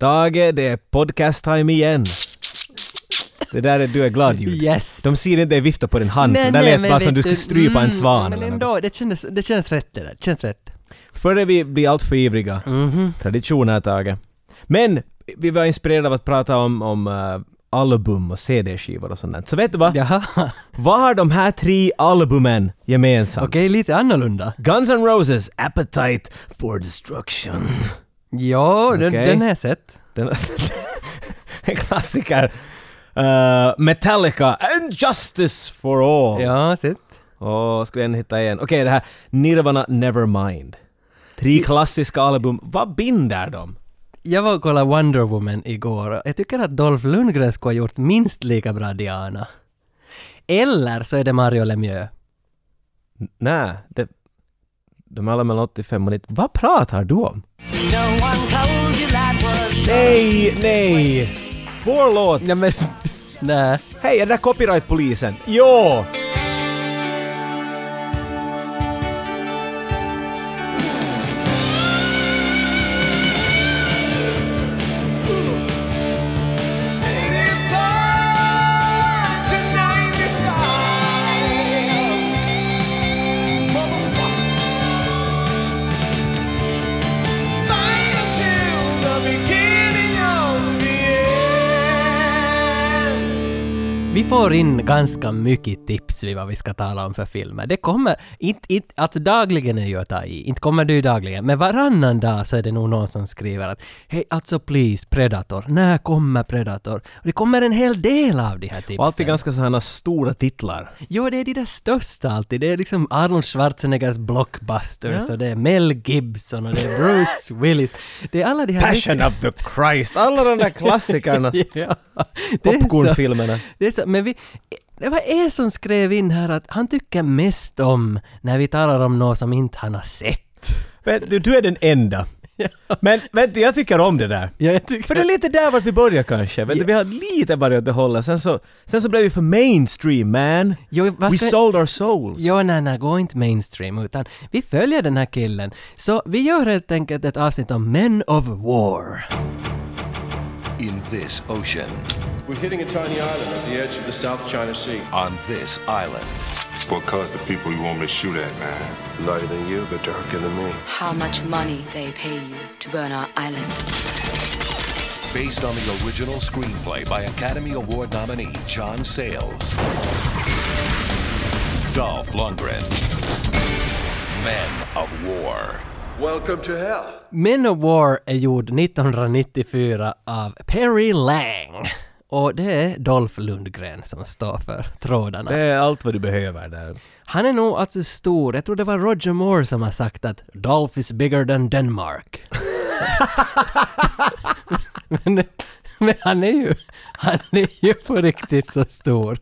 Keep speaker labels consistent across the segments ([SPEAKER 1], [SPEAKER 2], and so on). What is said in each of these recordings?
[SPEAKER 1] Tage, det är podcast-time igen. Det där är du är glad ljud.
[SPEAKER 2] Yes!
[SPEAKER 1] De ser inte dig vifta på din hand, så det lät bara som
[SPEAKER 2] men vet mm,
[SPEAKER 1] du skulle strypa en svan
[SPEAKER 2] Men
[SPEAKER 1] eller något.
[SPEAKER 2] ändå, det känns, det känns rätt det där. Det känns rätt.
[SPEAKER 1] Före vi blir alltför ivriga.
[SPEAKER 2] Mhm.
[SPEAKER 1] Traditioner, Tage. Men vi var inspirerade av att prata om, om eh, album och CD-skivor och sånt där. Så vet du vad?
[SPEAKER 2] Jaha. Okej,
[SPEAKER 1] Vad har de här tre albumen gemensamt?
[SPEAKER 2] lite annorlunda.
[SPEAKER 1] Guns N' Roses Appetite for Destruction.
[SPEAKER 2] Ja, den,
[SPEAKER 1] Okej.
[SPEAKER 2] den har jag sett.
[SPEAKER 1] Den en klassiker. Eh, Metallica And Justice for All. Åh,
[SPEAKER 2] Ja, sett.
[SPEAKER 1] ska vi än hitta igen? Okej, det här Nirvana Nevermind. Tre klassiska album. Vad binder de?
[SPEAKER 2] Jag var och kollade Wonder Woman igår. Jag tycker att Dolph Lundgren skulle ha gjort minst lika bra Diana. Eller så är det Mario Lemieux.
[SPEAKER 1] Nej, det, de är alla mellan 85 och 90. Vad pratar du om?
[SPEAKER 3] No one told you life was
[SPEAKER 1] Nej, nej! Vår låt!
[SPEAKER 2] Ja men, nej.
[SPEAKER 1] Hej, är det där copyrightpolisen? Jo!
[SPEAKER 2] Vi får in ganska mycket tips vid vad vi ska tala om för filmer. Det kommer, inte, inte, alltså dagligen är ju att ta i, inte kommer du dagligen, men varannan dag så är det nog någon som skriver att hej alltså please Predator, när kommer Predator? Och det kommer en hel del av de här tipsen.
[SPEAKER 1] Och alltid ganska sådana stora titlar.
[SPEAKER 2] Jo, det är de där största alltid. Det är liksom Arnold Schwarzeneggers blockbusters och det är Mel Gibson och det är Bruce Willis. Det är alla de här...
[SPEAKER 1] Passion of the Christ! Alla de där klassikerna.
[SPEAKER 2] Ja. Det är så-
[SPEAKER 1] Popcornfilmerna.
[SPEAKER 2] Det är så, men vi... eh, Det var en som skrev in här att han tycker mest om när vi talar om något som inte han har sett.
[SPEAKER 1] Men Du, du är den enda. Men vänta, jag tycker om det där.
[SPEAKER 2] Ja, jag tycker...
[SPEAKER 1] För det är lite där vart vi börjar kanske. Vet du, vi har lite börjat det hållet. Sen så, sen så blev vi för mainstream man.
[SPEAKER 2] Jo, vad
[SPEAKER 1] We
[SPEAKER 2] ska-
[SPEAKER 1] sold our souls.
[SPEAKER 2] Ja, nej, nej, gå inte mainstream, utan vi följer den här killen. Så vi gör helt enkelt ett avsnitt om Men of War.
[SPEAKER 4] In this ocean,
[SPEAKER 5] We're hitting a tiny island at the edge of the South China Sea.
[SPEAKER 4] on this island,
[SPEAKER 6] What color's the people you want me to shoot at, man?
[SPEAKER 5] Lighter than you, but darker than me.
[SPEAKER 3] How much money they pay you to burn our island?
[SPEAKER 4] based on the original screenplay by Academy Award nominee John Sayles, Dolph Lundgren, Men of War.
[SPEAKER 5] Welcome to hell.
[SPEAKER 2] Men of War är gjord 1994 av Perry Lang. Och det är Dolph Lundgren som står för trådarna.
[SPEAKER 1] Det är allt vad du behöver där.
[SPEAKER 2] Han är nog alltså stor. Jag tror det var Roger Moore som har sagt att Dolph is bigger than Denmark. men, men han är ju, han är ju på riktigt så stor.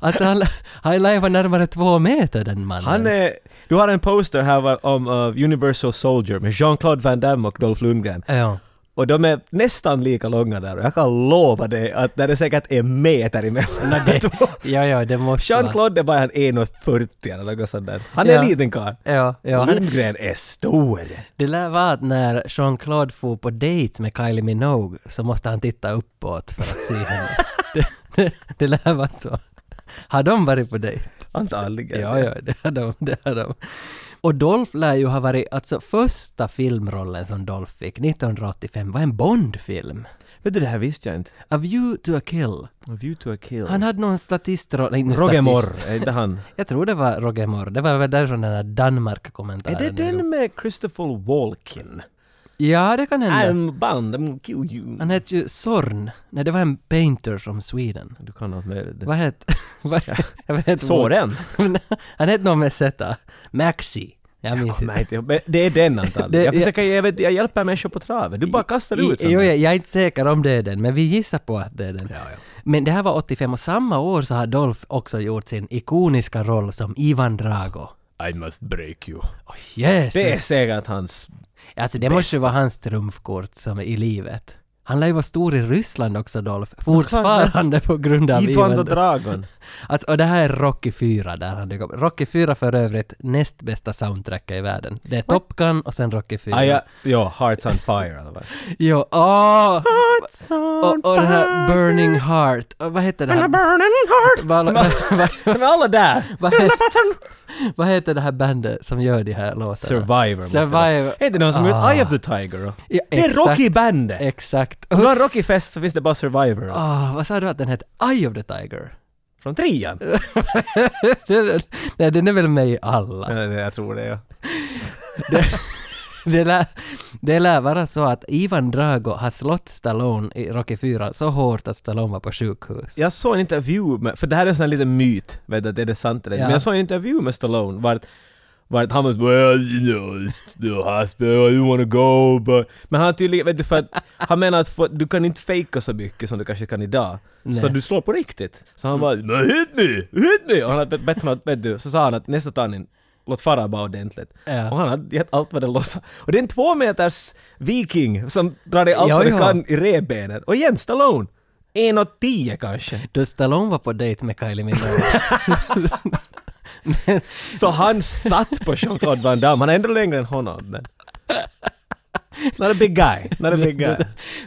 [SPEAKER 2] Alltså han, han lär ju vara närmare två meter den mannen.
[SPEAKER 1] Han är... Du har en poster här va- om uh, Universal Soldier med Jean-Claude Van Damme och Dolph Lundgren.
[SPEAKER 2] Ja.
[SPEAKER 1] Och de är nästan lika långa där och jag kan lova dig att det är säkert en meter emellan.
[SPEAKER 2] Det, ja, ja, det måste vara-
[SPEAKER 1] Jean-Claude är bara en 1,40 eller något sånt där. Han är
[SPEAKER 2] Ja.
[SPEAKER 1] en liten karl.
[SPEAKER 2] Ja, ja, han,
[SPEAKER 1] Lundgren är stor.
[SPEAKER 2] Det lär vara att när Jean-Claude får på dejt med Kylie Minogue så måste han titta uppåt för att se henne. Det, det, det lär vara så. Har de varit på dejt?
[SPEAKER 1] Antagligen.
[SPEAKER 2] Ja, ja, det har de. Det har de. Och Dolph lär ju ha varit, alltså första filmrollen som Dolph fick 1985 var en Bondfilm.
[SPEAKER 1] Vet du, det här visste jag inte.
[SPEAKER 2] A view to a kill.
[SPEAKER 1] A view to a kill.
[SPEAKER 2] Han hade någon statistroll, nej, inte
[SPEAKER 1] Mm. Roger
[SPEAKER 2] statist.
[SPEAKER 1] Moore, är inte han?
[SPEAKER 2] Jag tror det var Roger Moore. Det var väl därifrån den här
[SPEAKER 1] Är
[SPEAKER 2] Danmark-kommentaren.
[SPEAKER 1] det den med Christopher Walken?
[SPEAKER 2] Ja, det kan hända.
[SPEAKER 1] I'm bound, I'm kill you.
[SPEAKER 2] Han hette ju Sorn. Nej, det var en painter från Sweden.
[SPEAKER 1] Du kan allt möjligt.
[SPEAKER 2] Vad hette... vad vad hette-
[SPEAKER 1] Soren?
[SPEAKER 2] Han hette någon med Z. Maxi. Jag minns
[SPEAKER 1] Kommer inte ihåg. Men det är den
[SPEAKER 2] Det-
[SPEAKER 1] antagligen. Jag försöker, jag, vet, jag hjälper människor på traven. Du bara kastar
[SPEAKER 2] I-
[SPEAKER 1] ut sånt
[SPEAKER 2] Jo,
[SPEAKER 1] där.
[SPEAKER 2] jag, jag är inte säker om det är den, men vi gissar på att det är den. Men det här var 85 och samma år så har Dolph också gjort sin ikoniska roll som Ivan Drago.
[SPEAKER 1] I must break you.
[SPEAKER 2] Jesus!
[SPEAKER 1] Det är säkert hans...
[SPEAKER 2] alltså det måste ju vara hans trumfkort som är i livet. Han lär ju vara stor i Ryssland också, Dolph.
[SPEAKER 1] klart, men-
[SPEAKER 2] Fortfarande på grund av
[SPEAKER 1] Ivan the
[SPEAKER 2] Ivan
[SPEAKER 1] Dragon.
[SPEAKER 2] Alltså, och det här är Rocky 4 där han dyker upp. Rocky 4 för övrigt näst bästa soundtracket i världen. Det är Top Gun och sen Rocky 4.
[SPEAKER 1] Ah, ja, ja, Hearts on Fire eller vad?
[SPEAKER 2] Jo, åh!
[SPEAKER 1] Hearts on
[SPEAKER 2] Och, och den här Burning Heart. Och vad heter det här? Vad, vad,
[SPEAKER 1] Men alla där!
[SPEAKER 2] vad, heter, vad heter det här bandet som gör de här låtarna?
[SPEAKER 1] Survivor måste det
[SPEAKER 2] Survivor.
[SPEAKER 1] vara. Är det någon som har
[SPEAKER 2] Ah.
[SPEAKER 1] gjort Eye of the Tiger? då?
[SPEAKER 2] Ja,
[SPEAKER 1] det är
[SPEAKER 2] exakt.
[SPEAKER 1] Rocky-bandet!
[SPEAKER 2] Exakt.
[SPEAKER 1] Om du har en Rocky-fest så finns det bara Survivor. då.
[SPEAKER 2] Ah, vad sa du att den hette? Eye of the Tiger?
[SPEAKER 1] Från trean? Eh,
[SPEAKER 2] Nej, den är väl med i alla.
[SPEAKER 1] Eller, Jag tror det, ja.
[SPEAKER 2] Det lär, det lär vara så att Ivan Drago har slått Stallone i Rocky 4 så hårt att Stallone var på sjukhus.
[SPEAKER 1] Jag såg en intervju med, för det här är en sån här liten myt, vet du, att är det sant eller inte?
[SPEAKER 2] Ja.
[SPEAKER 1] Men jag såg en intervju med Stallone vart, vart han var så, well you know, it's the hospital, you wanna go but... Men han tydligen, vet du för att, han menar att för, du kan inte fejka så mycket som du kanske kan idag. Så
[SPEAKER 2] Nej.
[SPEAKER 1] du slår på riktigt. Så han bara "Men hit me, hit me! Och han hade bett honom, att, vet du, så sa han att nästa tannin, låt fara bara ordentligt.
[SPEAKER 2] Ja.
[SPEAKER 1] Och han hade gett allt vad det lossade. Och det är en två meters viking som drar dig allt
[SPEAKER 2] Ja,
[SPEAKER 1] vad du
[SPEAKER 2] ja.
[SPEAKER 1] kan i revbenen. Och igen, Stallone! En och tio kanske.
[SPEAKER 2] Då Stallone var på dejt med Kylie Minogue.
[SPEAKER 1] Så han satt på Jean-Claude Van Damme, han är ändå längre än honom. Men... Not a big guy, not a big guy.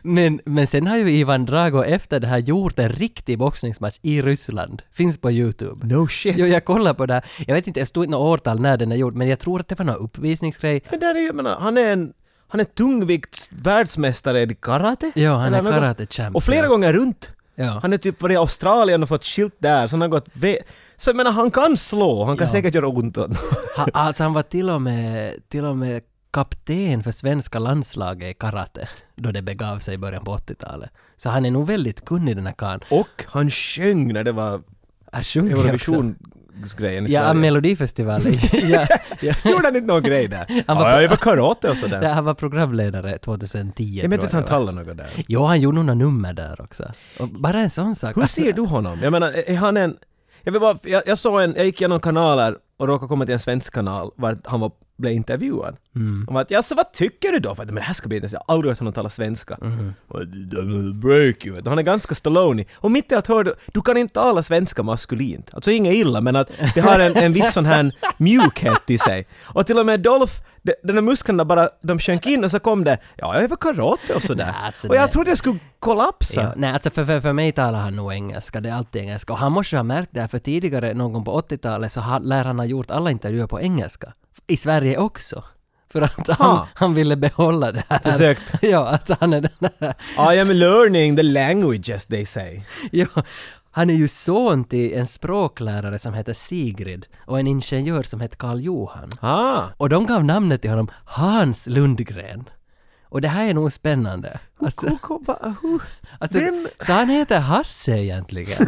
[SPEAKER 2] men, men sen har ju Ivan Drago efter det här gjort en riktig boxningsmatch i Ryssland. Finns på YouTube.
[SPEAKER 1] No shit.
[SPEAKER 2] Jo, jag kollar på det här. Jag vet inte, jag stod inte något årtal när den är gjord, men jag tror att det var någon uppvisningsgrej.
[SPEAKER 1] Men där är, ju- jag menar, han är en han är tungvikts världsmästare i karate.
[SPEAKER 2] Ja, han
[SPEAKER 1] Eller
[SPEAKER 2] är
[SPEAKER 1] något.
[SPEAKER 2] karate-champ.
[SPEAKER 1] Och flera
[SPEAKER 2] ja.
[SPEAKER 1] gånger runt.
[SPEAKER 2] Ja.
[SPEAKER 1] Han är typ varit i Australien och fått skilt där, så han har gått... Ve- så jag menar, han kan slå, han kan
[SPEAKER 2] Ja.
[SPEAKER 1] säkert göra ont åt
[SPEAKER 2] Ha, alltså han var till och, med, till och med kapten för svenska landslaget i karate då det begav sig i början på 80-talet. Så han är nog väldigt kunnig den här karln.
[SPEAKER 1] Och han sjöng när det var
[SPEAKER 2] Han sjunger också.
[SPEAKER 1] Eurovisionsgrejen i
[SPEAKER 2] Mm. Ja,
[SPEAKER 1] Sverige.
[SPEAKER 2] Melodifestivalen. ja, ja.
[SPEAKER 1] Gjorde han inte någon grej där?
[SPEAKER 2] Han
[SPEAKER 1] Han
[SPEAKER 2] var-
[SPEAKER 1] var, ja, det var karate och sådär.
[SPEAKER 2] Där han var programledare 2010.
[SPEAKER 1] Jag menar
[SPEAKER 2] tror
[SPEAKER 1] att han
[SPEAKER 2] det var.
[SPEAKER 1] trallade något där.
[SPEAKER 2] Jo, han gjorde nog några nummer där också. Och bara en sån sak.
[SPEAKER 1] Hur
[SPEAKER 2] Alltså,
[SPEAKER 1] ser du honom? Jag menar, är han en... Jag, vill bara, jag, jag såg en, jag gick igenom kanaler och råkade komma till en svensk kanal var han var, blev intervjuad. Han var att, "Jaså, vad tycker du då? För att, men det här ska bli intressant, jag har aldrig hört honom tala svenska. Och, "I'm gonna Break you. Han är ganska Stallone Och mitt i att höra, du kan inte tala svenska maskulint. Alltså inget illa, men att det har en, en viss sån här mjukhet i sig. Och till och med Dolph, de, de där musklerna bara, de sjönk in och så kom det, ja, jag var karate och sådär.
[SPEAKER 2] Nej, alltså
[SPEAKER 1] och jag
[SPEAKER 2] det-
[SPEAKER 1] trodde jag skulle kollapsa.
[SPEAKER 2] Ja, nej, alltså för, för, för mig talar han nog engelska, det är alltid engelska. Och han måste ju ha märkt det här, för tidigare någon gång på 80-talet så har lärarna gjort alla intervjuer på engelska. I Sverige också. För att han,
[SPEAKER 1] Ha.
[SPEAKER 2] han ville behålla det här.
[SPEAKER 1] Försökt.
[SPEAKER 2] Ja, att han är den här.
[SPEAKER 1] I am learning the language as they say.
[SPEAKER 2] Ja, han är ju son till en språklärare som heter Sigrid och en ingenjör som heter Karl Johan.
[SPEAKER 1] Ah,
[SPEAKER 2] Och de gav namnet till honom Hans Lundgren. Och det här är nog spännande. Alltså, Alltså,
[SPEAKER 1] Vem-
[SPEAKER 2] Så han heter Hasse egentligen.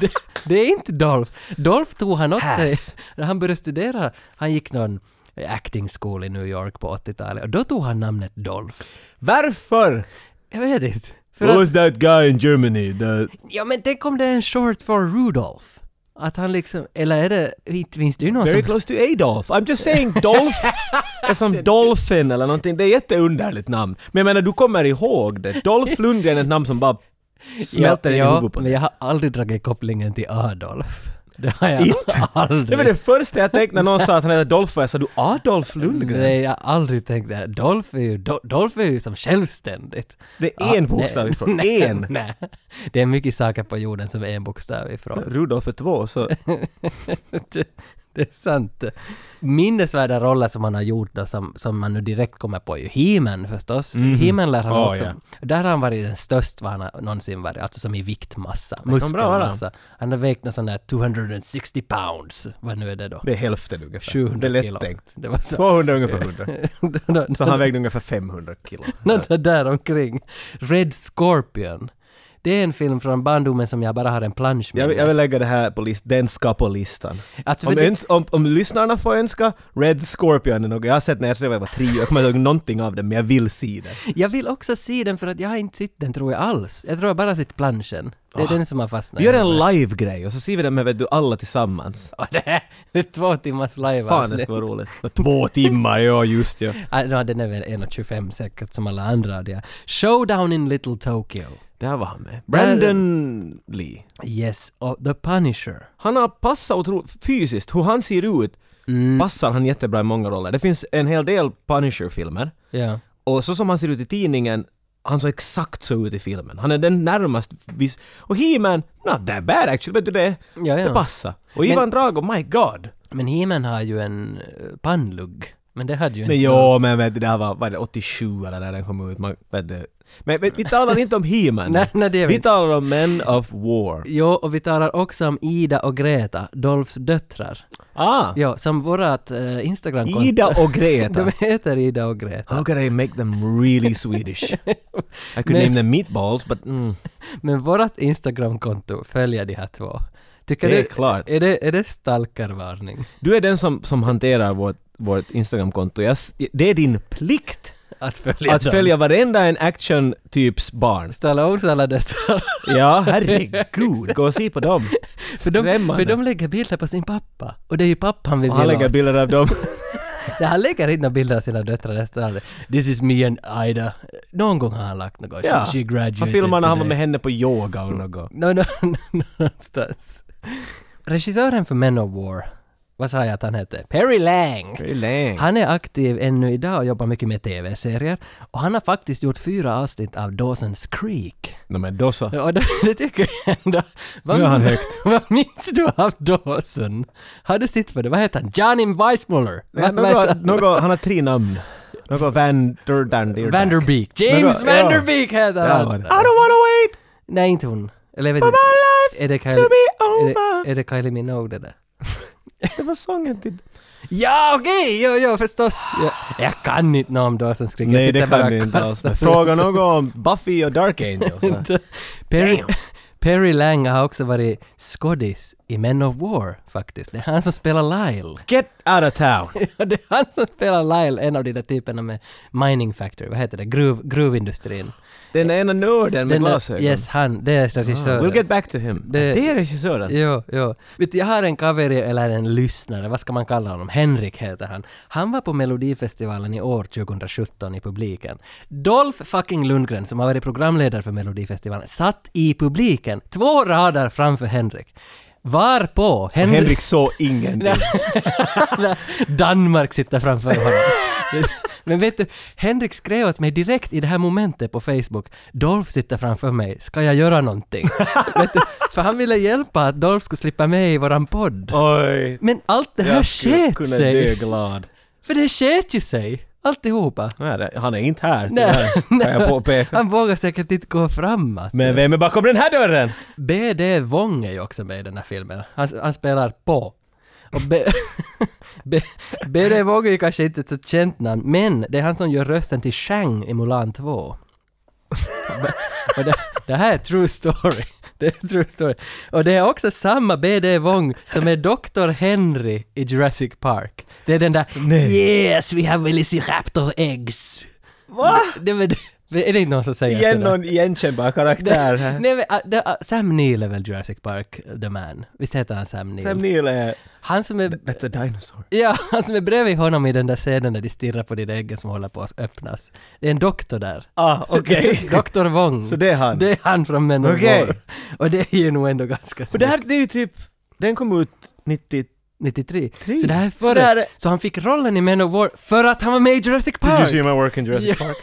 [SPEAKER 2] det, det är inte Dolph. Dolph tog han åt sig
[SPEAKER 1] Hass.
[SPEAKER 2] när han började studera. Han gick någon eh, acting school i New York på 80-talet och då tog han namnet Dolph.
[SPEAKER 1] varför?
[SPEAKER 2] Jag vet inte. För
[SPEAKER 1] Who
[SPEAKER 2] att,
[SPEAKER 1] was that guy in Germany? The...
[SPEAKER 2] ja men tänk om det är en short for Rudolph. Att han liksom, eller är det, inte finns det ju någon
[SPEAKER 1] Very
[SPEAKER 2] som...
[SPEAKER 1] close to Adolf. I'm just saying Dolph är som Dolphin eller någonting. Det är ett jätteunderligt namn. Men jag menar, du kommer ihåg det. Dolph Lundgren är ett namn som bara smälter in i huvudet på
[SPEAKER 2] men
[SPEAKER 1] dig.
[SPEAKER 2] jag har aldrig dragit kopplingen till Adolf. Det har jag
[SPEAKER 1] Inte?
[SPEAKER 2] aldrig.
[SPEAKER 1] Det var det första jag tänkte när någon sa att han heter Dolph och jag sa du Adolf Lundgren?
[SPEAKER 2] Nej, jag har aldrig tänkt det. här. Dolph är ju, Do- Dolph är ju som självständigt.
[SPEAKER 1] Det är en bokstav
[SPEAKER 2] nej,
[SPEAKER 1] ifrån.
[SPEAKER 2] Nej,
[SPEAKER 1] En.
[SPEAKER 2] Nej. Det är mycket saker på jorden som är en bokstav ifrån.
[SPEAKER 1] Rudolf är två, så...
[SPEAKER 2] det, det är sant. Minnesvärda roller som han har gjort då, som, som man nu direkt kommer på är ju He-Man förstås. He-Man lär han
[SPEAKER 1] Ja,
[SPEAKER 2] också.
[SPEAKER 1] Mhm. Ah, ja.
[SPEAKER 2] Där har han varit den största vad han har någonsin varit, alltså som i viktmassa.
[SPEAKER 1] vara.
[SPEAKER 2] Muskelmassa. Han har vägt någon sån där 260 pounds. Vad nu är det då?
[SPEAKER 1] Det är hälften ungefär.
[SPEAKER 2] 700
[SPEAKER 1] det är lätt
[SPEAKER 2] kilo.
[SPEAKER 1] tänkt.
[SPEAKER 2] Det var så.
[SPEAKER 1] 200 ungefär 100. Så han vägde ungefär 500 kilo.
[SPEAKER 2] Något där omkring. Red Scorpion. Det är en film från barndomen som jag bara har en plansch med.
[SPEAKER 1] Jag vill, jag vill lägga det här på listan, den ska på listan.
[SPEAKER 2] Alltså, för
[SPEAKER 1] om,
[SPEAKER 2] det-
[SPEAKER 1] öns- om, om lyssnarna får önska, Red Scorpion är något jag har sett när jag tror jag var tre, jag kommer inte ihåg någonting av den men jag vill se den.
[SPEAKER 2] Jag vill också se den för att jag har inte sett den tror jag alls. Jag tror jag bara sett planschen. Det är den som har fastnat.
[SPEAKER 1] Vi gör en live-grej och så ser vi den med vet du, alla tillsammans.
[SPEAKER 2] Och det här- det är två timmars live
[SPEAKER 1] Fan det ska vara roligt. Nå, Två timmar, ja just ja.
[SPEAKER 2] no, den är väl 1.25 säkert som alla andra av de här. Showdown in Little Tokyo.
[SPEAKER 1] Där var han med. Brandon Lee.
[SPEAKER 2] Yes, och The Punisher.
[SPEAKER 1] Han har passat otroligt, fysiskt, hur han ser ut passar han jättebra i många roller. Det finns en hel del Punisher-filmer
[SPEAKER 2] Ja.
[SPEAKER 1] och så som han ser ut i tidningen, han såg exakt så ut i filmen. Han är den närmast vis... Och He-Man, not that bad actually, vet du det?
[SPEAKER 2] Ja, ja.
[SPEAKER 1] Det passar. Och
[SPEAKER 2] Men-
[SPEAKER 1] Ivan Drago, my god!
[SPEAKER 2] Men He-Man har ju en eh, pannlugg. Men det hade ju inte...
[SPEAKER 1] Men ja, men vet du, det här var, var det 87 eller när den kom ut, man, vet du. Men, men vi talar inte om He-Man.
[SPEAKER 2] Nej, nej, det är vi
[SPEAKER 1] vi
[SPEAKER 2] inte.
[SPEAKER 1] talar om Men of War.
[SPEAKER 2] Jo, och vi talar också om Ida och Greta, Dolphs döttrar.
[SPEAKER 1] Ah!
[SPEAKER 2] Ja, som vårat uh, Instagramkonto.
[SPEAKER 1] Ida och Greta.
[SPEAKER 2] De heter Ida och Greta.
[SPEAKER 1] How could I make them really Swedish? I could
[SPEAKER 2] Nej.
[SPEAKER 1] name them meatballs, but mm.
[SPEAKER 2] Men vårat Instagramkonto följer de här två. Tycker
[SPEAKER 1] Det är
[SPEAKER 2] du,
[SPEAKER 1] klart.
[SPEAKER 2] Är det, är det stalkervarning?
[SPEAKER 1] Du är den som, som hanterar vårt, vårt Instagramkonto. Jag, s- det är din plikt
[SPEAKER 2] Att följa
[SPEAKER 1] att
[SPEAKER 2] dem?
[SPEAKER 1] följa varenda en action-typs barn.
[SPEAKER 2] Stallones alla döttrar.
[SPEAKER 1] Ja, herregud. Gå och se på dem.
[SPEAKER 2] För de, för de
[SPEAKER 1] Skrämmande.
[SPEAKER 2] lägger bilder på sin pappa. Och det är ju pappan vi vill
[SPEAKER 1] Han lägger
[SPEAKER 2] åt.
[SPEAKER 1] bilder av dem.
[SPEAKER 2] Nej, han lägger inte några bilder av sina döttrar nästan aldrig. This is me and Ida. Någon gång har han lagt något.
[SPEAKER 1] Ja.
[SPEAKER 2] She graduated
[SPEAKER 1] Han filmar när han var
[SPEAKER 2] today.
[SPEAKER 1] med henne på yoga och något.
[SPEAKER 2] No, no, no, någonstans. Regissören för Men of War, vad sa jag att han hette? Perry Lang!
[SPEAKER 1] Det är länge.
[SPEAKER 2] Han är aktiv ännu idag och jobbar mycket med TV-serier. Och han har faktiskt gjort fyra avsnitt av Dawson's Creek.
[SPEAKER 1] Nej men då så.
[SPEAKER 2] Och det, det tycker jag ändå... Vad,
[SPEAKER 1] Nu är han högt.
[SPEAKER 2] vad minns du av Dawson? Har du sett på det? Vad heter han? Johnny Weissmuller?
[SPEAKER 1] Nej,
[SPEAKER 2] Vad- vad heter
[SPEAKER 1] något,
[SPEAKER 2] han?
[SPEAKER 1] något, han har tre namn. Något Vander Dandir.
[SPEAKER 2] Vanderbeek. James
[SPEAKER 1] Något- ja.
[SPEAKER 2] Vanderbeek heter
[SPEAKER 1] Där var det.
[SPEAKER 2] han!
[SPEAKER 1] I don't wanna wait
[SPEAKER 2] Nej, inte hon. Eller jag vet
[SPEAKER 1] for
[SPEAKER 2] inte.
[SPEAKER 1] my life
[SPEAKER 2] Är det
[SPEAKER 1] to
[SPEAKER 2] Kylie,
[SPEAKER 1] be
[SPEAKER 2] är det,
[SPEAKER 1] over.
[SPEAKER 2] är det Kylie Minogue det där?
[SPEAKER 1] Det var sången till...
[SPEAKER 2] Ja, okej! Jo, jo, förstås! Ja. Jag kan inte något om Dawson's Creek. Jag
[SPEAKER 1] Nej,
[SPEAKER 2] sitter
[SPEAKER 1] det
[SPEAKER 2] bara
[SPEAKER 1] kan
[SPEAKER 2] och
[SPEAKER 1] du inte alls.
[SPEAKER 2] kastar
[SPEAKER 1] Men fråga något om Buffy och Dark Angels.
[SPEAKER 2] Perry, Perry Lang har också varit skådis i Men of War, faktiskt. Det är han som spelar Lyle.
[SPEAKER 1] Get out of town!
[SPEAKER 2] Ja, det är han som spelar Lyle, en av de där typerna med Mining Factory, vad heter det? Gruv, gruvindustrin.
[SPEAKER 1] Den ena nörden med
[SPEAKER 2] Den där-
[SPEAKER 1] glasögon.
[SPEAKER 2] Yes, han. Det är regissören.
[SPEAKER 1] We'll get back to him.
[SPEAKER 2] Det-
[SPEAKER 1] Det, det är regissören.
[SPEAKER 2] Jo, jo. Vet du, jag har en kaveri, eller en lyssnare, vad ska man kalla honom? Henrik heter han. Han var på Melodifestivalen i år, 2017, i publiken. Dolph fucking Lundgren, som har varit programledare för Melodifestivalen, satt i publiken, två rader framför Henrik. Varpå Henrik...
[SPEAKER 1] Henrik såg ingenting.
[SPEAKER 2] Danmark sitter framför honom. Men vet du, Henrik skrev åt mig direkt i det här momentet på Facebook. Dolph sitter framför mig, ska jag göra någonting? vet du, för han ville hjälpa att Dolph skulle slippa med i våran podd.
[SPEAKER 1] Oj.
[SPEAKER 2] Men allt det här
[SPEAKER 1] Jag skulle
[SPEAKER 2] sket
[SPEAKER 1] kunna dö
[SPEAKER 2] sig.
[SPEAKER 1] glad.
[SPEAKER 2] För det sket ju sig. Alltihopa.
[SPEAKER 1] Nej, det- han är inte här,
[SPEAKER 2] Nej,
[SPEAKER 1] tyvärr. Kan jag påpeka.
[SPEAKER 2] Han vågar säkert inte gå fram alltså.
[SPEAKER 1] Men vem är bakom den här dörren?
[SPEAKER 2] BD Wong är ju också med i den här filmen. Han, han spelar på. Och B- B- BD Wong är ju kanske inte ett så känt namn, men det är han som gör rösten till Shang i Mulan 2. Och det, det här är true story. Det är true story. Och det är också samma BD Wong som är Dr. Henry i Jurassic Park. Det är den där “Yes, we have Velociraptor eggs”. Va? Det, det, det, är det inte någon som säger
[SPEAKER 1] Igen
[SPEAKER 2] sådär?
[SPEAKER 1] någon igenkännbar karaktär här.
[SPEAKER 2] Nej, men, ah, det- ah, Sam Neill är väl Jurassic Park, uh, the man? Visst heter han Sam Neill?
[SPEAKER 1] Sam Neill är...
[SPEAKER 2] han som är...
[SPEAKER 1] That's a dinosaur.
[SPEAKER 2] Ja, han som är bredvid honom i den där scenen när de stirrar på de där äggen som håller på att öppnas. Det är en doktor där.
[SPEAKER 1] Ah, okej.
[SPEAKER 2] Doktor Wong.
[SPEAKER 1] Så det är han?
[SPEAKER 2] Det är han från Men of
[SPEAKER 1] Okej.
[SPEAKER 2] War. Och det är ju nog ändå ganska
[SPEAKER 1] Och det här, det är ju typ... Den kom ut 90...
[SPEAKER 2] 93.
[SPEAKER 1] Tre.
[SPEAKER 2] Så det här är
[SPEAKER 1] Så det här
[SPEAKER 2] före.
[SPEAKER 1] är-
[SPEAKER 2] Så, han fick rollen i Men of War för att han var med i Jurassic
[SPEAKER 1] Did you
[SPEAKER 2] Park!
[SPEAKER 1] see my work in Jurassic
[SPEAKER 2] Ja.
[SPEAKER 1] Park?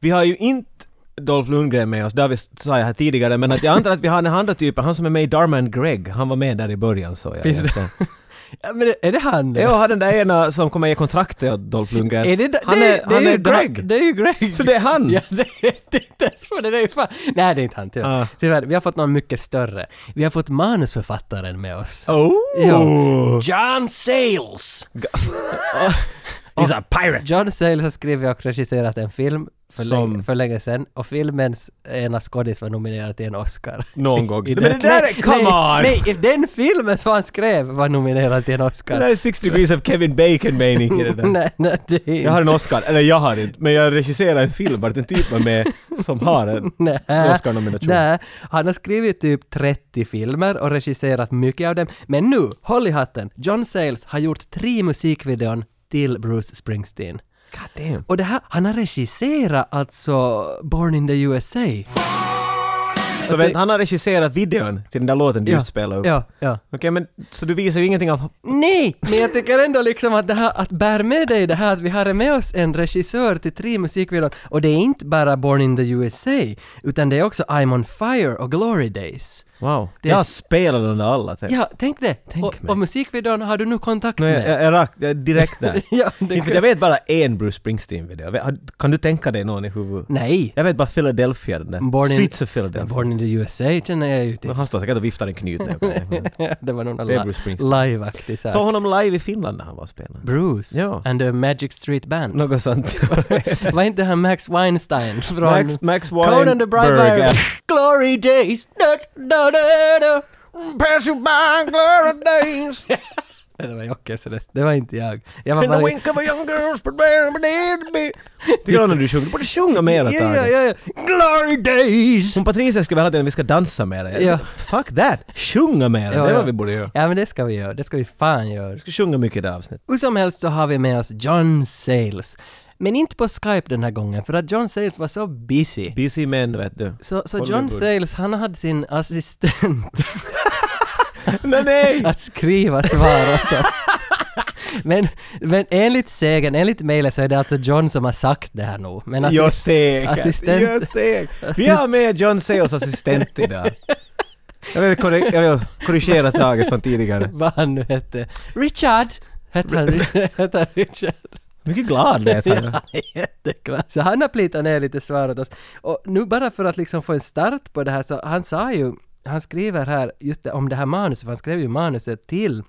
[SPEAKER 1] Vi har ju inte Dolph Lundgren med oss, det har vi sa jag här tidigare, men att jag antar att vi har den andra typen, han som är med i Darman Greg, han var med där i början så jag.
[SPEAKER 2] Finns det-
[SPEAKER 1] Så-
[SPEAKER 2] Ja, men är det han?
[SPEAKER 1] Jo, har den där ena som kommer ge kontraktet åt Dolph Lundgren.
[SPEAKER 2] Är det,
[SPEAKER 1] han
[SPEAKER 2] det,
[SPEAKER 1] är,
[SPEAKER 2] det,
[SPEAKER 1] han
[SPEAKER 2] är
[SPEAKER 1] är,
[SPEAKER 2] ju
[SPEAKER 1] Greg!
[SPEAKER 2] Det är ju Greg!
[SPEAKER 1] Så det är han!
[SPEAKER 2] Ja, det det är inte ens på det. det är ju fan. Nej, det är inte han tyvärr.
[SPEAKER 1] Ah.
[SPEAKER 2] tyvärr. Vi har fått någon mycket större. Vi har fått manusförfattaren med oss.
[SPEAKER 1] Oh!
[SPEAKER 2] Ja. John Sayles!
[SPEAKER 1] He's a pirate!
[SPEAKER 2] John Sayles har skrivit och regisserat en film för,
[SPEAKER 1] Som-
[SPEAKER 2] länge, för länge sedan och filmens ena skådis var nominerad till en Oscar.
[SPEAKER 1] Någon gång.
[SPEAKER 2] I
[SPEAKER 1] Men det där är- come
[SPEAKER 2] nej,
[SPEAKER 1] on!
[SPEAKER 2] Nej, i den filmen som han skrev var nominerad till en Oscar.
[SPEAKER 1] Det där är Six Degrees of Kevin Bacon mening i det där.
[SPEAKER 2] nej, nej, det är
[SPEAKER 1] Jag har en Oscar, eller jag har inte, men jag regisserar en film vart en typ var med som har en
[SPEAKER 2] Nej.
[SPEAKER 1] Oscar-nomination.
[SPEAKER 2] Eh, Nej, han har skrivit typ 30 filmer och regisserat mycket av dem. Men nu, håll i hatten, John Sayles har gjort tre musikvideon till Bruce Springsteen.
[SPEAKER 1] God damn.
[SPEAKER 2] Och det här, han har regisserat alltså Born in the USA.
[SPEAKER 1] Så vänta, han har regisserat videon till den där låten du
[SPEAKER 2] Ja,
[SPEAKER 1] just spelade upp?
[SPEAKER 2] Ja, ja.
[SPEAKER 1] Okej, men så du visar ju ingenting av...
[SPEAKER 2] Nej, men jag tycker ändå liksom att det här, att bär med dig det här att vi har med oss en regissör till tre musikvideor och det är inte bara Born in the USA, utan det är också I'm on fire och Glory Days.
[SPEAKER 1] Wow.
[SPEAKER 2] Det är
[SPEAKER 1] jag
[SPEAKER 2] s-
[SPEAKER 1] spelar under alla. Tänk.
[SPEAKER 2] Ja, tänk det!
[SPEAKER 1] Tänk
[SPEAKER 2] och,
[SPEAKER 1] mig.
[SPEAKER 2] och musikvideon har du nu kontakt
[SPEAKER 1] Nej,
[SPEAKER 2] med.
[SPEAKER 1] jag, jag, rakt, jag är direkt där.
[SPEAKER 2] Ja, det
[SPEAKER 1] Inte för att jag vet bara en Bruce Springsteen-video. Jag vet- Kan du tänka dig någon i huvudet?
[SPEAKER 2] Nej!
[SPEAKER 1] Jag vet bara Philadelphia, den där.
[SPEAKER 2] Born in-
[SPEAKER 1] Streets of Philadelphia.
[SPEAKER 2] Born in the USA känner jag ju till.
[SPEAKER 1] Men Han står säkert och viftar en knut när jag kommer.
[SPEAKER 2] det var någon
[SPEAKER 1] Det är
[SPEAKER 2] li-
[SPEAKER 1] Bruce Springsteen.
[SPEAKER 2] liveaktig
[SPEAKER 1] Såg
[SPEAKER 2] sak.
[SPEAKER 1] honom live i Finland när han var och spelade.
[SPEAKER 2] Bruce
[SPEAKER 1] Ja.
[SPEAKER 2] and the Magic Street Band.
[SPEAKER 1] Något sånt.
[SPEAKER 2] Var inte han Max Weinstein från
[SPEAKER 1] Max, Max
[SPEAKER 2] Conan the
[SPEAKER 1] Weinberg,
[SPEAKER 2] Barbarian?
[SPEAKER 1] ja.
[SPEAKER 2] Glory days! Da, da, da, da.
[SPEAKER 1] Pass you by, glory days!
[SPEAKER 2] Nej, Det var Jockes röst, det var inte jag. Jag var
[SPEAKER 1] In
[SPEAKER 2] bara...
[SPEAKER 1] the wink of a young girl's baby. Tycker du om när du sjunger? Du borde sjunga mera
[SPEAKER 2] Ja, ja,
[SPEAKER 1] Tage.
[SPEAKER 2] ja, ja. Glory days!
[SPEAKER 1] Som Patricia skulle vilja ha till att vi ska dansa mera.
[SPEAKER 2] Ja.
[SPEAKER 1] Ja. Fuck that! Sjunga mera,
[SPEAKER 2] Ja,
[SPEAKER 1] det är
[SPEAKER 2] ja.
[SPEAKER 1] vad vi borde göra.
[SPEAKER 2] Ja men det ska vi göra, det ska vi fan göra.
[SPEAKER 1] Vi ska sjunga mycket i det här avsnittet.
[SPEAKER 2] Hur som helst så har vi med oss John Sayles. Men inte på Skype den här gången, för att John Sayles var så busy.
[SPEAKER 1] Busy men vet du.
[SPEAKER 2] Så, så
[SPEAKER 1] Hollywood.
[SPEAKER 2] John Sayles, han hade sin assistent
[SPEAKER 1] Men nej!
[SPEAKER 2] att skriva svar åt oss. Men, men enligt sägen, enligt mejlet så är det alltså John som har sagt det här nu. Men alltså,
[SPEAKER 1] Jag
[SPEAKER 2] assist-
[SPEAKER 1] säkert.
[SPEAKER 2] assistent.
[SPEAKER 1] Jag säkert. Vi har med John Sayles assistent idag. Jag vill, korre- jag vill korrigera Tage från tidigare.
[SPEAKER 2] vad han nu hette, Richard! Hette han, Richard- hette han Richard?
[SPEAKER 1] Mycket glad lät han.
[SPEAKER 2] Ja, jätteglad. Så han har plitat ner lite svar åt oss. Och nu bara för att liksom få en start på det här så han sa ju, han skriver här just det, om det här manuset, för han skrev ju manuset till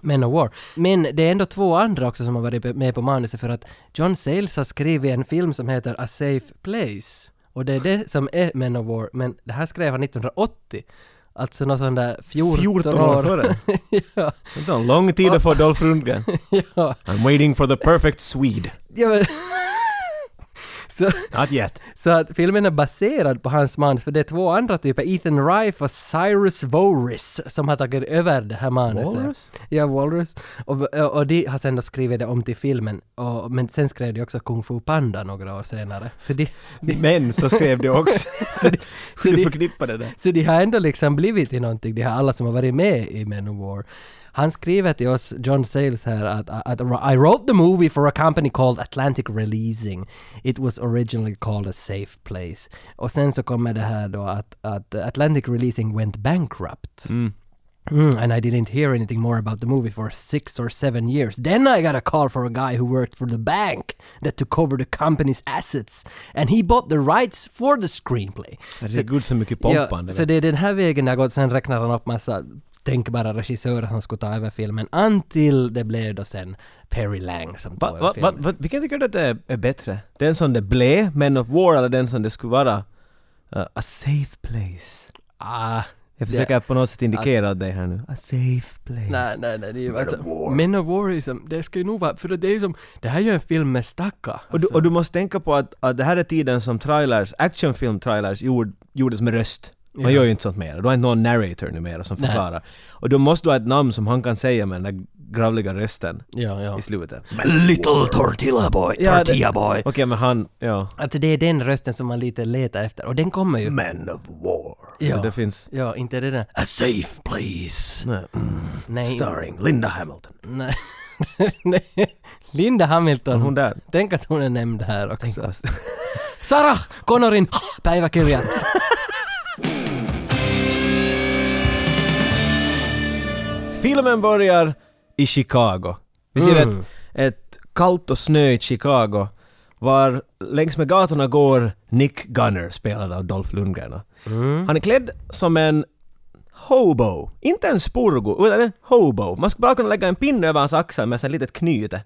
[SPEAKER 2] Men of War. Men det är ändå två andra också som har varit med på manuset för att John Sayles har skrivit en film som heter A Safe Place. Och det är det som är Men of War, men det här skrev han 1980. Alltså någon sån där 14,
[SPEAKER 1] 14 år före.
[SPEAKER 2] ja,
[SPEAKER 1] Det tar en lång tid att få Dolph Rundgren.
[SPEAKER 2] ja.
[SPEAKER 1] I'm waiting for the perfect Swede.
[SPEAKER 2] ja men. Så,
[SPEAKER 1] Not yet.
[SPEAKER 2] Så att filmen är baserad på hans manus, för det är två andra typer, Ethan Rife och Cyrus Voris, som har tagit över det här manuset.
[SPEAKER 1] Walrus?
[SPEAKER 2] Ja, Walrus. Och, och de har sen då skrivit det om till filmen, och, men sen skrev de också Kung Fu Panda några år senare. Så de, de,
[SPEAKER 1] Men så skrev du också.
[SPEAKER 2] så de, så
[SPEAKER 1] Du
[SPEAKER 2] de,
[SPEAKER 1] förknippar det där.
[SPEAKER 2] så de har ändå liksom blivit till någonting, de här alla som har varit med i Men of War. Han skriver till oss, John Sayles här, att, att I wrote the movie for a company called Atlantic Releasing. It was originally called a safe place. Och sen så kommer det här då att, att Atlantic Releasing went bankrupt. Mm, and I didn't hear anything more about the movie for six or seven years. Then I got a call for a guy who worked for the bank that took over the company's assets, and he bought the rights for the screenplay.
[SPEAKER 1] Det är gud så mycket
[SPEAKER 2] Ja,
[SPEAKER 1] pompande.
[SPEAKER 2] så det är den här vägen det har gått, sen räknar han upp massa tänkbara regissörer som skulle ta över filmen, until det blev då sen Perry Lang som tog
[SPEAKER 1] Va, va,
[SPEAKER 2] över
[SPEAKER 1] va,
[SPEAKER 2] filmen.
[SPEAKER 1] va, vilken tycker du att det är, är bättre? Den som det blev, Men of War, eller den som det skulle vara? Uh, a safe place.
[SPEAKER 2] Ah,
[SPEAKER 1] Jag försöker på något sätt indikera åt dig här nu. A safe place.
[SPEAKER 2] nej, nej, nej, det är ju alltså, Men of War är ju som, det ska ju nog vara, för det är ju som, det här är ju en film med stacka.
[SPEAKER 1] Och du, och du måste tänka på att, att det här är tiden som trailers, actionfilm-trailers gjord, gjordes med röst. Man
[SPEAKER 2] Ja.
[SPEAKER 1] gör ju inte sånt mer. Du har inte någon narrator numera som
[SPEAKER 2] Nej.
[SPEAKER 1] förklarar. Och då måste du ha ett namn som han kan säga med den där gravliga rösten
[SPEAKER 2] ja, ja.
[SPEAKER 1] i slutet.
[SPEAKER 2] Little Tortilla Boy,
[SPEAKER 1] Ja, det- Okej, men han, ja.
[SPEAKER 2] Alltså det är den rösten som man lite letar efter, och den kommer ju.
[SPEAKER 1] Men of War.
[SPEAKER 2] Ja.
[SPEAKER 1] Ja. Det finns...
[SPEAKER 2] Ja, inte det där. A safe place.
[SPEAKER 1] Nej. mm.
[SPEAKER 2] Nej.
[SPEAKER 1] Starring Linda Hamilton.
[SPEAKER 2] Nej. Nej. Linda Hamilton.
[SPEAKER 1] Hon där.
[SPEAKER 2] Tänk att hon är nämnd här också. Sarah Connorin päiväkirjat.
[SPEAKER 1] Filmen börjar i Chicago. Vi ser
[SPEAKER 2] Mm.
[SPEAKER 1] ett, ett kallt och snöigt Chicago var längs med gatorna går Nick Gunner, spelad av Dolph Lundgren.
[SPEAKER 2] Mm.
[SPEAKER 1] Han är klädd som en hobo. Inte en spurgo, utan en hobo. Man skulle bara kunna lägga en pinne över hans
[SPEAKER 2] Mm.
[SPEAKER 1] axel med ett litet knyte.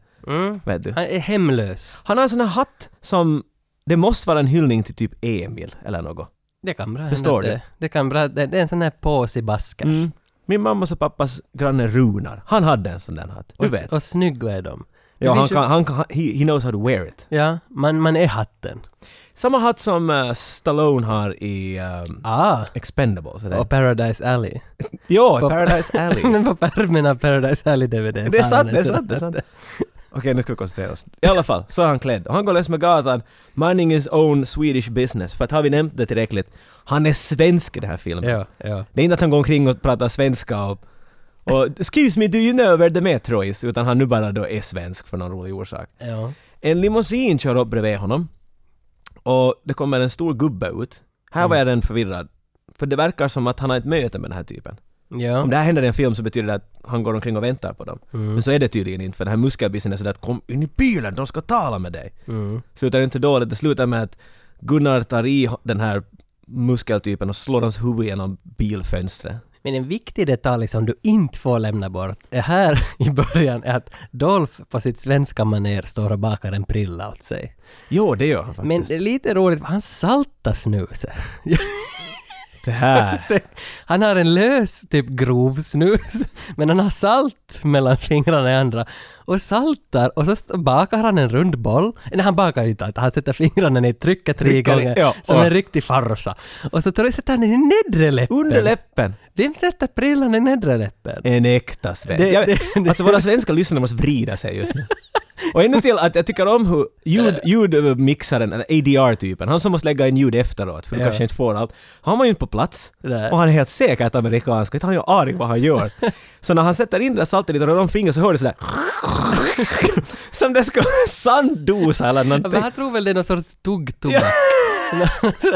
[SPEAKER 1] Vet du.
[SPEAKER 2] Han är hemlös.
[SPEAKER 1] Han har en sån här hatt som Det måste vara en hyllning till typ Emil eller något.
[SPEAKER 2] Det kan bra
[SPEAKER 1] Förstår
[SPEAKER 2] hända
[SPEAKER 1] du?
[SPEAKER 2] att Det, det kan bra... Det, det är en sån här pås i baskar.
[SPEAKER 1] Mm. Min mammas och pappas granne Runar, han hade en sån där hatt. Du
[SPEAKER 2] och,
[SPEAKER 1] vet.
[SPEAKER 2] och snygga är de. Det
[SPEAKER 1] Ja, han
[SPEAKER 2] finns ju-
[SPEAKER 1] kan, han kan, he, he knows how to wear it.
[SPEAKER 2] Ja, man, man är hatten.
[SPEAKER 1] Samma hatt som eh, Stallone har i ehm,
[SPEAKER 2] Ah!
[SPEAKER 1] Expendables. Eller?
[SPEAKER 2] Och Paradise Alley.
[SPEAKER 1] ja, i
[SPEAKER 2] på-
[SPEAKER 1] Paradise Alley.
[SPEAKER 2] Men på pärmen av Paradise Alley DVDn.
[SPEAKER 1] Det är sant, det är sant, det är sant. Okej, nu ska vi koncentrera oss. I alla fall, så är han klädd. Och han går längs med gatan, minding his own Swedish business. För att har vi nämnt det tillräckligt, han är svensk i den här filmen.
[SPEAKER 2] Ja, ja.
[SPEAKER 1] Det är inte att han går omkring och pratar svenska och, och “excuse me, do you know where the metro is?” utan han nu bara då är svensk för någon rolig orsak.
[SPEAKER 2] ja.
[SPEAKER 1] En limousin kör upp bredvid honom och det kommer en stor gubbe ut. Här var jag den förvirrad. För det verkar som att han har ett möte med den här typen.
[SPEAKER 2] ja.
[SPEAKER 1] Om det här händer i en film så betyder det att han går omkring och väntar på dem. Men så är det tydligen inte för den här muskelbisen är sådär att kom in i bilen, de ska tala med dig.
[SPEAKER 2] Mm.
[SPEAKER 1] Slutar det inte dåligt, det slutar med att Gunnar tar i den här muskeltypen och slår hans huvud genom bilfönstret.
[SPEAKER 2] Men en viktig detalj som du inte får lämna bort är här i början är att Dolph på sitt svenska maner står och bakar en prilla åt sig.
[SPEAKER 1] Jo, det gör han faktiskt.
[SPEAKER 2] Men det är lite roligt, han saltar snuset.
[SPEAKER 1] det här.
[SPEAKER 2] Han har en lös, typ grov snus, men han har salt mellan fingrarna i andra. Och saltar, och så st- bakar han en rund boll. Nej, han bakar inte allt. Han sätter fingrarna ner, trycker tre
[SPEAKER 1] Trycker ner,
[SPEAKER 2] gånger,
[SPEAKER 1] ja,
[SPEAKER 2] som
[SPEAKER 1] och-
[SPEAKER 2] en riktig farsa. Och så tror jag sätter han den i nedre läppen.
[SPEAKER 1] Under läppen.
[SPEAKER 2] Vem sätter prillan i nedre läppen?
[SPEAKER 1] En äkta svensk.
[SPEAKER 2] Det-
[SPEAKER 1] Jag-
[SPEAKER 2] det-
[SPEAKER 1] alltså våra svenska lyssnare måste vrida sig just nu. Och ännu till att jag tycker om hur ljud, ljudmixaren, eller ADR-typen, han som måste lägga in ljud efteråt för du
[SPEAKER 2] Ja.
[SPEAKER 1] kanske inte får allt. Han var ju inte på plats.
[SPEAKER 2] Nej.
[SPEAKER 1] Och han är helt säkert amerikansk, inte han har ju aning vad han gör. Så när han sätter in det där saltet i de fingrar så hör det sådär... som det ska sanddosa eller
[SPEAKER 2] Men
[SPEAKER 1] någonting.
[SPEAKER 2] Alltså, han tror väl det är någon sorts tuggtobak. men,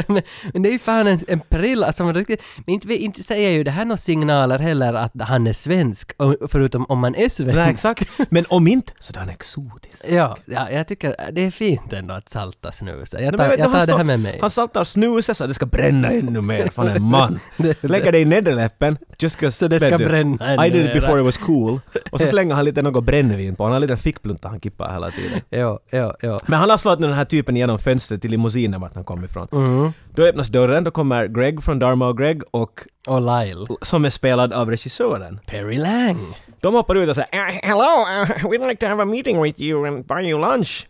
[SPEAKER 2] men det är ju fan en, en prilla som alltså, riktigt... Men inte, inte säger ju det här några signaler heller att han är svensk, o- förutom om man är svensk.
[SPEAKER 1] Nej, exakt. Men om inte, så då är han exotisk.
[SPEAKER 2] Ja, ja, jag tycker det är fint ändå att salta snuset. Jag
[SPEAKER 1] Nej,
[SPEAKER 2] tar,
[SPEAKER 1] men vet du,
[SPEAKER 2] jag
[SPEAKER 1] han
[SPEAKER 2] tar det här
[SPEAKER 1] står-
[SPEAKER 2] med mig.
[SPEAKER 1] Han saltar snuset så att det ska bränna ännu mer, för han är en man.
[SPEAKER 2] Det- det-
[SPEAKER 1] Lägger det i nederläppen, just 'cause...
[SPEAKER 2] Så det ska
[SPEAKER 1] vet du,
[SPEAKER 2] bränna ännu
[SPEAKER 1] I did it
[SPEAKER 2] mera.
[SPEAKER 1] before it was cool. Och så slänger han lite något brännvin på, han har en liten fickplunta han kippar hela tiden.
[SPEAKER 2] Ja, ja, ja.
[SPEAKER 1] Men han har slagit den här typen genom fönstret till limousinen vart han kom ifrån.
[SPEAKER 2] Mm.
[SPEAKER 1] Då öppnas dörren, då kommer Greg från Dharma och Greg och
[SPEAKER 2] Och Lyle.
[SPEAKER 1] som är spelad av regissören.
[SPEAKER 2] Perry Lang.
[SPEAKER 1] De hoppar ut och säger "Eh, “Hello, uh, we'd like to have a meeting with you and buy you lunch”.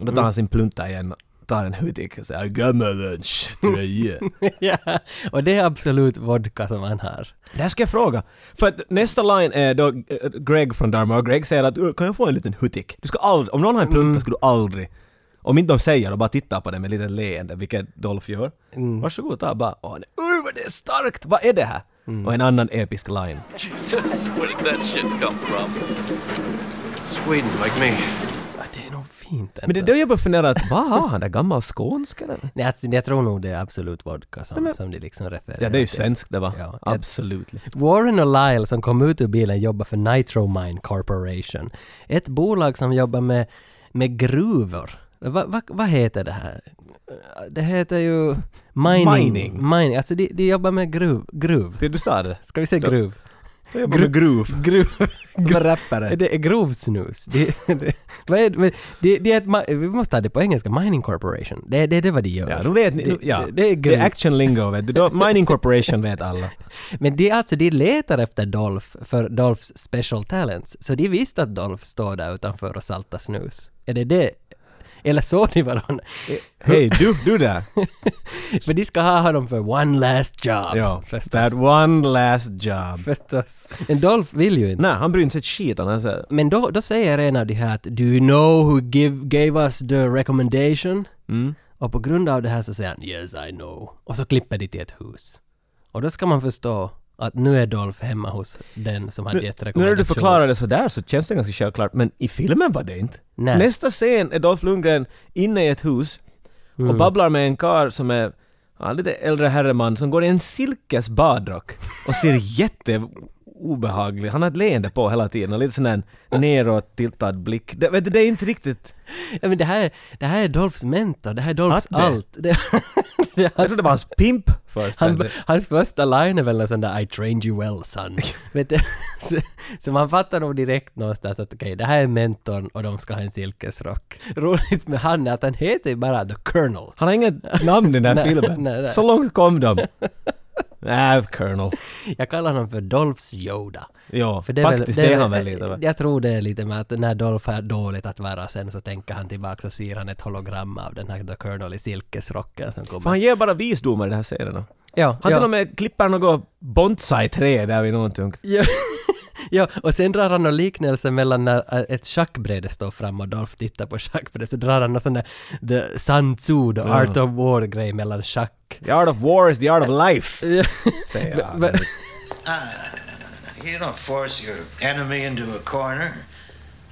[SPEAKER 1] Då tar han sin plunta igen, tar en hudik och säger “I got my lunch, tröja”.
[SPEAKER 2] ja. Och det är absolut vodka som han har.
[SPEAKER 1] Det här ska jag fråga. För att nästa line är då eh, Greg från Dharma och Greg säger att "Uh, “Kan jag få en liten hudik?” Du ska aldrig, om någon har en plunta ska du aldrig om inte de säger och bara tittar på den med lite leende, vilket Dolph gör. Varsågod, ta bara. Åh, nej, uh, vad det är starkt! Vad är det här? Och en annan episk line.
[SPEAKER 7] Jesus, where did that shit come from? Sweden, like me.
[SPEAKER 2] Ja, det är nog fint ändå.
[SPEAKER 1] Men det är då jag börjar fundera att, vad har han? Där gammal skånsk eller?
[SPEAKER 2] Nej, alltså, jag tror nog det är absolut vodka som, som det liksom refererar
[SPEAKER 1] Ja, det är ju
[SPEAKER 2] till.
[SPEAKER 1] svenskt det va?
[SPEAKER 2] Ja.
[SPEAKER 1] Absolut.
[SPEAKER 2] Warren och Lyle som kom ut ur bilen jobbar för Nitro Mine Corporation. Ett bolag som jobbar med, med gruvor. Va, va, vad heter det här? Det heter ju... Mining.
[SPEAKER 1] Mining.
[SPEAKER 2] mining. Alltså de, de jobbar med gruv. gruv.
[SPEAKER 1] Det du sa det?
[SPEAKER 2] Ska vi säga gruv?
[SPEAKER 1] Jag jobbar med groove.
[SPEAKER 2] Gruv.
[SPEAKER 1] Som en rappare.
[SPEAKER 2] det är grovsnus. Det, det, vad är, det- men det, det är ett, ma- vi måste ha det på engelska. Mining Corporation. Det, det, det är vad de gör.
[SPEAKER 1] Ja, då vet ni.
[SPEAKER 2] Det-
[SPEAKER 1] nu- Ja.
[SPEAKER 2] det- det är
[SPEAKER 1] det
[SPEAKER 2] groove.
[SPEAKER 1] är action lingo vet du. Då- Mining Corporation vet alla.
[SPEAKER 2] Men det är alltså, de letar efter Dolph för Dolphs special talents. Så de visste att Dolph står där utanför och saltar snus. Är det det? Eller såg ni varandra?
[SPEAKER 1] Hej du, du där!
[SPEAKER 2] för de ska ha honom för one last job.
[SPEAKER 1] Ja,
[SPEAKER 2] förstås.
[SPEAKER 1] that one last job.
[SPEAKER 2] förstås. Men Dolph vill ju inte.
[SPEAKER 1] Nej, han bryr sig ett skit om han säger
[SPEAKER 2] Men då, då säger en av de här att “Do you know who give, gave us the recommendation?”
[SPEAKER 1] Mm.
[SPEAKER 2] Och på grund av det här så säger han “Yes, I know”. Och så klipper de till ett hus. Och då ska man förstå att nu är Dolph hemma hos den som hade gett
[SPEAKER 1] Nu när
[SPEAKER 2] rekommendationen.
[SPEAKER 1] du förklarar det sådär så känns det ganska självklart, men i filmen var det inte.
[SPEAKER 2] Nej.
[SPEAKER 1] Nästa scen är Dolph Lundgren inne i ett hus och babblar med en kar som är ja, en lite äldre herreman som går i en silkes badrock och ser jätteobehaglig Han har ett leende på hela tiden och lite sån där neråt tiltad blick. Det, vet du, det är inte riktigt...
[SPEAKER 2] Ja, men det här, det här är Dolphs mentor, det här är Dolphs
[SPEAKER 1] Att det?
[SPEAKER 2] allt. Det, det är
[SPEAKER 1] Jag
[SPEAKER 2] hans,
[SPEAKER 1] trodde det var hans pimp först.
[SPEAKER 2] han,
[SPEAKER 1] men-
[SPEAKER 2] hans första line är väl någon sån där I trained you well son. Vet du? Så, så man fattar nog direkt någonstans att okej, det här är mentorn och de ska ha en silkesrock. Roligt med han är att han heter ju bara The Colonel.
[SPEAKER 1] Han har inget namn i den här
[SPEAKER 2] Nej,
[SPEAKER 1] filmen.
[SPEAKER 2] nej, nej.
[SPEAKER 1] Så långt kom de. Nej, Colonel.
[SPEAKER 2] Jag kallar honom för Dolphs Yoda.
[SPEAKER 1] Ja,
[SPEAKER 2] För
[SPEAKER 1] faktiskt det är han väl lite. va?
[SPEAKER 2] Jag tror det är lite med att när Dolph är dåligt att vara sen så tänker han tillbaka och ser han ett hologram av den här The Colonel i silkesrocken som kommer.
[SPEAKER 1] För han ger bara visdomar i den här serien.
[SPEAKER 2] ja,
[SPEAKER 1] Han
[SPEAKER 2] ja.
[SPEAKER 1] till och med klipper något bonsai-trä där vid någonting.
[SPEAKER 2] Ja. ja, och sen drar han en liknelse mellan när eh, ett schackbräde står fram och Dolph tittar på schackbrädet så drar han någon sån där The Sun Tzu, The Art of War-grej mellan schack.
[SPEAKER 1] The art of war is the art of life,
[SPEAKER 2] Ja.
[SPEAKER 1] säger han.
[SPEAKER 2] Men-
[SPEAKER 8] You don't force your enemy into a corner.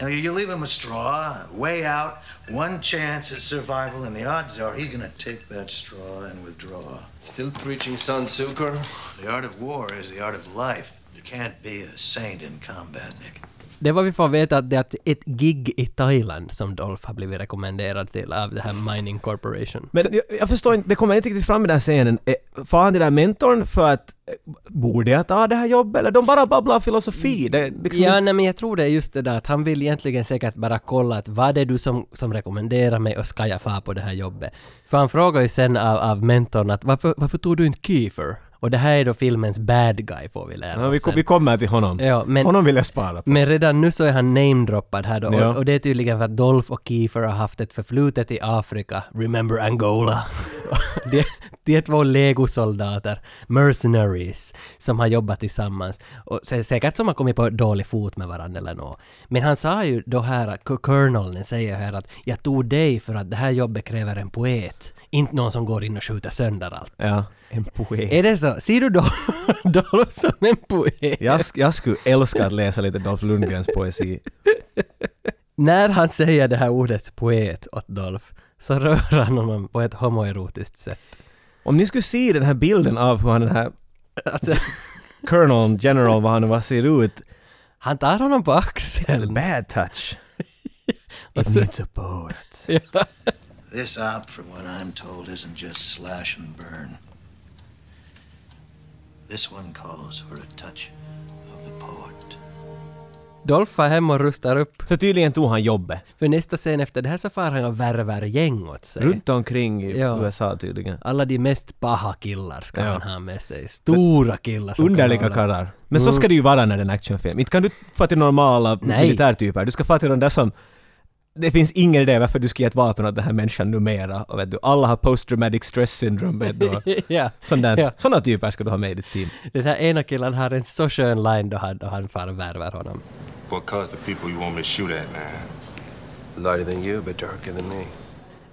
[SPEAKER 8] I mean, you leave him a straw, way out, one chance at survival, and the odds are he's gonna take that straw and withdraw.
[SPEAKER 5] Still preaching Sun Tzu, Colonel?
[SPEAKER 8] The art of war is the art of life. You can't be a saint in combat, Nick.
[SPEAKER 2] Det var vi får veta att det är ett gig i Thailand som Dolph har blivit rekommenderad till av det här Mining Corporation.
[SPEAKER 1] Men jag, jag förstår inte, det kommer inte riktigt fram i den här scenen. Eh, Får han till den här mentorn för att eh, borde jag ta det här jobbet? Eller de bara babblar filosofi. Det, är liksom,
[SPEAKER 2] Ja, nej, men jag tror det är just det där att han vill egentligen säkert bara kolla att vad är du som, som rekommenderar mig och ska jag få på det här jobbet? För han frågar ju sen av, av mentorn att varför, varför tog du inte Kiefer? Och det här är då filmens bad guy får vi lära
[SPEAKER 1] ja, vi,
[SPEAKER 2] oss
[SPEAKER 1] vi
[SPEAKER 2] sen.
[SPEAKER 1] kommer till honom.
[SPEAKER 2] Ja, men-
[SPEAKER 1] Honom vill jag spara på.
[SPEAKER 2] Men redan nu så är han namedroppad här då och,
[SPEAKER 1] Ja.
[SPEAKER 2] och det är tydligen för att Dolph och Kiefer har haft ett förflutet i Afrika. Remember Angola? det, det är två legosoldater, mercenaries, som har jobbat tillsammans. Och sä- säkert som har kommit på dålig fot med varandra eller nå. Men han sa ju då här, att K- coloneln säger här att jag tog dig för att det här jobbet kräver en poet. Inte någon som går in och skjuter sönder allt.
[SPEAKER 1] Ja, en poet.
[SPEAKER 2] Är det så? Ser du Dol- Dolph som en poet?
[SPEAKER 1] Jag, sk- jag skulle älska att läsa lite Dolph Lundgrens poesi.
[SPEAKER 2] När han säger det här ordet poet åt Dolph så rör han honom på ett homoerotiskt sätt.
[SPEAKER 1] Om ni skulle se den här bilden av hur han den här
[SPEAKER 2] Alltså,
[SPEAKER 1] Colonel, General, vad han nu var ser ut.
[SPEAKER 2] han tar honom på axeln.
[SPEAKER 1] Bad touch. It needs a poet.
[SPEAKER 8] This op, from what I'm told, isn't just slash and burn. This one calls for a touch of the poet.
[SPEAKER 2] Dolph far hem och rustar upp.
[SPEAKER 1] Så tydligen tog han jobbet.
[SPEAKER 2] För nästa scen efter det här så far han och värvar gäng åt sig.
[SPEAKER 1] Runt omkring i
[SPEAKER 2] Ja.
[SPEAKER 1] USA tydligen.
[SPEAKER 2] Alla de mest paha killar ska
[SPEAKER 1] Ja.
[SPEAKER 2] han ha med sig. Stora killar som kan
[SPEAKER 1] Underliga
[SPEAKER 2] hålla-
[SPEAKER 1] karlar. Men så ska det ju vara när det är en actionfilm. Inte kan du få till normala
[SPEAKER 2] Nej.
[SPEAKER 1] militärtyper. Du ska få till de där som... Det finns ingen idé varför du ska ge ett vapen åt den här människan numera. Och vet du, alla har post-traumatic stress syndrome vet du. och
[SPEAKER 2] ja.
[SPEAKER 1] Sånt där.
[SPEAKER 2] Ja.
[SPEAKER 1] Såna typer ska du ha med i ditt team.
[SPEAKER 2] Den här ena killen har en så skön line då han, då han far och värvar honom.
[SPEAKER 6] What caused the people you want me to shoot at, man?
[SPEAKER 5] Lighter than you, but darker than me.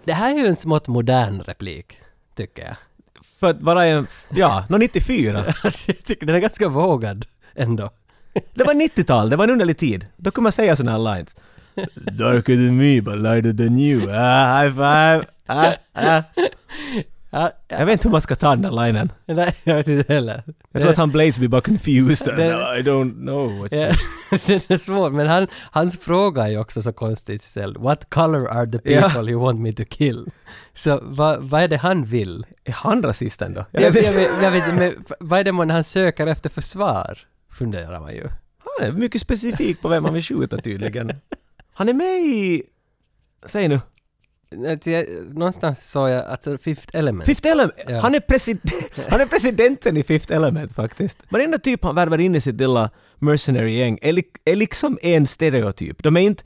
[SPEAKER 2] Det här är ju en smått modern replik, tycker jag.
[SPEAKER 1] För att vara en... Ja, nå 94.
[SPEAKER 2] Alltså, jag tycker den är ganska vågad ändå.
[SPEAKER 1] Det var 90-tal, det var en underlig tid. Då kunde man säga såna här lines. It's darker than me but lighter than you. Ah, high five! Ah, ah.
[SPEAKER 2] Ja,
[SPEAKER 1] Jag vet inte hur man ska ta den där linen.
[SPEAKER 2] nej, jag vet inte heller.
[SPEAKER 1] Jag tror att han Bladesby bara confused.
[SPEAKER 2] Det-
[SPEAKER 1] I don't know what
[SPEAKER 2] Ja, den är svår, men han, hans fråga är ju också så konstigt ställd. What color are the
[SPEAKER 1] Ja.
[SPEAKER 2] people you want me to kill? Så vad vad är det han vill?
[SPEAKER 1] Är han rasist ändå? Jag
[SPEAKER 2] Jag,
[SPEAKER 1] vet
[SPEAKER 2] jag,
[SPEAKER 1] inte.
[SPEAKER 2] vet- jag vet inte, men vad är det man han söker efter för svar? Funderar man ju.
[SPEAKER 1] Han är mycket specifik på vem han vill skjuta tydligen. Han är med i... Säg nu.
[SPEAKER 2] Att jag- Någonstans sa jag, alltså Fifth Element.
[SPEAKER 1] Fifth Element!
[SPEAKER 2] Ja.
[SPEAKER 1] Han, är president, han är presidenten i Fifth Element faktiskt. Varenda typ han värvar in i sitt lilla mercenary-gäng är, lik- är liksom en stereotyp. De är inte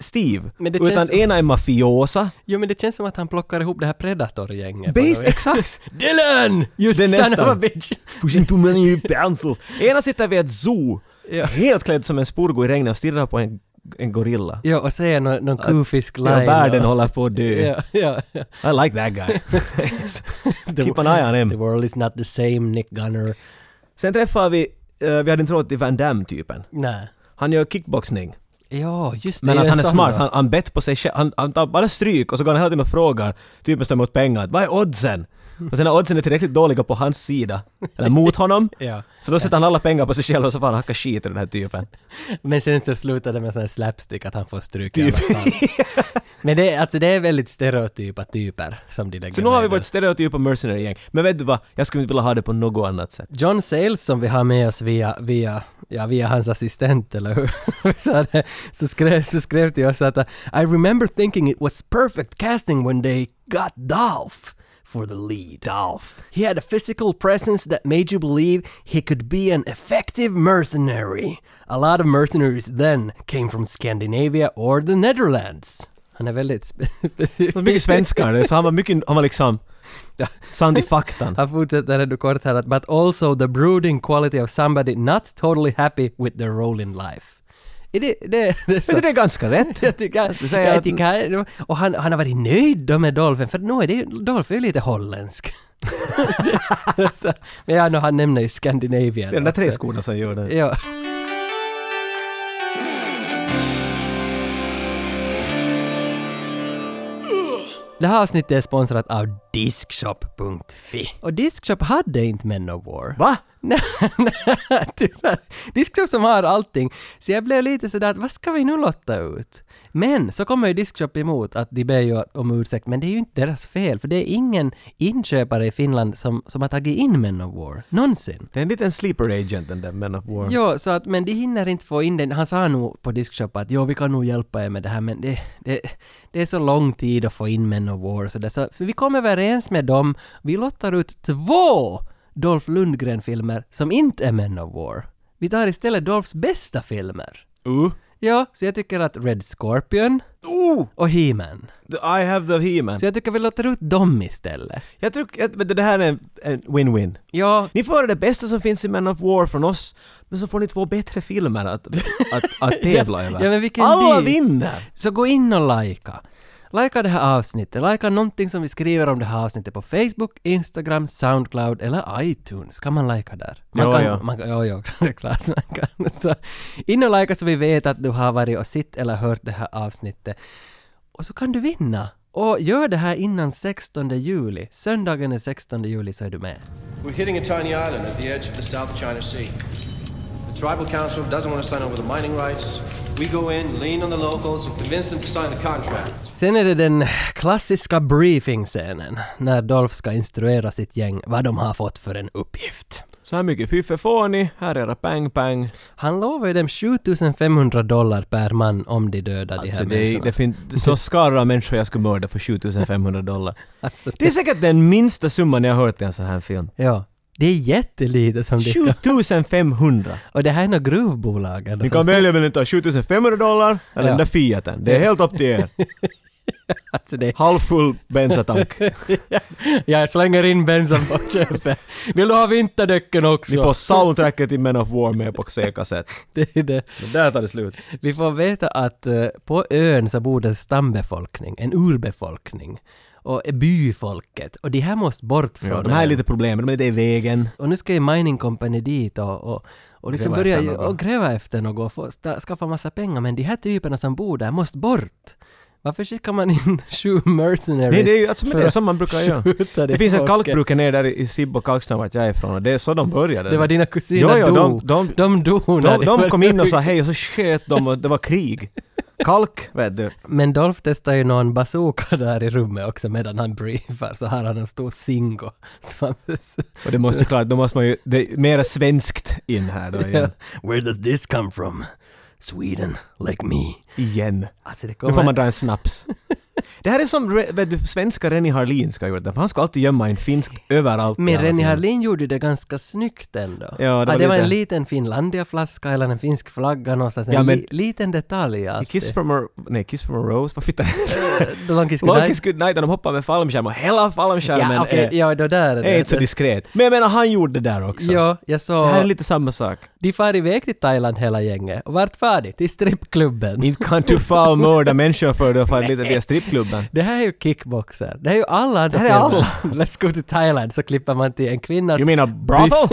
[SPEAKER 1] Steve,
[SPEAKER 2] Men det
[SPEAKER 1] utan
[SPEAKER 2] känns-
[SPEAKER 1] ena är mafiosa.
[SPEAKER 2] Jo men det känns som att han plockar ihop det här Predator-gänget. på något
[SPEAKER 1] Based,
[SPEAKER 2] vis.
[SPEAKER 1] exakt!
[SPEAKER 2] Dylan! You
[SPEAKER 1] Det är
[SPEAKER 2] son
[SPEAKER 1] nästan.
[SPEAKER 2] of a bitch!
[SPEAKER 1] Pushing too many pencils. Ena sitter vid ett zoo,
[SPEAKER 2] Ja.
[SPEAKER 1] helt klädd som en spurgo i regnet och stirrar på en, en gorilla.
[SPEAKER 2] Ja, och säger nå- någon kufisk line.
[SPEAKER 1] Ja, världen
[SPEAKER 2] och-
[SPEAKER 1] håller på att dö.
[SPEAKER 2] Ja, ja, ja.
[SPEAKER 1] I like that guy. Keep an eye on
[SPEAKER 2] The
[SPEAKER 1] him.
[SPEAKER 2] world is not the same, Nick Gunner.
[SPEAKER 1] Sen träffar vi, eh, vi hade inte råd till Van Damme-typen.
[SPEAKER 2] Nej.
[SPEAKER 1] Han gör kickboxning.
[SPEAKER 2] Ja, just det.
[SPEAKER 1] Men
[SPEAKER 2] det
[SPEAKER 1] att
[SPEAKER 2] en
[SPEAKER 1] han är
[SPEAKER 2] sån
[SPEAKER 1] smart,
[SPEAKER 2] då.
[SPEAKER 1] han, han bett på sig själv. Han, han tar bara stryk och så går han hela tiden och frågar typen som tar emot pengar att vad är oddsen? Och sen när oddsen är tillräckligt dåliga på hans sida, eller mot honom,
[SPEAKER 2] Ja.
[SPEAKER 1] så då sätter han alla pengar på sig själv och så får han hacka skit i den här typen.
[SPEAKER 2] Men sen så slutar det med sån här slapstick att han får stryk i alla
[SPEAKER 1] Typ.
[SPEAKER 2] fall. Men det, är- alltså det är väldigt stereotypa typer som de lägger
[SPEAKER 1] Så nu har
[SPEAKER 2] med
[SPEAKER 1] vi
[SPEAKER 2] i
[SPEAKER 1] vårt stereotypa mercenary-gäng. Men vet du vad? Jag skulle inte vilja ha det på något annat sätt.
[SPEAKER 2] John Sayles som vi har med oss via, via, ja, via hans assistent, eller hur? så, det, så, skrev, så skrev till oss att uh, I remember thinking it was perfect casting when they got Dolph for the lead. Dolph. He had a physical presence that made you believe he could be an effective mercenary. A lot of mercenaries then came from Scandinavia or the Netherlands. Han är väldigt spe-
[SPEAKER 1] Det var mycket svenskar, så han var mycket, han var liksom
[SPEAKER 2] Ja.
[SPEAKER 1] sand i faktan.
[SPEAKER 2] Han fortsätter ändå kort här att “but also the brooding quality of somebody not totally happy with their role in life”. Är det, det, det är så.
[SPEAKER 1] Men det är ganska rätt.
[SPEAKER 2] Jag tycker,
[SPEAKER 1] skulle
[SPEAKER 2] jag,
[SPEAKER 1] säga att-
[SPEAKER 2] tycker han, och han, han har varit nöjd då med Dolphin, för nu är det ju, Dolphin är ju lite holländsk. så, men ja, no, han nämner ju Skandinavien.
[SPEAKER 1] Det är de där
[SPEAKER 2] också.
[SPEAKER 1] tre skorna som gör det.
[SPEAKER 2] Ja. Det här avsnittet är sponsrat av Diskshop.fi. Och Diskshop hade inte Men of War.
[SPEAKER 1] Va?
[SPEAKER 2] Nej, nej, tyvärr. Diskshop som har allting. Så jag blev lite sådär att vad ska vi nu lotta ut? Men så kommer ju Diskshop emot att de ber ju om ursäkt, men det är ju inte deras fel, för det är ingen inköpare i Finland som, som har tagit in Men of War. Någonsin.
[SPEAKER 1] Det är en liten sleeper agent den där Men of War.
[SPEAKER 2] Jo, så att, men de hinner inte få in den. Han sa nog på Diskshop att jo, vi kan nog hjälpa er med det här, men det, det, det är så lång tid att få in Men of War och sådär. Så för vi kom överens med dem. Vi lottar ut två Dolph Lundgren-filmer som inte är Men of War. Vi tar istället Dolphs bästa filmer.
[SPEAKER 1] Uh.
[SPEAKER 2] Ja, så jag tycker att Red Scorpion
[SPEAKER 1] Oh!
[SPEAKER 2] och He-Man.
[SPEAKER 1] The- I have the He-Man.
[SPEAKER 2] Så jag tycker vi lottar ut dem istället.
[SPEAKER 1] Jag tror att men det här är en- en win-win.
[SPEAKER 2] Ja,
[SPEAKER 1] Ni får det bästa som finns i Men of War från oss, men så får ni två bättre filmer att, att, att tävla över.
[SPEAKER 2] ja, men vilken
[SPEAKER 1] Alla
[SPEAKER 2] deal.
[SPEAKER 1] vinner!
[SPEAKER 2] Så gå in och likea. Likea det här avsnittet, likea någonting som vi skriver om det här avsnittet på Facebook, Instagram, Soundcloud eller iTunes. Kan man likea där? Man
[SPEAKER 1] Ja,
[SPEAKER 2] kan,
[SPEAKER 1] ja.
[SPEAKER 2] Man kan, ja, ja, det är klart man kan. Så in och likea så vi vet att du har varit och sett eller hört det här avsnittet. Och så kan du vinna! Och gör det här innan 16 juli. Söndagen den 16 juli så är du med.
[SPEAKER 5] We're hitting a tiny island at the edge of the South China Sea. The tribal council doesn't want to sign over the mining rights. We go in, lean on the locals, and convince them to sign the contract.
[SPEAKER 2] Sen är det den klassiska briefingscenen när Dolph ska instruera sitt gäng vad de har fått för en uppgift.
[SPEAKER 1] Så här mycket fiffel får ni, här är era pang-pang.
[SPEAKER 2] Han lovar ju dem 7500 dollar per man om de dödar de
[SPEAKER 1] Alltså
[SPEAKER 2] här
[SPEAKER 1] det är,
[SPEAKER 2] människorna.
[SPEAKER 1] det finns så skarra människor jag skulle mörda för 7500 dollar.
[SPEAKER 2] alltså,
[SPEAKER 1] Det är säkert den minsta summan jag har hört i en sån här film.
[SPEAKER 2] ja. Det är jättelite som det ska...
[SPEAKER 1] 7500!
[SPEAKER 2] Och det här är alltså. nog gruvbolagen.
[SPEAKER 1] Ni
[SPEAKER 2] som-
[SPEAKER 1] kan välja om ni tar 7500 dollar eller den där Fiaten. Det är helt upp till er.
[SPEAKER 2] Alltså det...
[SPEAKER 1] Halvfull bensatank.
[SPEAKER 2] Jag slänger in bensin på köpet. Vill du ha vinterdäcken också?
[SPEAKER 1] Ni får soundtracket i Men of War med på C-kassett.
[SPEAKER 2] Det är det.
[SPEAKER 1] Men Där tar det slut.
[SPEAKER 2] Vi får veta att eh, på ön så bor det en stambefolkning, en urbefolkning. Och byfolket. Och de här måste bort från
[SPEAKER 1] Ja, de här är
[SPEAKER 2] ön.
[SPEAKER 1] lite problem, de är lite i vägen.
[SPEAKER 2] Och nu ska ju Mining Company dit och, och, och liksom
[SPEAKER 1] Gräva
[SPEAKER 2] börja
[SPEAKER 1] efter
[SPEAKER 2] ju-
[SPEAKER 1] någon.
[SPEAKER 2] och gräva efter något och få, sta, skaffa massa pengar. Men de här typerna som bor där måste bort. Varför skickar man in sju mercenaries?
[SPEAKER 1] Nej, det är ju alltså, men det
[SPEAKER 2] för
[SPEAKER 1] är
[SPEAKER 2] att
[SPEAKER 1] som man brukar göra.
[SPEAKER 2] skjuta
[SPEAKER 1] Det finns ett
[SPEAKER 2] folket?
[SPEAKER 1] kalkbruk här nere där i Sibbo kalkstrand vart jag är ifrån och det är så de började.
[SPEAKER 2] Det var dina
[SPEAKER 1] Jo,
[SPEAKER 2] kusiner
[SPEAKER 1] jo,
[SPEAKER 2] dog.
[SPEAKER 1] de- de-
[SPEAKER 2] dog när
[SPEAKER 1] de,
[SPEAKER 2] var-
[SPEAKER 1] de kom in och sa hej och så sköt de och det var krig. Kalk, vet du.
[SPEAKER 2] Men Dolph testar ju någon bazooka där i rummet också medan han briefar. Så här har han en stor singo. som han-
[SPEAKER 1] Och det måste ju klart, då måste man ju, det är mera svenskt in här då igen.
[SPEAKER 2] Where does this come from? Sweden, like me.
[SPEAKER 1] igen.
[SPEAKER 2] Alltså det
[SPEAKER 1] Nu
[SPEAKER 2] kommer...
[SPEAKER 1] får man dra en snaps. Det här är som re- vet du, svenska Renny Harlin ska ha gjort det, för han ska alltid gömma en finsk överallt. i
[SPEAKER 2] Men
[SPEAKER 1] alla
[SPEAKER 2] Renny
[SPEAKER 1] filmer.
[SPEAKER 2] Harlin gjorde ju det ganska snyggt ändå.
[SPEAKER 1] Ja, det var
[SPEAKER 2] det var en
[SPEAKER 1] lite-
[SPEAKER 2] liten Finlandia-flaska eller en finsk flagga någonstans. En
[SPEAKER 1] Ja, men-
[SPEAKER 2] li, liten detalj alltid.
[SPEAKER 1] Kiss from a... Nej, Kiss from a Rose? Vad fittar
[SPEAKER 2] The Long Kiss
[SPEAKER 1] Long
[SPEAKER 2] Goodnight.
[SPEAKER 1] Kiss Goodnight, när de hoppar med fallskärm och hela fallskärmen
[SPEAKER 2] Ja, okej.
[SPEAKER 1] är,
[SPEAKER 2] ja, det där är
[SPEAKER 1] är inte så diskret. Men jag menar, han gjorde det där också.
[SPEAKER 2] Ja, jag
[SPEAKER 1] Det här är
[SPEAKER 2] såg...
[SPEAKER 1] lite samma sak.
[SPEAKER 2] De far iväg till Thailand hela gänget. Och vart far de? Till strippklubben.
[SPEAKER 1] Inte kan du få och mörda människor för det, för lite via strippklubben.
[SPEAKER 2] Det här är ju kickboxer. Det här är ju alla andra
[SPEAKER 1] Det här är
[SPEAKER 2] filmer. Let's go to Thailand så klipper man till en kvinnas...
[SPEAKER 1] You mean a
[SPEAKER 2] Alltså,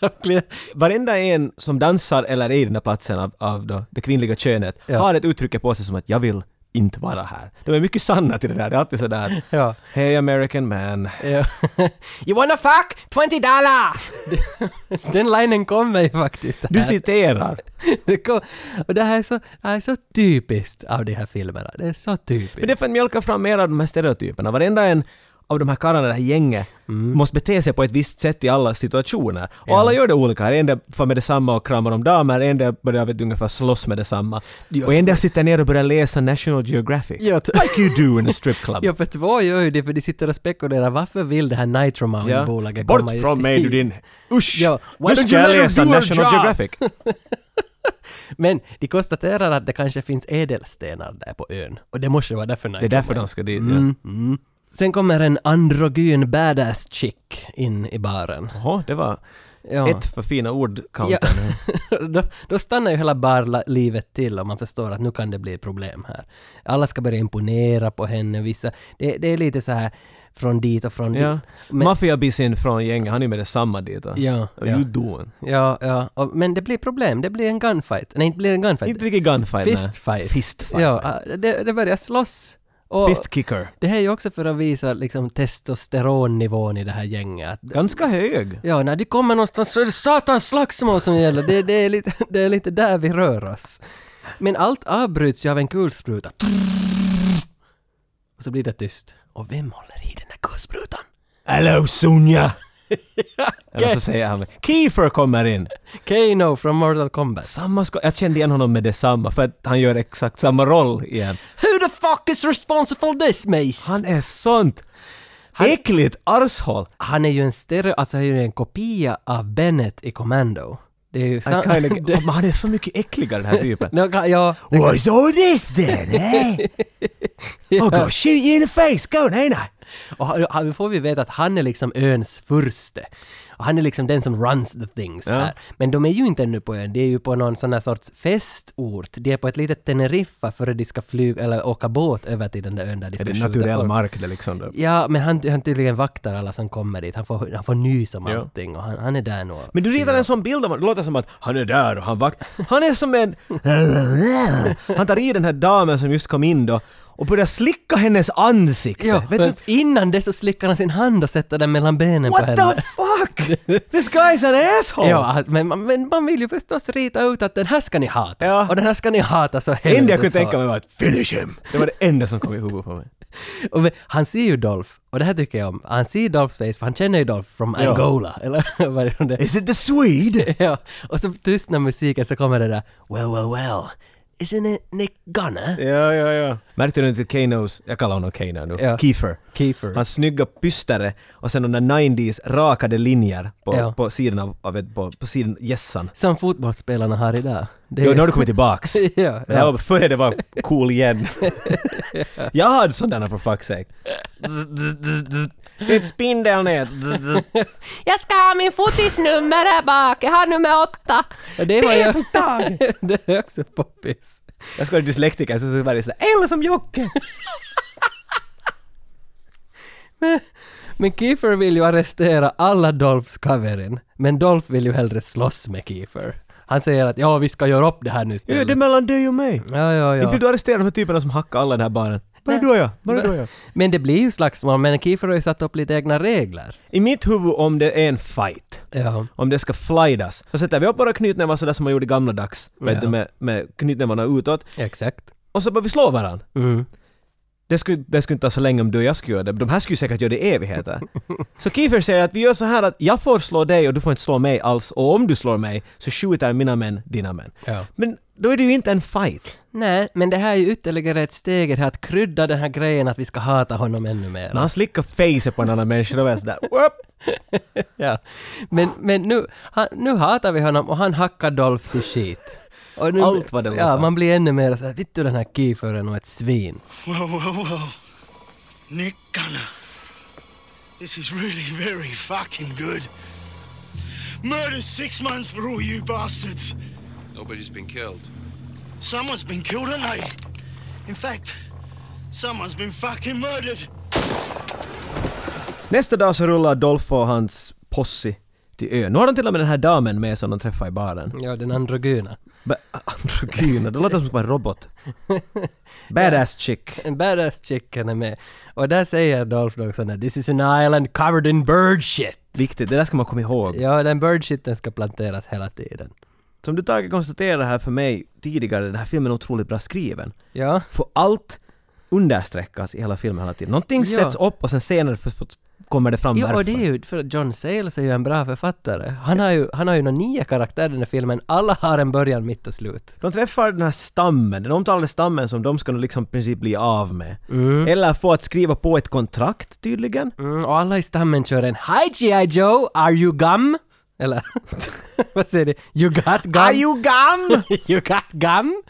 [SPEAKER 1] brothel?
[SPEAKER 2] mean...
[SPEAKER 1] Varenda en som dansar eller är i den här platsen av, av då, det kvinnliga könet
[SPEAKER 2] Ja.
[SPEAKER 1] har ett uttryck på sig som att jag vill inte vara här. De är mycket sanna till det där. Det är alltid sådär
[SPEAKER 2] Ja.
[SPEAKER 1] Hey American man.
[SPEAKER 2] Ja. you wanna fuck? 20 dollar! Den linen kommer ju faktiskt
[SPEAKER 1] Du
[SPEAKER 2] här.
[SPEAKER 1] citerar.
[SPEAKER 2] Det kom, och det här, är så, det här är så typiskt av de här filmerna. Det är så typiskt.
[SPEAKER 1] Men det är för att mjölka fram mer av de här stereotyperna. Varenda en av de här karlarna, det här gänget,
[SPEAKER 2] Mm.
[SPEAKER 1] måste bete sig på ett visst sätt i alla situationer. Och alla gör det olika. En där far med detsamma och kramar om damer, en där börjar vet, ungefär slåss med detsamma.
[SPEAKER 2] Ja,
[SPEAKER 1] och en där sitter ner och börjar läsa National Geographic.
[SPEAKER 2] Ja, t-
[SPEAKER 1] like you do in a strip club.
[SPEAKER 2] Ja, för två gör ju det för de sitter och spekulerar varför vill det här
[SPEAKER 1] Ja.
[SPEAKER 2] Nitromountain-bolaget komma
[SPEAKER 1] Bort
[SPEAKER 2] just
[SPEAKER 1] från mig
[SPEAKER 2] hit?
[SPEAKER 1] du din... Usch!
[SPEAKER 2] Ja, why
[SPEAKER 1] nu
[SPEAKER 2] don't
[SPEAKER 1] ska
[SPEAKER 2] you
[SPEAKER 1] jag
[SPEAKER 2] let her
[SPEAKER 1] läsa
[SPEAKER 2] do her
[SPEAKER 1] National
[SPEAKER 2] job?
[SPEAKER 1] Geographic.
[SPEAKER 2] Men de konstaterar att det kanske finns ädelstenar där på ön. Och det måste vara därför
[SPEAKER 1] Det är därför de ska dit.
[SPEAKER 2] Mm.
[SPEAKER 1] ja.
[SPEAKER 2] Sen kommer en androgyn badass chick in i baren.
[SPEAKER 1] Jaha, det var
[SPEAKER 2] Ja.
[SPEAKER 1] ett för fina ord
[SPEAKER 2] ja.
[SPEAKER 1] counter.
[SPEAKER 2] då, då stannar ju hela barlivet till och man förstår att nu kan det bli problem här. Alla ska börja imponera på henne, vissa... Det, det är lite så här från dit och från
[SPEAKER 1] Ja.
[SPEAKER 2] dit. Men-
[SPEAKER 1] Maffiabisin från gänget, han är med detsamma dit. va?
[SPEAKER 2] Ja,
[SPEAKER 1] What
[SPEAKER 2] ja.
[SPEAKER 1] you doing?
[SPEAKER 2] Ja, ja. Och, men det blir problem. Det blir en gunfight. Nej, inte blir en gunfight.
[SPEAKER 1] Inte riktigt gunfight, nej.
[SPEAKER 2] Fistfight.
[SPEAKER 1] Fistfight.
[SPEAKER 2] Ja, äh, det, det börjar slåss. Och
[SPEAKER 1] Fist kicker.
[SPEAKER 2] Det här är ju också för att visa liksom testosteronnivån i det här gänget. Att-
[SPEAKER 1] Ganska hög.
[SPEAKER 2] Ja, när de kommer någonstans så är det satans slagsmål som gäller. Det, det, är lite, det är lite där vi rör oss. Men allt avbryts ju av en kulspruta. Och så blir det tyst. Och vem håller i den där kulsprutan?
[SPEAKER 1] Hello Sonja! Eller
[SPEAKER 2] Ke-
[SPEAKER 1] så säger han Kiefer kommer in!
[SPEAKER 2] Kano från Mortal Kombat.
[SPEAKER 1] Samma sko- jag kände igen honom med detsamma för att han gör exakt samma roll igen.
[SPEAKER 2] Who the fuck is responsible this, Mace?
[SPEAKER 1] Han är sånt! Äckligt arshål!
[SPEAKER 2] han är ju en stereo, alltså han är ju en kopia av Bennett i Commando. Det är ju
[SPEAKER 1] I
[SPEAKER 2] sam-
[SPEAKER 1] kinda-
[SPEAKER 2] det-
[SPEAKER 1] Oh, men han är så mycket äckligare den här typen.
[SPEAKER 2] Nå, ka- ja,
[SPEAKER 1] What's all this then, eh? I'll go shoot you in the face, go ain't I?
[SPEAKER 2] och han- han får vi veta att han är liksom öns furste. Och han är liksom den som runs the things här. Men de är ju inte ännu på ön, de är ju på någon sån här sorts festort. De är på ett litet Teneriffa före de ska flyga eller åka båt över till den där ön där de
[SPEAKER 1] Är
[SPEAKER 2] ska
[SPEAKER 1] det
[SPEAKER 2] skjuta
[SPEAKER 1] naturell
[SPEAKER 2] folk.
[SPEAKER 1] mark det liksom? Då?
[SPEAKER 2] Ja, men han, han tydligen vaktar alla som kommer dit. Han får, han får nys om allting och han, han är där nu. och
[SPEAKER 1] Men du ritar en sån bild av honom, det låter som att han är där och han vakt... Han är som en... Han tar i den här damen som just kom in då och börjar slicka hennes ansikte.
[SPEAKER 2] Ja,
[SPEAKER 1] Vet
[SPEAKER 2] men
[SPEAKER 1] du,
[SPEAKER 2] innan det så slickar han sin hand och sätter den mellan benen på
[SPEAKER 1] what
[SPEAKER 2] henne.
[SPEAKER 1] the fuck? This guy's an asshole!
[SPEAKER 2] Ja, men, man- men man vill ju förstås rita ut att den här ska ni hata.
[SPEAKER 1] Ja.
[SPEAKER 2] Och den här ska ni hata så
[SPEAKER 1] det enda jag kunde
[SPEAKER 2] helvetes
[SPEAKER 1] tänka
[SPEAKER 2] hårt.
[SPEAKER 1] mig var att finish him! Det var det enda som kom i huvudet på mig.
[SPEAKER 2] Och men, han ser ju Dolph, och det här tycker jag om. Han ser Dolphs face, för han känner ju Dolph från
[SPEAKER 1] Ja.
[SPEAKER 2] Angola. Eller vad är det?
[SPEAKER 1] Is it the Swede?
[SPEAKER 2] Ja, och så tystnar musiken så kommer det där “Well, well, well, isn't it Nick eh?" Gunner?”
[SPEAKER 1] Ja, ja, ja. Märkte du inte Kanos, jag kallar honom Kano nu,
[SPEAKER 2] Ja.
[SPEAKER 1] Kiefer.
[SPEAKER 2] Kiefer.
[SPEAKER 1] Hans snygga pystare och sen de där 90s rakade linjer på,
[SPEAKER 2] Ja.
[SPEAKER 1] på sidan av, av ett, på, på sidan gässan.
[SPEAKER 2] Som fotbollsspelarna har idag. Det
[SPEAKER 1] Jo, nu har du kommit tillbaks.
[SPEAKER 2] ja,
[SPEAKER 1] Men det här
[SPEAKER 2] ja.
[SPEAKER 1] var före det var cool igen. jag hade sådana för fuck's sake. Det är ett spindelnät.
[SPEAKER 2] Jag ska ha min fotisnummer här bak, jag har nummer åtta. Det, var är som tag! det är också poppis.
[SPEAKER 1] jag ska vara dyslektiker så ska varje sådär ”Eller som Jocke”.
[SPEAKER 2] Men Kiefer vill ju arrestera alla Dolphs kaverin. Men Dolph vill ju hellre slåss med Kiefer. Han säger att ja, vi ska göra upp det här nu
[SPEAKER 1] Ja, det är
[SPEAKER 2] istället.
[SPEAKER 1] mellan dig och mig.
[SPEAKER 2] Ja, ja,
[SPEAKER 1] Inte vill
[SPEAKER 2] ja.
[SPEAKER 1] du arrestera de här typerna som hackar alla i den här baren. Bara
[SPEAKER 2] Nej.
[SPEAKER 1] du och jag, bara du och jag.
[SPEAKER 2] Men det blir ju slagsmål, men Kiefer har ju satt upp lite egna regler.
[SPEAKER 1] I mitt huvud om det är en fight,
[SPEAKER 2] Ja.
[SPEAKER 1] om det ska flydas, så sätter vi upp våra knytnävar sådär som man gjorde i gamla dags. Vet
[SPEAKER 2] Ja.
[SPEAKER 1] du, med, med knytnävarna utåt.
[SPEAKER 2] Exakt.
[SPEAKER 1] Och så börjar vi slå varandra.
[SPEAKER 2] Mm.
[SPEAKER 1] Det skulle, det skulle inte ta så länge om du och jag skulle göra det. De här skulle säkert göra det i evigheter. Så Kiefer säger att vi gör så här att jag får slå dig och du får inte slå mig alls. Och om du slår mig så skjuter mina män dina män.
[SPEAKER 2] Ja.
[SPEAKER 1] Men då är det ju inte en fight.
[SPEAKER 2] Nej, men det här är ju ytterligare ett steg i det här att krydda den här grejen att vi ska hata honom ännu mer.
[SPEAKER 1] När han slickar face på en annan människa då är jag sådär Whoop!
[SPEAKER 2] Ja. Men, men nu, han, nu hatar vi honom och han hackar Dolph till skit. Och nu,
[SPEAKER 1] Allt vad det
[SPEAKER 2] Ja,
[SPEAKER 1] låtsas.
[SPEAKER 2] man blir ännu mer såhär, vet du den här Kieferen och ett svin.
[SPEAKER 9] Whoa, whoa, whoa. Nick Gunner. This is really very fucking good. Murder's six months for all you bastards.
[SPEAKER 5] Nobody's been killed.
[SPEAKER 9] Someone's been killed, hasn't they? In fact, someone's been fucking murdered.
[SPEAKER 1] Nästa dag så rullar Dolph och hans posse till ön. Nu har de till och med den här damen med som de träffar i baren.
[SPEAKER 2] Ja, den androgyna.
[SPEAKER 1] Ba- Androgyna, det låter som en robot. Badass chick.
[SPEAKER 2] En badass chicken är med. Och där säger Dolph Lundgren att “This is an island covered in bird shit”.
[SPEAKER 1] Viktigt, det där ska man komma ihåg.
[SPEAKER 2] Ja, den bird shiten ska planteras hela tiden.
[SPEAKER 1] Som du Tage konstaterade här för mig tidigare, den här filmen är otroligt bra skriven.
[SPEAKER 2] Ja.
[SPEAKER 1] Får allt understräckas i hela filmen hela tiden. Någonting
[SPEAKER 2] Ja.
[SPEAKER 1] sätts upp och sen senare för, för, kommer det fram
[SPEAKER 2] Jo,
[SPEAKER 1] varför.
[SPEAKER 2] och det är ju för att John Sayles är ju en bra författare. Han har ju, han har ju nå nio karaktärer i den här filmen. Alla har en början, mitt och slut.
[SPEAKER 1] De träffar den här stammen, den omtalade stammen som de ska nu liksom i princip bli av med. Eller få att skriva på ett kontrakt tydligen.
[SPEAKER 2] Mm, och alla i stammen kör en “Hi G.I. Joe, are you gum?” Eller vad säger du? “You got gum?”
[SPEAKER 1] Are you gum?
[SPEAKER 2] you got gum?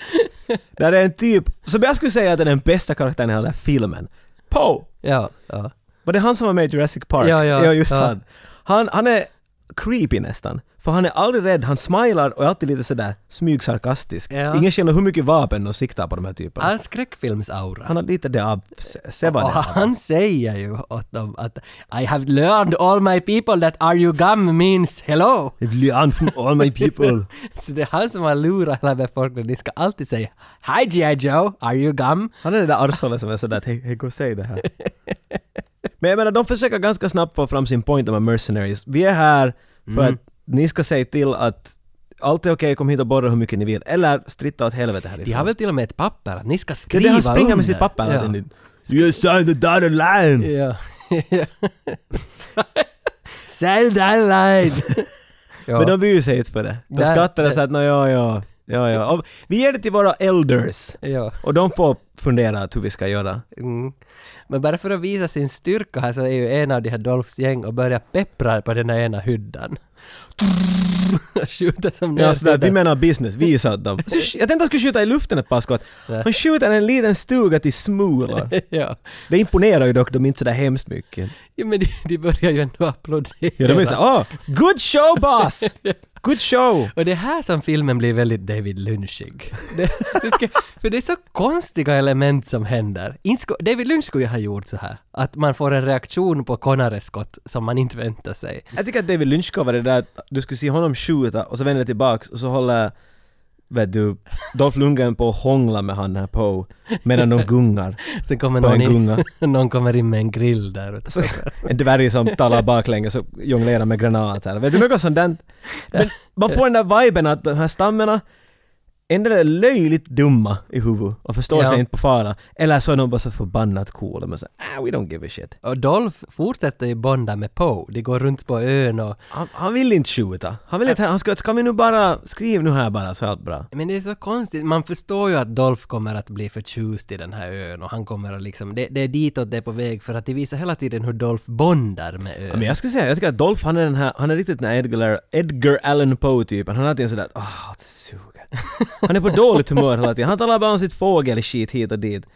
[SPEAKER 1] Där är en typ, som jag skulle säga att den är den bästa karaktären i hela den här filmen. Poe!
[SPEAKER 2] ja, ja.
[SPEAKER 1] Var det han som var med i Jurassic Park?
[SPEAKER 2] Ja, ja,
[SPEAKER 1] just
[SPEAKER 2] ja.
[SPEAKER 1] han. han. Han är creepy nästan. För han är aldrig rädd, han smilar och är alltid lite sådär smygsarkastisk.
[SPEAKER 2] Ja. Ah,
[SPEAKER 1] Ingen känner hur mycket vapen de siktar på de här typerna.
[SPEAKER 2] All skräckfilmsaura.
[SPEAKER 1] han har lite det av Sevan.
[SPEAKER 2] Och han säger ju åt dem att I have learned all my people that are you gum means hello.
[SPEAKER 1] I'm from all my people.
[SPEAKER 2] Så det är han som har lurat hela befolkningen. Ni ska alltid säga Hi G.I. Joe, are you gum?
[SPEAKER 1] Han är det där arslet som är sådär att hej, hej, gå och säg det här. Men jag menar, de försöker ganska snabbt få fram sin point om mercenaries. Vi är här för att ni ska säga till att allt är okej, kom hit och borra hur mycket ni vill. Eller stritta åt helvete härifrån.
[SPEAKER 2] De har väl till och med ett papper att ni ska
[SPEAKER 1] Det är
[SPEAKER 2] skriva
[SPEAKER 1] det han springer
[SPEAKER 2] under.
[SPEAKER 1] med sitt papper hela
[SPEAKER 2] ja.
[SPEAKER 1] tiden. You signed the dotted line!
[SPEAKER 2] ja. Sell that line! ja.
[SPEAKER 1] Men de bryr sig inte för det. De
[SPEAKER 2] Nej,
[SPEAKER 1] skrattar och
[SPEAKER 2] nej.
[SPEAKER 1] säger att "Nå, ja, ja, ja, ja. Om- Vi ger det till våra elders.
[SPEAKER 2] ja.
[SPEAKER 1] Och de får fundera ut hur vi ska göra.
[SPEAKER 2] Mm. Men bara för att visa sin styrka här så är ju en av de här Dolphs gäng och börjar peppra på den här ena hyddan. Och skjuter som
[SPEAKER 1] Ja, sådär, vi
[SPEAKER 2] nödhyddan.
[SPEAKER 1] menar business, visa åt dem. Så, sk- jag tänkte att han skulle skjuta i luften ett par skott. Han skjuter en liten stuga till smulor.
[SPEAKER 2] ja.
[SPEAKER 1] Det imponerar ju dock dem inte sådär hemskt mycket.
[SPEAKER 2] ja, men de, de börjar ju ändå applådera.
[SPEAKER 1] Ja, de är såhär ”Åh, good show boss! Good show!”
[SPEAKER 2] Och det är här som filmen blir väldigt David Lynchig. Det, det ska, för det är så konstiga element som händer. Inte sku- David Lynch skulle ju ha gjort så här. Att man får en reaktion på Connares skott som man inte väntar sig.
[SPEAKER 1] Jag tycker att David Lynch cover det där att du skulle se honom skjuta och så vänder det tillbaks och så håller vet du, Dolph Lundgren på och hånglar med han här på medan de gungar
[SPEAKER 2] Sen kommer
[SPEAKER 1] på
[SPEAKER 2] någon
[SPEAKER 1] en
[SPEAKER 2] in,
[SPEAKER 1] gunga.
[SPEAKER 2] någon kommer in med en grill där utanför.
[SPEAKER 1] En dvärg som talar baklänges och jonglerar med granater. Vet du något sånt där? Men man får den där viben att de här stammarna en del är löjligt dumma i huvudet och förstår
[SPEAKER 2] Ja.
[SPEAKER 1] sig inte på fara. Eller så är de bara så förbannat coola. Men så, ah, we don't give a shit.
[SPEAKER 2] Och Dolph fortsätter ju bonda med Poe. De går runt på ön och...
[SPEAKER 1] Han, han vill inte skjuta. Han vill inte, han ska, ska vi nu bara, skriv nu här bara så är allt bra.
[SPEAKER 2] Men det är så konstigt. Man förstår ju att Dolph kommer att bli förtjust i den här ön och han kommer att liksom... Det, det är ditåt det är på väg för att de visar hela tiden hur Dolph bondar med
[SPEAKER 1] Ja, Men
[SPEAKER 2] ön.
[SPEAKER 1] jag skulle säga, jag tycker att Dolph han är den här, han är riktigt den här Edgar, Edgar Allan Poe-typen. Han är alltid en sådär åh, det suger. Han är på dåligt humör hela tiden. Han talar bara om sitt fågelskit hit och dit.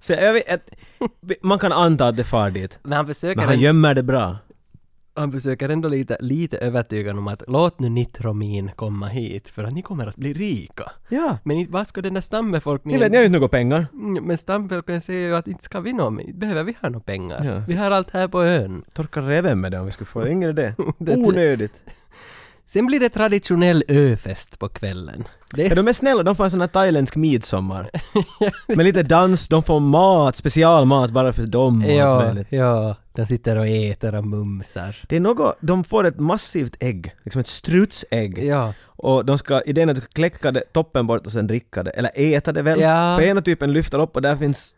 [SPEAKER 1] Så jag vet, att, man kan anta att det far dit.
[SPEAKER 2] Men han försöker...
[SPEAKER 1] Men han
[SPEAKER 2] ändå-
[SPEAKER 1] gömmer det bra.
[SPEAKER 2] han försöker ändå lite, lite övertyga om att låt nu nitromin komma hit för att ni kommer att bli rika.
[SPEAKER 1] Ja.
[SPEAKER 2] Men inte- vad ska den där
[SPEAKER 1] Ni
[SPEAKER 2] stambefolkningen...
[SPEAKER 1] vet, ni har ju inte några pengar.
[SPEAKER 2] Mm, Men stambefolkningen säger ju att inte ska vi nå, inte behöver vi ha några pengar.
[SPEAKER 1] Ja.
[SPEAKER 2] Vi har allt här på ön.
[SPEAKER 1] Torka reven med det om vi skulle få det. Ingen idé.
[SPEAKER 2] Det-
[SPEAKER 1] Onödigt.
[SPEAKER 2] Sen blir det traditionell öfest på kvällen. Det
[SPEAKER 1] Ja, de är snälla, de får en sån här thailändsk midsommar. Med lite dans, de får mat, specialmat bara för dem. och allt
[SPEAKER 2] ja,
[SPEAKER 1] möjligt.
[SPEAKER 2] ja, de sitter och äter och mumsar.
[SPEAKER 1] Det är något, de får ett massivt ägg, liksom ett strutsägg.
[SPEAKER 2] Ja.
[SPEAKER 1] Och de ska, idén är att du ska kläcka det, toppen bort och sen dricka det, eller äta det väl?
[SPEAKER 2] Ja.
[SPEAKER 1] För ena typen lyfter upp och där finns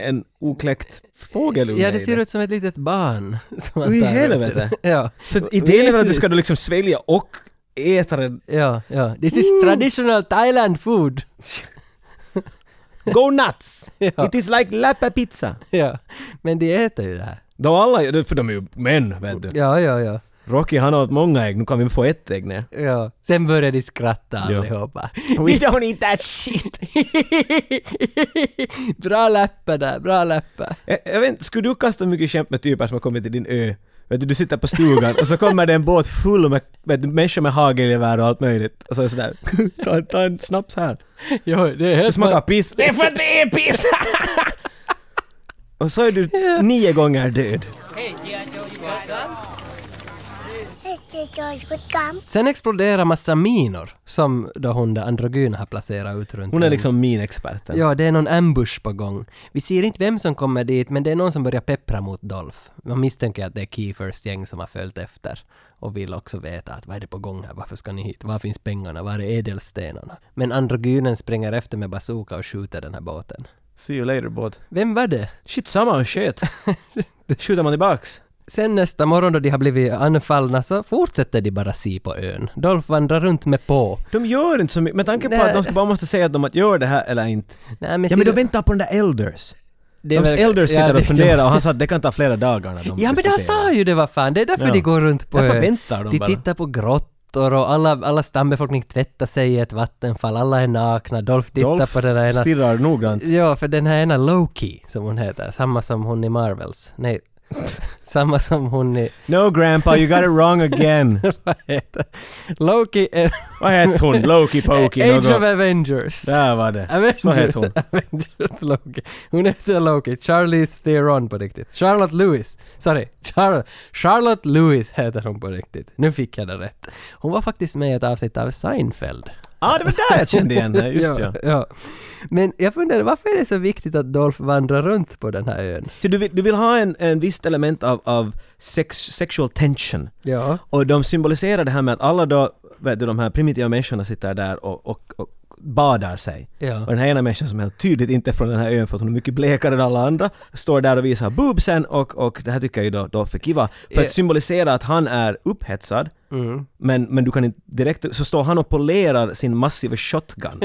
[SPEAKER 1] en okläckt fågelunge
[SPEAKER 2] Ja, det
[SPEAKER 1] i
[SPEAKER 2] ser ut som ett litet barn. Som
[SPEAKER 1] Ui,
[SPEAKER 2] tar upp
[SPEAKER 1] helvete.
[SPEAKER 2] det. Ja,
[SPEAKER 1] Så att idén är väl att du
[SPEAKER 2] Visst.
[SPEAKER 1] ska då liksom svälja och äta det.
[SPEAKER 2] ja, ja. This
[SPEAKER 1] Mm.
[SPEAKER 2] is traditional Thailand food.
[SPEAKER 1] Go nuts!
[SPEAKER 2] Ja.
[SPEAKER 1] It is like lappa pizza!
[SPEAKER 2] Ja. Men de äter ju det här.
[SPEAKER 1] De alla, för de är ju män vet du.
[SPEAKER 2] Ja, ja, ja.
[SPEAKER 1] Rocky han har åt många ägg, nu kan vi få ett ägg ner.
[SPEAKER 2] Ja, sen började de skratta
[SPEAKER 1] Ja. Oh,
[SPEAKER 2] allihopa.
[SPEAKER 1] We don't eat that shit!
[SPEAKER 2] bra läppar där, bra läppar.
[SPEAKER 1] Jag, jag vet inte, skulle du kasta mycket skämt med typ typer som har kommit till din ö? Vet du, du sitter på stugan och så kommer det en båt full med vet du, människor med hagelgevär och allt möjligt. Och så är det sådär, ta, ta en snaps här.
[SPEAKER 2] Jo, det är
[SPEAKER 1] Det
[SPEAKER 2] helt
[SPEAKER 1] smakar piss. Det är för att det är piss! och så är du nio gånger död.
[SPEAKER 2] Sen exploderar massa minor som då hon där androgyna har placerat ut runt
[SPEAKER 1] Hon är
[SPEAKER 2] henne.
[SPEAKER 1] liksom min expert.
[SPEAKER 2] Ja, det är någon ambush på gång. Vi ser inte vem som kommer dit, men det är någon som börjar peppra mot Dolph. Man misstänker att det är Kiefers gäng som har följt efter och vill också veta att vad är det på gång här, varför ska ni hit, var finns pengarna, var är ädelstenarna? Men androgynen springer efter med bazooka och skjuter den här båten.
[SPEAKER 1] See you later båt.
[SPEAKER 2] Vem var det?
[SPEAKER 1] Shit samma och shit. Skjuter man tillbaks?
[SPEAKER 2] Sen nästa morgon då de har blivit anfallna så fortsätter de bara si på ön. Dolph vandrar runt med på.
[SPEAKER 1] De gör inte så mycket, med tanke på
[SPEAKER 2] Nej.
[SPEAKER 1] att de ska bara måste säga att de att gör det här eller inte.
[SPEAKER 2] Nej, men
[SPEAKER 1] Ja men de väntar på den där Elders.
[SPEAKER 2] det
[SPEAKER 1] De
[SPEAKER 2] är väl-
[SPEAKER 1] Elders
[SPEAKER 2] Ja,
[SPEAKER 1] sitter
[SPEAKER 2] det-
[SPEAKER 1] och funderar och han sa att det kan ta flera dagar när de
[SPEAKER 2] Ja men
[SPEAKER 1] diskuterar.
[SPEAKER 2] han sa ju det vad fan, det är därför
[SPEAKER 1] Ja.
[SPEAKER 2] de går runt på
[SPEAKER 1] Därför
[SPEAKER 2] ön.
[SPEAKER 1] väntar de
[SPEAKER 2] De
[SPEAKER 1] bara.
[SPEAKER 2] tittar på grottor och alla, alla stambefolkning tvättar sig i ett vattenfall, alla är nakna, Dolph tittar
[SPEAKER 1] Dolph
[SPEAKER 2] på den här ena...
[SPEAKER 1] stirrar noggrant.
[SPEAKER 2] Ja, för den här ena Loki, som hon heter, samma som hon i Marvels. Nej, samma som hon i...
[SPEAKER 1] No grandpa, you got it wrong again.
[SPEAKER 2] Vad heter Loki är...
[SPEAKER 1] Vad hette hon? Loki Pokey
[SPEAKER 2] Age of
[SPEAKER 1] något?
[SPEAKER 2] Avengers.
[SPEAKER 1] Där var det.
[SPEAKER 2] Avengers.
[SPEAKER 1] Så hette hon.
[SPEAKER 2] Avengers Loki. Hon heter Loki. Charlize Theron på riktigt. Charlotte Lewis. Sorry. Char- Charlotte Lewis heter hon på riktigt. Nu fick jag det rätt. Hon var faktiskt med i ett avsnitt av Seinfeld.
[SPEAKER 1] Ja ah, det var där jag kände igen henne, just ja.
[SPEAKER 2] ja, ja. Men jag funderar, varför är det så viktigt att Dolph vandrar runt på den här ön?
[SPEAKER 1] Så du vill, du vill ha en, en visst element av, av sex, sexual tension.
[SPEAKER 2] Ja.
[SPEAKER 1] Och de symboliserar det här med att alla då, vet du, de här primitiva människorna sitter där och, och, och badar sig.
[SPEAKER 2] Ja.
[SPEAKER 1] Och den här ena människan som helt tydligt inte är från den här ön för att hon är mycket blekare än alla andra, står där och visar boobsen och, och det här tycker jag ju då, då för kiva. För
[SPEAKER 2] Ja.
[SPEAKER 1] att symbolisera att han är upphetsad,
[SPEAKER 2] Mm.
[SPEAKER 1] men, men du kan inte direkt, så står han och polerar sin massiva shotgun.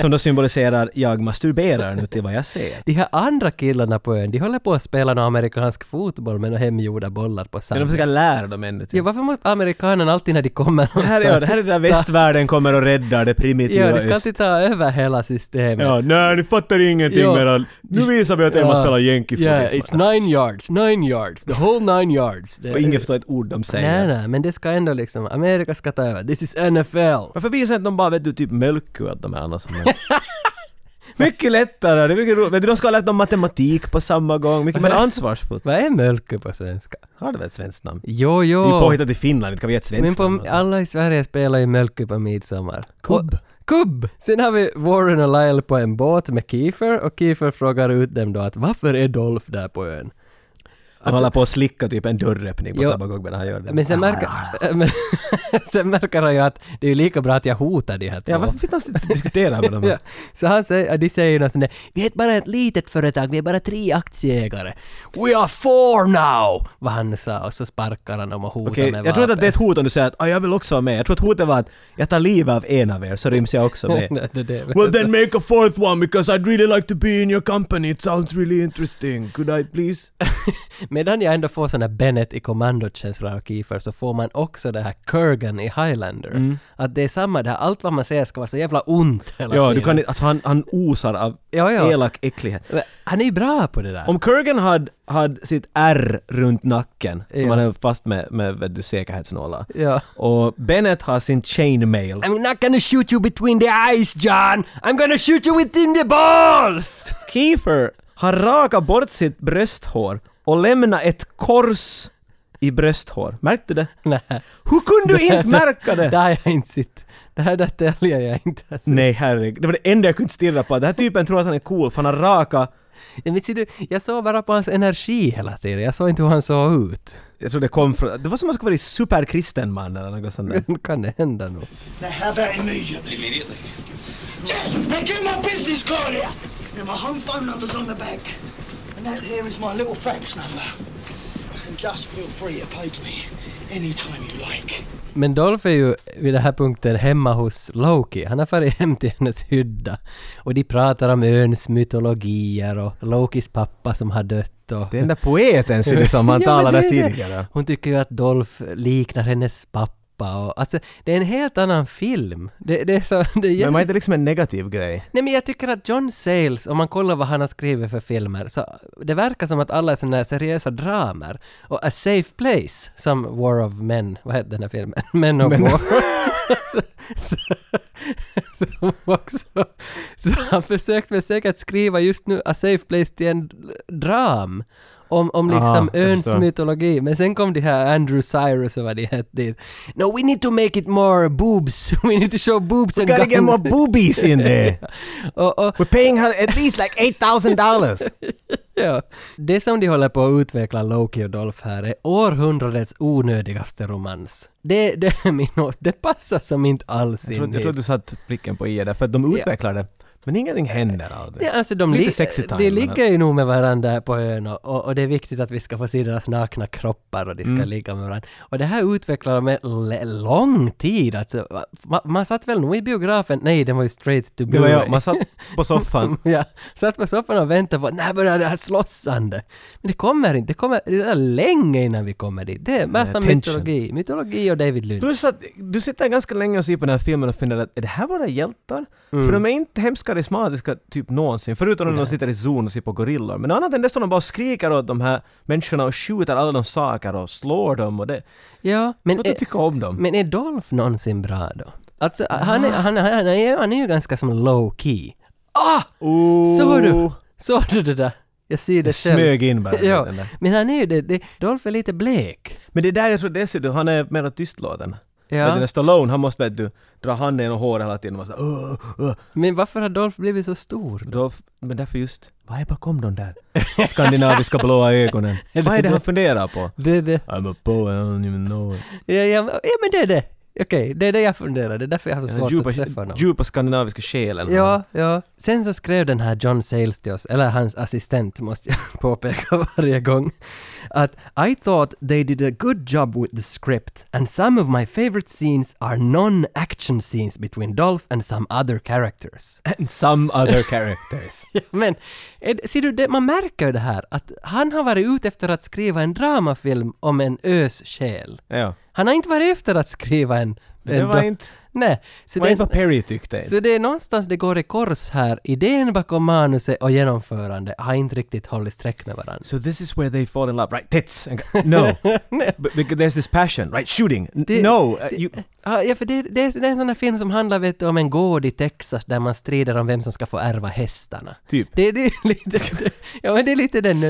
[SPEAKER 1] som då symboliserar jag masturberar nu till vad jag ser.
[SPEAKER 2] De här andra killarna på ön, de håller på att spela någon amerikansk fotboll med några hemgjorda bollar på
[SPEAKER 1] Men de
[SPEAKER 2] sanden.
[SPEAKER 1] försöker lära dem ännu till.
[SPEAKER 2] Ja, varför måste amerikanerna alltid när de kommer någonstans...
[SPEAKER 1] Det här är, det här är där västvärlden kommer och räddar det primitiva
[SPEAKER 2] Ja, de ska
[SPEAKER 1] öst.
[SPEAKER 2] alltid ta över hela systemet.
[SPEAKER 1] Ja, nej ni fattar ingenting
[SPEAKER 2] Ja.
[SPEAKER 1] medan... Nu visar vi att Emma spelar
[SPEAKER 2] Ja,
[SPEAKER 1] jänkifotis.
[SPEAKER 2] it's nine yards, nine yards, the whole nine yards. Det-
[SPEAKER 1] och ingen förstår ett ord de
[SPEAKER 2] Nej,
[SPEAKER 1] säger.
[SPEAKER 2] nej, men det ska ändå liksom, Amerika ska ta över. This is NFL.
[SPEAKER 1] Varför visar inte de bara vet du typ mjölku att de är annars som är- Mycket lättare, det är mycket roligt. Vet du, de ska ha lärt dem matematik på samma gång, mycket mer ansvarsfullt.
[SPEAKER 2] Vad är mölke på svenska?
[SPEAKER 1] Har du väl ett svenskt namn?
[SPEAKER 2] Jo,
[SPEAKER 1] Vi
[SPEAKER 2] jo.
[SPEAKER 1] är påhittade i Finland, inte kan vi ge ett
[SPEAKER 2] Men
[SPEAKER 1] svenskt namn.
[SPEAKER 2] på, alla i Sverige spelar ju mjölke på midsommar.
[SPEAKER 1] Kubb.
[SPEAKER 2] Och- Kubb! Sen har vi Warren och Lyle på en båt med Kiefer och Kiefer frågar ut dem då att varför är Dolph där på ön?
[SPEAKER 1] Han håller på att slicka typ en dörröppning på
[SPEAKER 2] alltså- Jo.
[SPEAKER 1] samma gång medan han gör det.
[SPEAKER 2] Men sen märker,
[SPEAKER 1] Ah.
[SPEAKER 2] men, sen märker han ju att det är lika bra att jag hotar de här två.
[SPEAKER 1] Ja, varför fick han inte diskutera med dem?
[SPEAKER 2] Ja. Så han säger, de säger något sånt där, vi är bara ett litet företag, vi är bara tre aktieägare. We are four now! Vad han sa och så sparkar han dem och hotar
[SPEAKER 1] Okej,
[SPEAKER 2] med
[SPEAKER 1] jag tror inte att det är
[SPEAKER 2] vapen.
[SPEAKER 1] ett hot om du säger att ah, jag vill också vara med. Jag tror att hotet var att jag tar livet av en av er så ryms jag också med.
[SPEAKER 2] Nej, det är det.
[SPEAKER 1] well then make a fourth one because I'd really like to be in your company. It sounds really interesting. Could I please?
[SPEAKER 2] Medan jag ändå får sån här Bennett i kommandokänsla av Kiefer så får man också det här Kurgan i Highlander.
[SPEAKER 1] Mm.
[SPEAKER 2] Att det är samma där, allt vad man säger ska vara så jävla ont hela
[SPEAKER 1] ja, du
[SPEAKER 2] tiden.
[SPEAKER 1] kan inte- alltså han, han osar av
[SPEAKER 2] Ja, ja.
[SPEAKER 1] elak äcklighet.
[SPEAKER 2] Men Han är ju bra på det där.
[SPEAKER 1] Om Kurgan hade, hade sitt R runt nacken som
[SPEAKER 2] Ja.
[SPEAKER 1] han höll fast med, med vet du, säkerhetsnålar.
[SPEAKER 2] Ja.
[SPEAKER 1] Och Bennett har sin chainmail.
[SPEAKER 2] I'm not gonna shoot you between the eyes, John! I'm gonna shoot you within the balls!
[SPEAKER 1] Kiefer har rakat bort sitt brösthår och lämnat ett kors i brösthår. Märkte du det?
[SPEAKER 2] Nej.
[SPEAKER 1] Hur kunde du inte märka
[SPEAKER 2] Det
[SPEAKER 1] det?
[SPEAKER 2] har jag inte sett. Det här detaljen jag inte har sett.
[SPEAKER 1] Nej herregud, det var det enda jag kunde stirra på. Den här typen tror att han är cool för han har raka...
[SPEAKER 2] Ja, Men ser du, jag såg bara på hans energi hela tiden. Jag såg inte hur han såg ut.
[SPEAKER 1] Jag tror det kom från... Det var som om han skulle vara en superkristen man eller något sånt där.
[SPEAKER 2] kan det hända nog?
[SPEAKER 9] Now, how about immediately?
[SPEAKER 4] Immediately.
[SPEAKER 9] Now, get my business card out. Now, my home phone number's on the back. And that here is my little fax number. And just feel free to page me anytime you like.
[SPEAKER 2] Men Dolph är ju vid den här punkten hemma hos Loki. Han har farit hem till hennes hydda. Och de pratar om öns mytologier och Lokis pappa som har dött och...
[SPEAKER 1] Den där poeten ser du som han
[SPEAKER 2] Ja, men
[SPEAKER 1] talade
[SPEAKER 2] det är det.
[SPEAKER 1] tidigare.
[SPEAKER 2] Hon tycker ju att Dolph liknar hennes pappa och... Alltså, det är en helt annan film. Det, det är så... Det är
[SPEAKER 1] Men var inte liksom en negativ grej?
[SPEAKER 2] Nej men jag tycker att John Sayles, om man kollar vad han har skrivit för filmer, så det verkar som att alla är sådana seriösa dramer. Och A Safe Place, som War of Men, vad hette den här filmen? Men of War. så, så, som också, så han försökte väl säkert skriva just nu A Safe Place till en dram. om, om
[SPEAKER 10] Ah,
[SPEAKER 2] liksom
[SPEAKER 10] jag
[SPEAKER 2] öns
[SPEAKER 10] förstår.
[SPEAKER 2] mytologi. Men sen kom de här Andrew Cyrus och vad de hette dit. No, we need to make it more boobs. We need to show boobs and guns.
[SPEAKER 1] boobies in there.
[SPEAKER 2] och, och,
[SPEAKER 1] We're paying her at least like $8,000.
[SPEAKER 2] ja. Det som de håller på att utveckla Loki och Dolph här är århundradets onödigaste romans. Det, det är min ås- Det passar som inte alls
[SPEAKER 1] jag
[SPEAKER 2] in
[SPEAKER 1] trodde du satt blicken på Ia där, för att de utvecklar det. Men ingenting händer aldrig.
[SPEAKER 2] Ja, alltså de,
[SPEAKER 1] Lite
[SPEAKER 2] li-
[SPEAKER 1] sexy time,
[SPEAKER 2] de
[SPEAKER 1] men-
[SPEAKER 2] ligger ju nog med varandra här på ön och, och, och det är viktigt att vi ska få se deras nakna kroppar och de ska
[SPEAKER 1] Mm.
[SPEAKER 2] ligga med varandra. Och det här utvecklar de med l- lång tid alltså. Va- Ma- man satt väl nog i biografen? Nej, den var ju straight to
[SPEAKER 1] Det var
[SPEAKER 2] Blu-ray.
[SPEAKER 1] jag, man satt på soffan.
[SPEAKER 2] ja, satt på soffan och väntade på när börjar det här slossande? Men det kommer inte, det kommer det är länge innan vi kommer dit. Det är massa
[SPEAKER 1] tension.
[SPEAKER 2] mytologi, mytologi och David Lynch.
[SPEAKER 1] Plus att du sitter ganska länge och ser på den här filmen och finner att är det här våra hjältar? För
[SPEAKER 2] Mm.
[SPEAKER 1] de är inte hemskt karismatiska typ någonsin, förutom när de sitter i zon och ser på gorillor. Men annat än det står de bara och skriker åt de här människorna och skjuter alla de saker och slår dem och det.
[SPEAKER 2] Ja, men...
[SPEAKER 1] Men du
[SPEAKER 2] eh,
[SPEAKER 1] tycker om Ah. dem.
[SPEAKER 2] Men är Dolph någonsin bra då? Alltså, han är, han, han, han, är, han är ju ganska som low key. Ah!
[SPEAKER 1] Ooh.
[SPEAKER 2] Såg du? Såg du det där? Jag ser det
[SPEAKER 1] Jag
[SPEAKER 2] själv.
[SPEAKER 1] Oh. smög in bara.
[SPEAKER 2] ja,
[SPEAKER 1] den där.
[SPEAKER 2] men han är ju det, det. Dolph är lite blek.
[SPEAKER 1] Men det är där jag tror dessutom, han är mer tystlåten.
[SPEAKER 2] Ja.
[SPEAKER 1] Vet du, när Stallone, han måste vet du, dra handen och håret hela tiden och vara såhär uh, uh.
[SPEAKER 2] Men varför har Dolph blivit så stor?
[SPEAKER 1] Rolf, men därför just, vad är bakom de där skandinaviska blåa ögonen? Vad är det han funderar på?
[SPEAKER 2] Det är det.
[SPEAKER 1] I'm a poet, I don't even know it.
[SPEAKER 2] Ja, ja, ja men det är det. Okej, det är det jag funderar. Det är därför jag har så
[SPEAKER 1] Den
[SPEAKER 2] svårt
[SPEAKER 1] djupa,
[SPEAKER 2] att träffa honom.
[SPEAKER 1] djupa skandinaviska själen.
[SPEAKER 2] Ja, ja. Sen så skrev den här John Sayles till oss, eller hans assistent måste jag påpeka varje gång, att I thought they did a good job with the script and some of my favorite scenes are non-action scenes between Dolph and some other characters.
[SPEAKER 1] And some other characters.
[SPEAKER 2] Men, är- ser du, det, man märker det här att han har varit ute efter att skriva en dramafilm om en ös själ.
[SPEAKER 1] ja.
[SPEAKER 2] Han har inte varit efter att skriva en...
[SPEAKER 1] Det
[SPEAKER 2] en
[SPEAKER 1] var
[SPEAKER 2] do-
[SPEAKER 1] inte,
[SPEAKER 2] Nej. Så
[SPEAKER 1] det var
[SPEAKER 2] den-
[SPEAKER 1] inte vad Perry tyckte.
[SPEAKER 2] så det är någonstans det går i kors här. Idén bakom manuset och genomförande har inte riktigt hållit streck med varandra.
[SPEAKER 1] So this is where they fall in love, right? Tits! And- No! But because there's this passion, right? Shooting! N-
[SPEAKER 2] Det-
[SPEAKER 1] no! Uh, you,
[SPEAKER 2] Ja, ja, för det, det, är, det är en sån här film som handlar vet du, om en gård i Texas där man strider om vem som ska få ärva hästarna.
[SPEAKER 1] Typ.
[SPEAKER 2] Det, det, är, lite, ja, men det, är, lite den,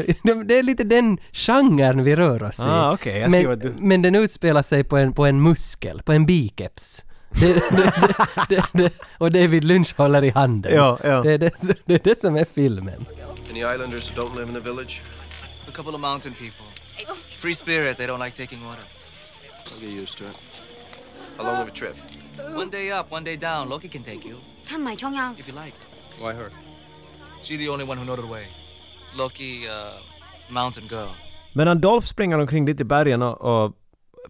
[SPEAKER 2] det är lite den genren vi rör oss
[SPEAKER 1] Ah,
[SPEAKER 2] i.
[SPEAKER 1] okej, jag ser
[SPEAKER 2] men,
[SPEAKER 1] vad du-
[SPEAKER 2] men den utspelar sig på en, på en muskel, på en bikeps. Det, det, det, det, det, och David Lynch håller i handen.
[SPEAKER 1] Ja, ja.
[SPEAKER 2] Det, är det, som- det är det som är filmen.
[SPEAKER 5] Any islanders who don't live in the village?
[SPEAKER 7] A couple of mountain people. Free spirit, they don't like taking water.
[SPEAKER 5] I'll get used to it. How long of a trip?
[SPEAKER 7] One day up, one day down. Loki can take you, if you like.
[SPEAKER 5] Why her?
[SPEAKER 7] She the only one who know the way. Loki, uh, mountain girl.
[SPEAKER 1] Medan Dolph springer omkring lite i bergen och, och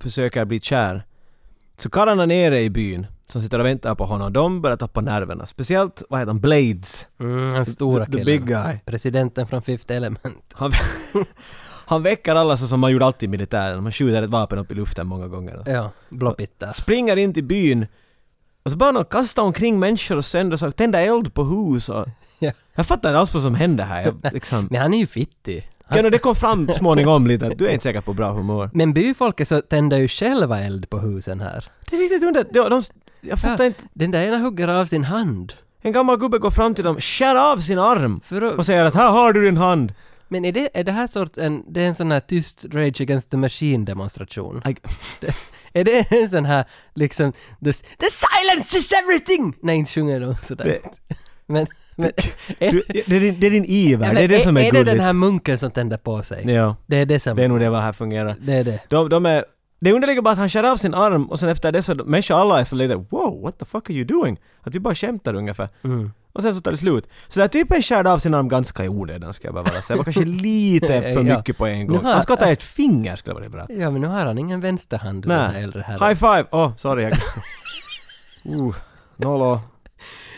[SPEAKER 1] försöker bli kär så karlarna nere i byn som sitter och väntar på honom, de börjar tappa nerverna. Speciellt, vad heter han, Blades?
[SPEAKER 2] Mm, den stora
[SPEAKER 1] the, the
[SPEAKER 2] killen.
[SPEAKER 1] big guy.
[SPEAKER 2] Presidenten från Fifth Element.
[SPEAKER 1] Han, han väcker alla så som man gjorde alltid i militären. Man skjuter ett vapen upp i luften många gånger.
[SPEAKER 2] Ja, blåpitta.
[SPEAKER 1] Springer in till byn och så börjar de kasta omkring människor och sönder saker, tända eld på hus och...
[SPEAKER 2] Ja.
[SPEAKER 1] Jag fattar inte alls vad som hände här. Jag, liksom.
[SPEAKER 2] Men han är ju fittig. Han-
[SPEAKER 1] Kan det kom fram småningom lite att du är inte säker på bra humör.
[SPEAKER 2] Men byfolket så tänder ju själva eld på husen här.
[SPEAKER 1] Det är riktigt under... De, de, jag fattar
[SPEAKER 2] Ja,
[SPEAKER 1] inte.
[SPEAKER 2] Den där ena hugger av sin hand.
[SPEAKER 1] En gammal gubbe går fram till dem, skär av sin arm
[SPEAKER 2] För att-
[SPEAKER 1] och säger att här har du din hand.
[SPEAKER 2] Men är det, är det här sort en, det är en sån här tyst Rage Against the Machine demonstration?
[SPEAKER 1] I-
[SPEAKER 2] Det, är det en sån här liksom, the, s- the silence is everything! Nej, inte sjunger de sådär. men, men, är,
[SPEAKER 1] Du, det, är din, det är din iver, det är det
[SPEAKER 2] men
[SPEAKER 1] som är,
[SPEAKER 2] är det
[SPEAKER 1] gulligt.
[SPEAKER 2] den här munken som tänder på sig?
[SPEAKER 1] Ja,
[SPEAKER 2] Det är det som,
[SPEAKER 1] det är nog det vad här fungerar.
[SPEAKER 2] det är det.
[SPEAKER 1] De, de är... Det underliga är bara att han skär av sin arm och sen efter det så de- människor alla är så lite wow, what the fuck are you doing? Att vi bara skämtar ungefär.
[SPEAKER 2] Mm.
[SPEAKER 1] Och sen så tar det slut. Så den här typen skärde av sin arm ganska i onödan ska jag bara vara säga. Det var kanske lite för
[SPEAKER 2] Ja.
[SPEAKER 1] mycket på en gång.
[SPEAKER 2] Nu har-
[SPEAKER 1] Han ska ta ett finger skulle vara bra.
[SPEAKER 2] Ja, men nu har han ingen vänsterhand, den här
[SPEAKER 1] Nej.
[SPEAKER 2] äldre herren.
[SPEAKER 1] High five! Åh, oh, sorry. Jag... uh, nollo.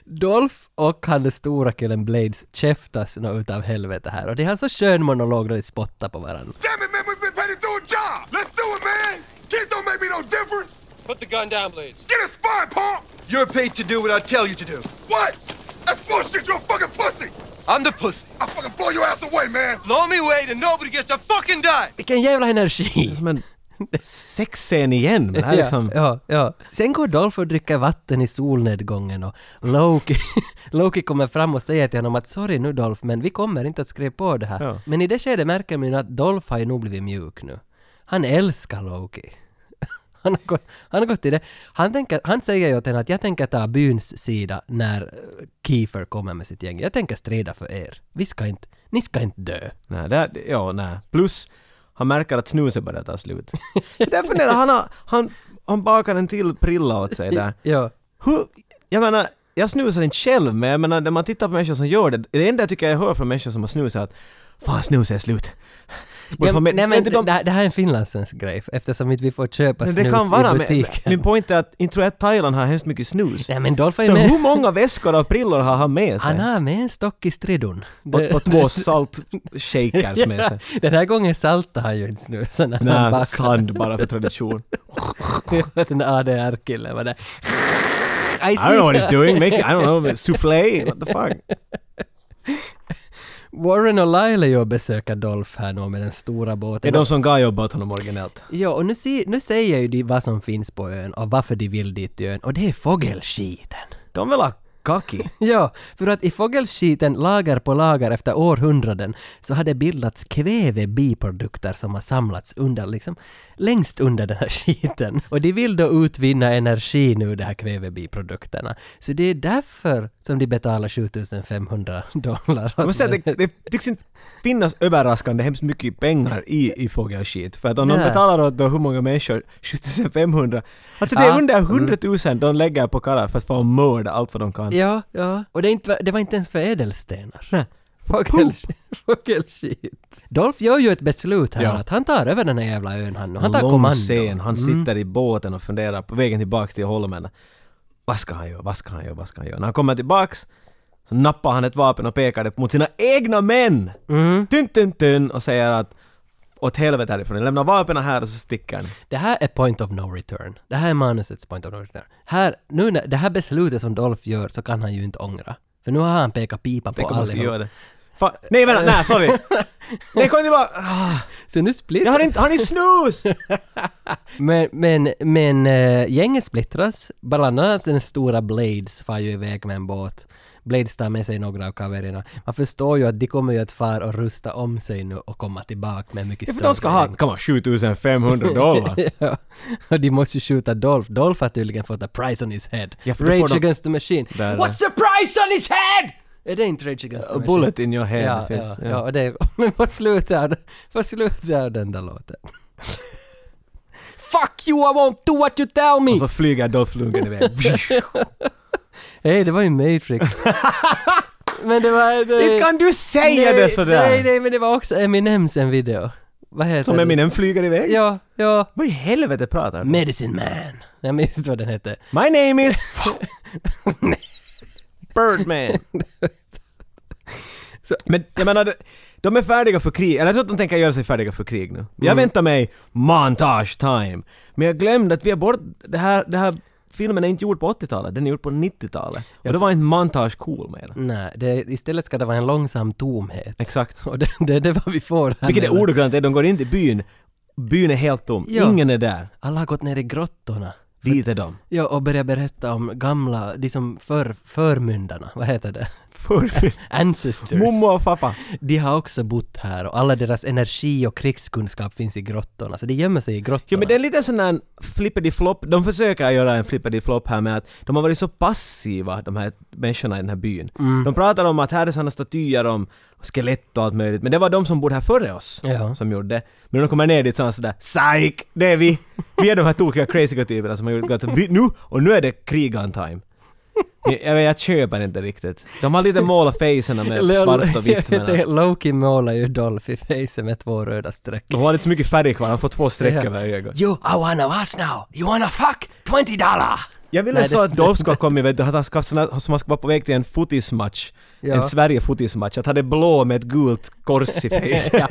[SPEAKER 2] Dolph och han den stora killen Blades käftas nå utav helvete här och det har så skön monolog där de spottar på varandra.
[SPEAKER 6] Damn it, man, we've been paid to do a job. Let's do it, man. Kids don't make me no difference.
[SPEAKER 5] Put the gun down, Blades.
[SPEAKER 6] Get a spot, punk.
[SPEAKER 5] You're paid to do what I tell you to do.
[SPEAKER 6] What? That's bullshit. You're a fucking pussy.
[SPEAKER 5] I'm the pussy.
[SPEAKER 6] I'll fucking blow your ass away, man.
[SPEAKER 5] Blow me away and nobody gets to fucking die.
[SPEAKER 2] Vilken jävla energi!
[SPEAKER 1] Som en Sexscen igen, men det här är liksom...
[SPEAKER 2] ja, ja. Sen går Dolph och dricker vatten i solnedgången och Loki, Loki kommer fram och säger till honom att sorry nu Dolph, men vi kommer inte att skriva på det här.
[SPEAKER 1] Ja.
[SPEAKER 2] Men i det skedet märker man ju att Dolph har ju nog blivit mjuk nu. Han älskar Loki. Han har, gått, han har gått till det. Han, tänker, han säger ju åt henne att jag tänker ta byns sida när eh, Kiefer kommer med sitt gäng. Jag tänker strida för er. Vi ska inte, ni ska inte dö.
[SPEAKER 1] Nej, det, här- ja, nej. Plus, han märker att snuset börjar ta slut. Därför funderar han, har- han, han bakar en till prilla åt sig där.
[SPEAKER 2] Ja.
[SPEAKER 1] Hur, jag menar, jag snusar inte själv, men jag menar när man tittar på människor som gör det, det enda jag tycker jag hör från människor som har snusat är att Fan, snus är slut. Borde
[SPEAKER 2] Ja,
[SPEAKER 1] få mer-
[SPEAKER 2] nej men
[SPEAKER 1] inte de-
[SPEAKER 2] det, här- det här är en finlandssvensk grej eftersom inte vi får köpa
[SPEAKER 1] Men
[SPEAKER 2] snus
[SPEAKER 1] det kan vara, men,
[SPEAKER 2] i butiken.
[SPEAKER 1] min point är att inte tror jag att Thailand har hemskt mycket snus.
[SPEAKER 2] nej men Dolph är ju
[SPEAKER 1] Så hur
[SPEAKER 2] med.
[SPEAKER 1] många väskor av prillor har han med sig?
[SPEAKER 2] Han har med en stock i stridon. Det-
[SPEAKER 1] och, och två saltshakers med sig.
[SPEAKER 2] Den här gången saltar han ju inte snusen när han
[SPEAKER 1] Nej, alltså,
[SPEAKER 2] bakar.
[SPEAKER 1] sand bara för tradition.
[SPEAKER 2] Den ADR-killen var där. I
[SPEAKER 1] I don't
[SPEAKER 2] see.
[SPEAKER 1] know what he's doing, make, I don't know, soufflé, what the fuck?
[SPEAKER 2] Warren och Lyle är ju och besöker Dolph här nu med den stora båten.
[SPEAKER 1] Det är de som gav jobb åt honom originellt.
[SPEAKER 2] Ja, och nu, se, nu säger ju de vad som finns på ön och varför de vill dit till ön och det är fågelskiten.
[SPEAKER 1] De vill ha kaki.
[SPEAKER 2] Ja, för att i fågelskiten lager på lager efter århundraden så har det bildats kvävebiprodukter som har samlats under, liksom, längst under den här skiten. Och de vill då utvinna energi nu, de här kvävebiprodukterna. Så det är därför som de betalar 7500 dollar.
[SPEAKER 1] Jag måste säga, att det, det tycks inte finnas överraskande hemskt mycket pengar i, i fågelskit. För att om de
[SPEAKER 2] Nej.
[SPEAKER 1] betalar åt då hur många människor, 7500. Alltså det är
[SPEAKER 2] Ja. Mm.
[SPEAKER 1] under 100 000 de lägger på karlar för att få mörda allt vad de kan.
[SPEAKER 2] Ja, ja. Och det, är inte, det var inte ens för ädelstenar.
[SPEAKER 1] Nej.
[SPEAKER 2] Fågel, fågelskit. Dolph gör ju ett beslut här
[SPEAKER 1] Ja.
[SPEAKER 2] att han tar över den här jävla ön han nu. Han
[SPEAKER 1] Han
[SPEAKER 2] tar
[SPEAKER 1] lång
[SPEAKER 2] kommando. Mm.
[SPEAKER 1] scen, han sitter i båten och funderar på vägen tillbaks till holmen. Vad ska han göra, vad ska han göra, vad ska han göra? När han kommer tillbaks så nappar han ett vapen och pekar det mot sina egna män! Mm. Tyn, tyn, tyn, och säger att åt helvete härifrån, jag lämnar vapnen här och så sticker han.
[SPEAKER 2] Det här är point of no return. Det här är manusets point of no return. Här, nu när det här beslutet som Dolph gör så kan han ju inte ångra. För nu har han pekat pipa på
[SPEAKER 1] Tänk om han skulle
[SPEAKER 2] allihop.
[SPEAKER 1] göra det. Fan, nej vänta, nej sorry! Nej kom tillbaka! Ah,
[SPEAKER 2] Så nu
[SPEAKER 1] Jag har
[SPEAKER 2] splittras...
[SPEAKER 1] inte, har ni snus?
[SPEAKER 2] Men, men, men äh, gänget splittras. Bland annat den stora Blades far ju iväg med en båt. Blades tar med sig några av kaverierna. Man förstår ju att de kommer ju att fara och rusta om sig nu och komma tillbaka med mycket
[SPEAKER 1] Ja,
[SPEAKER 2] större
[SPEAKER 1] för de ska ha,
[SPEAKER 2] gäng.
[SPEAKER 1] kom on, 7500 dollar!
[SPEAKER 2] ja. Och de måste ju skjuta Dolph. Dolph har tydligen fått a price on his head.
[SPEAKER 1] Ja, för då får
[SPEAKER 2] Rage
[SPEAKER 1] de-
[SPEAKER 2] against the machine.
[SPEAKER 1] Där, där.
[SPEAKER 2] What's the price on his head? Är det inte Rage against the
[SPEAKER 1] A
[SPEAKER 2] machine?
[SPEAKER 1] bullet in your head.
[SPEAKER 2] Ja,
[SPEAKER 1] det finns,
[SPEAKER 2] ja, ja. och det är, men vad slutar, vad slutar den där låten? Fuck you, I won't do what you tell me!
[SPEAKER 1] Och så flyger Dolph Lundgren iväg.
[SPEAKER 2] Hej, det var ju Matrix. men det var...
[SPEAKER 1] Inte kan du säga
[SPEAKER 2] nej,
[SPEAKER 1] det sådär!
[SPEAKER 2] Nej, nej, men det var också Eminems en video. Vad heter
[SPEAKER 1] Som
[SPEAKER 2] den?
[SPEAKER 1] Eminem flyger iväg?
[SPEAKER 2] Ja, ja.
[SPEAKER 1] Vad i helvete pratar du?
[SPEAKER 2] Medicine Man. Jag minns inte vad den hette.
[SPEAKER 1] My name is... Birdman. Så, men jag menar, de- de är färdiga för krig. Eller jag tror att de tänker göra sig färdiga för krig nu.
[SPEAKER 2] Mm.
[SPEAKER 1] Jag väntar mig montage time. Men jag glömde att vi är bort... Det här, det här filmen är inte gjord på 80-talet, den är gjord på 90-talet. Och då var inte montage cool mer.
[SPEAKER 2] Nej, det, istället ska det vara en långsam tomhet.
[SPEAKER 1] Exakt.
[SPEAKER 2] Och det, det, det är vad vi får här.
[SPEAKER 1] Vilket är
[SPEAKER 2] nu.
[SPEAKER 1] ordagrant är, de går in till byn. Byn är helt tom.
[SPEAKER 2] Ja.
[SPEAKER 1] Ingen är där.
[SPEAKER 2] Alla har gått ner i grottorna.
[SPEAKER 1] Dit är de.
[SPEAKER 2] Ja, och börjar berätta om gamla, de som för, förmyndarna, vad heter det?
[SPEAKER 1] För...
[SPEAKER 2] Ancestors.
[SPEAKER 1] Mommo och pappa.
[SPEAKER 2] De har också bott här och alla deras energi och krigskunskap finns i grottorna, så de gömmer sig i grottorna.
[SPEAKER 1] Jo men det är lite sån där flippity-flop, de försöker göra en flippity-flop här med att de har varit så passiva, de här människorna i den här byn.
[SPEAKER 2] Mm.
[SPEAKER 1] De pratar om att här är såna statyer om skelett och allt möjligt, men det var de som bodde här före oss
[SPEAKER 2] Ja.
[SPEAKER 1] som gjorde det. Men när de kommer ner dit så är de sådär psyk, det är vi! Vi är de här tokiga crazy typerna som har gjort gott. Vi- Nu, och nu är det krigan time. Jag, jag, vet, jag köper inte riktigt. De har lite målat facerna med
[SPEAKER 2] Leo-
[SPEAKER 1] svart och vitt men...
[SPEAKER 2] Det- Loki målar ju Dolph i facet med två röda streck.
[SPEAKER 1] De har inte så mycket färg kvar, han får två streck
[SPEAKER 2] Ja.
[SPEAKER 1] över ögat.
[SPEAKER 2] You, I wanna us now! You wanna fuck? 20 dollar!
[SPEAKER 1] Jag ville
[SPEAKER 2] Nej,
[SPEAKER 1] så
[SPEAKER 2] det-
[SPEAKER 1] att Dolph ska komma vet du, att han ska ha såna, som han ska vara på väg till en fotismatch.
[SPEAKER 2] Ja.
[SPEAKER 1] En Sverige-fotismatch. Att han är blå med ett gult kors i face.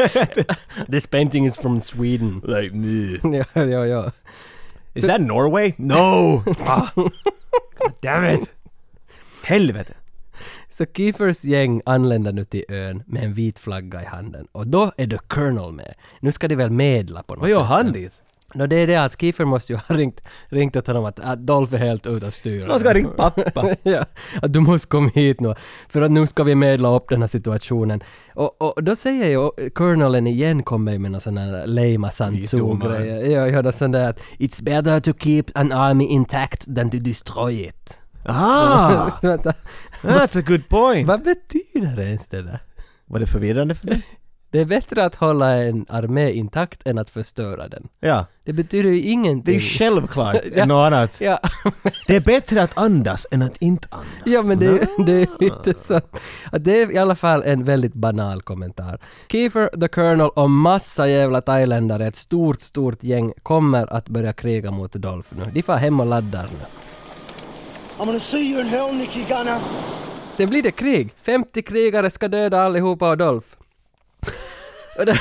[SPEAKER 2] This painting is from Sweden.
[SPEAKER 1] like me.
[SPEAKER 2] ja, ja, ja.
[SPEAKER 1] Is that Norway? No! Ah. God damn it! Helvete!
[SPEAKER 2] Så Kiefers gäng anländer nu till ön med en vit flagga i handen och då är The Colonel med. Nu ska de väl medla på något
[SPEAKER 1] Vad gör
[SPEAKER 2] sätt.
[SPEAKER 1] han dit?
[SPEAKER 2] Nå det är det att Kiefer måste ju ha ringt, ringt åt honom att, att Dolph är helt ute och styr.
[SPEAKER 1] Så han ska ha ringt pappa.
[SPEAKER 2] ja, att du måste komma hit nu, för att nu ska vi medla upp den här situationen. Och, och då säger ju Colonelen igen kommer ju med någon sån här lame Sanzu-grejer. Ja, ja, någon sån där att “It's better to keep an army intact than to destroy it”.
[SPEAKER 1] Ah!
[SPEAKER 2] Så vänta,
[SPEAKER 1] That's a good point!
[SPEAKER 2] vad betyder ens det där?
[SPEAKER 1] Var det förvirrande för dig?
[SPEAKER 2] Det är bättre att hålla en armé intakt än att förstöra den.
[SPEAKER 1] Ja.
[SPEAKER 2] Det betyder ju ingenting.
[SPEAKER 1] Det är ju självklart
[SPEAKER 2] Ja.
[SPEAKER 1] än något annat.
[SPEAKER 2] Ja,
[SPEAKER 1] Det är bättre att andas än att inte andas.
[SPEAKER 2] ja men det, är- det är ju inte så. Att Det är i alla fall en väldigt banal kommentar. Kiefer, the Colonel och massa jävla thailändare, ett stort, stort gäng, kommer att börja kriga mot Dolph nu. De far hem och laddar nu.
[SPEAKER 9] I'm gonna see you in hell, Nicky Gunner.
[SPEAKER 2] Sen blir det krig. 50 krigare ska döda allihopa och Dolph. och, det,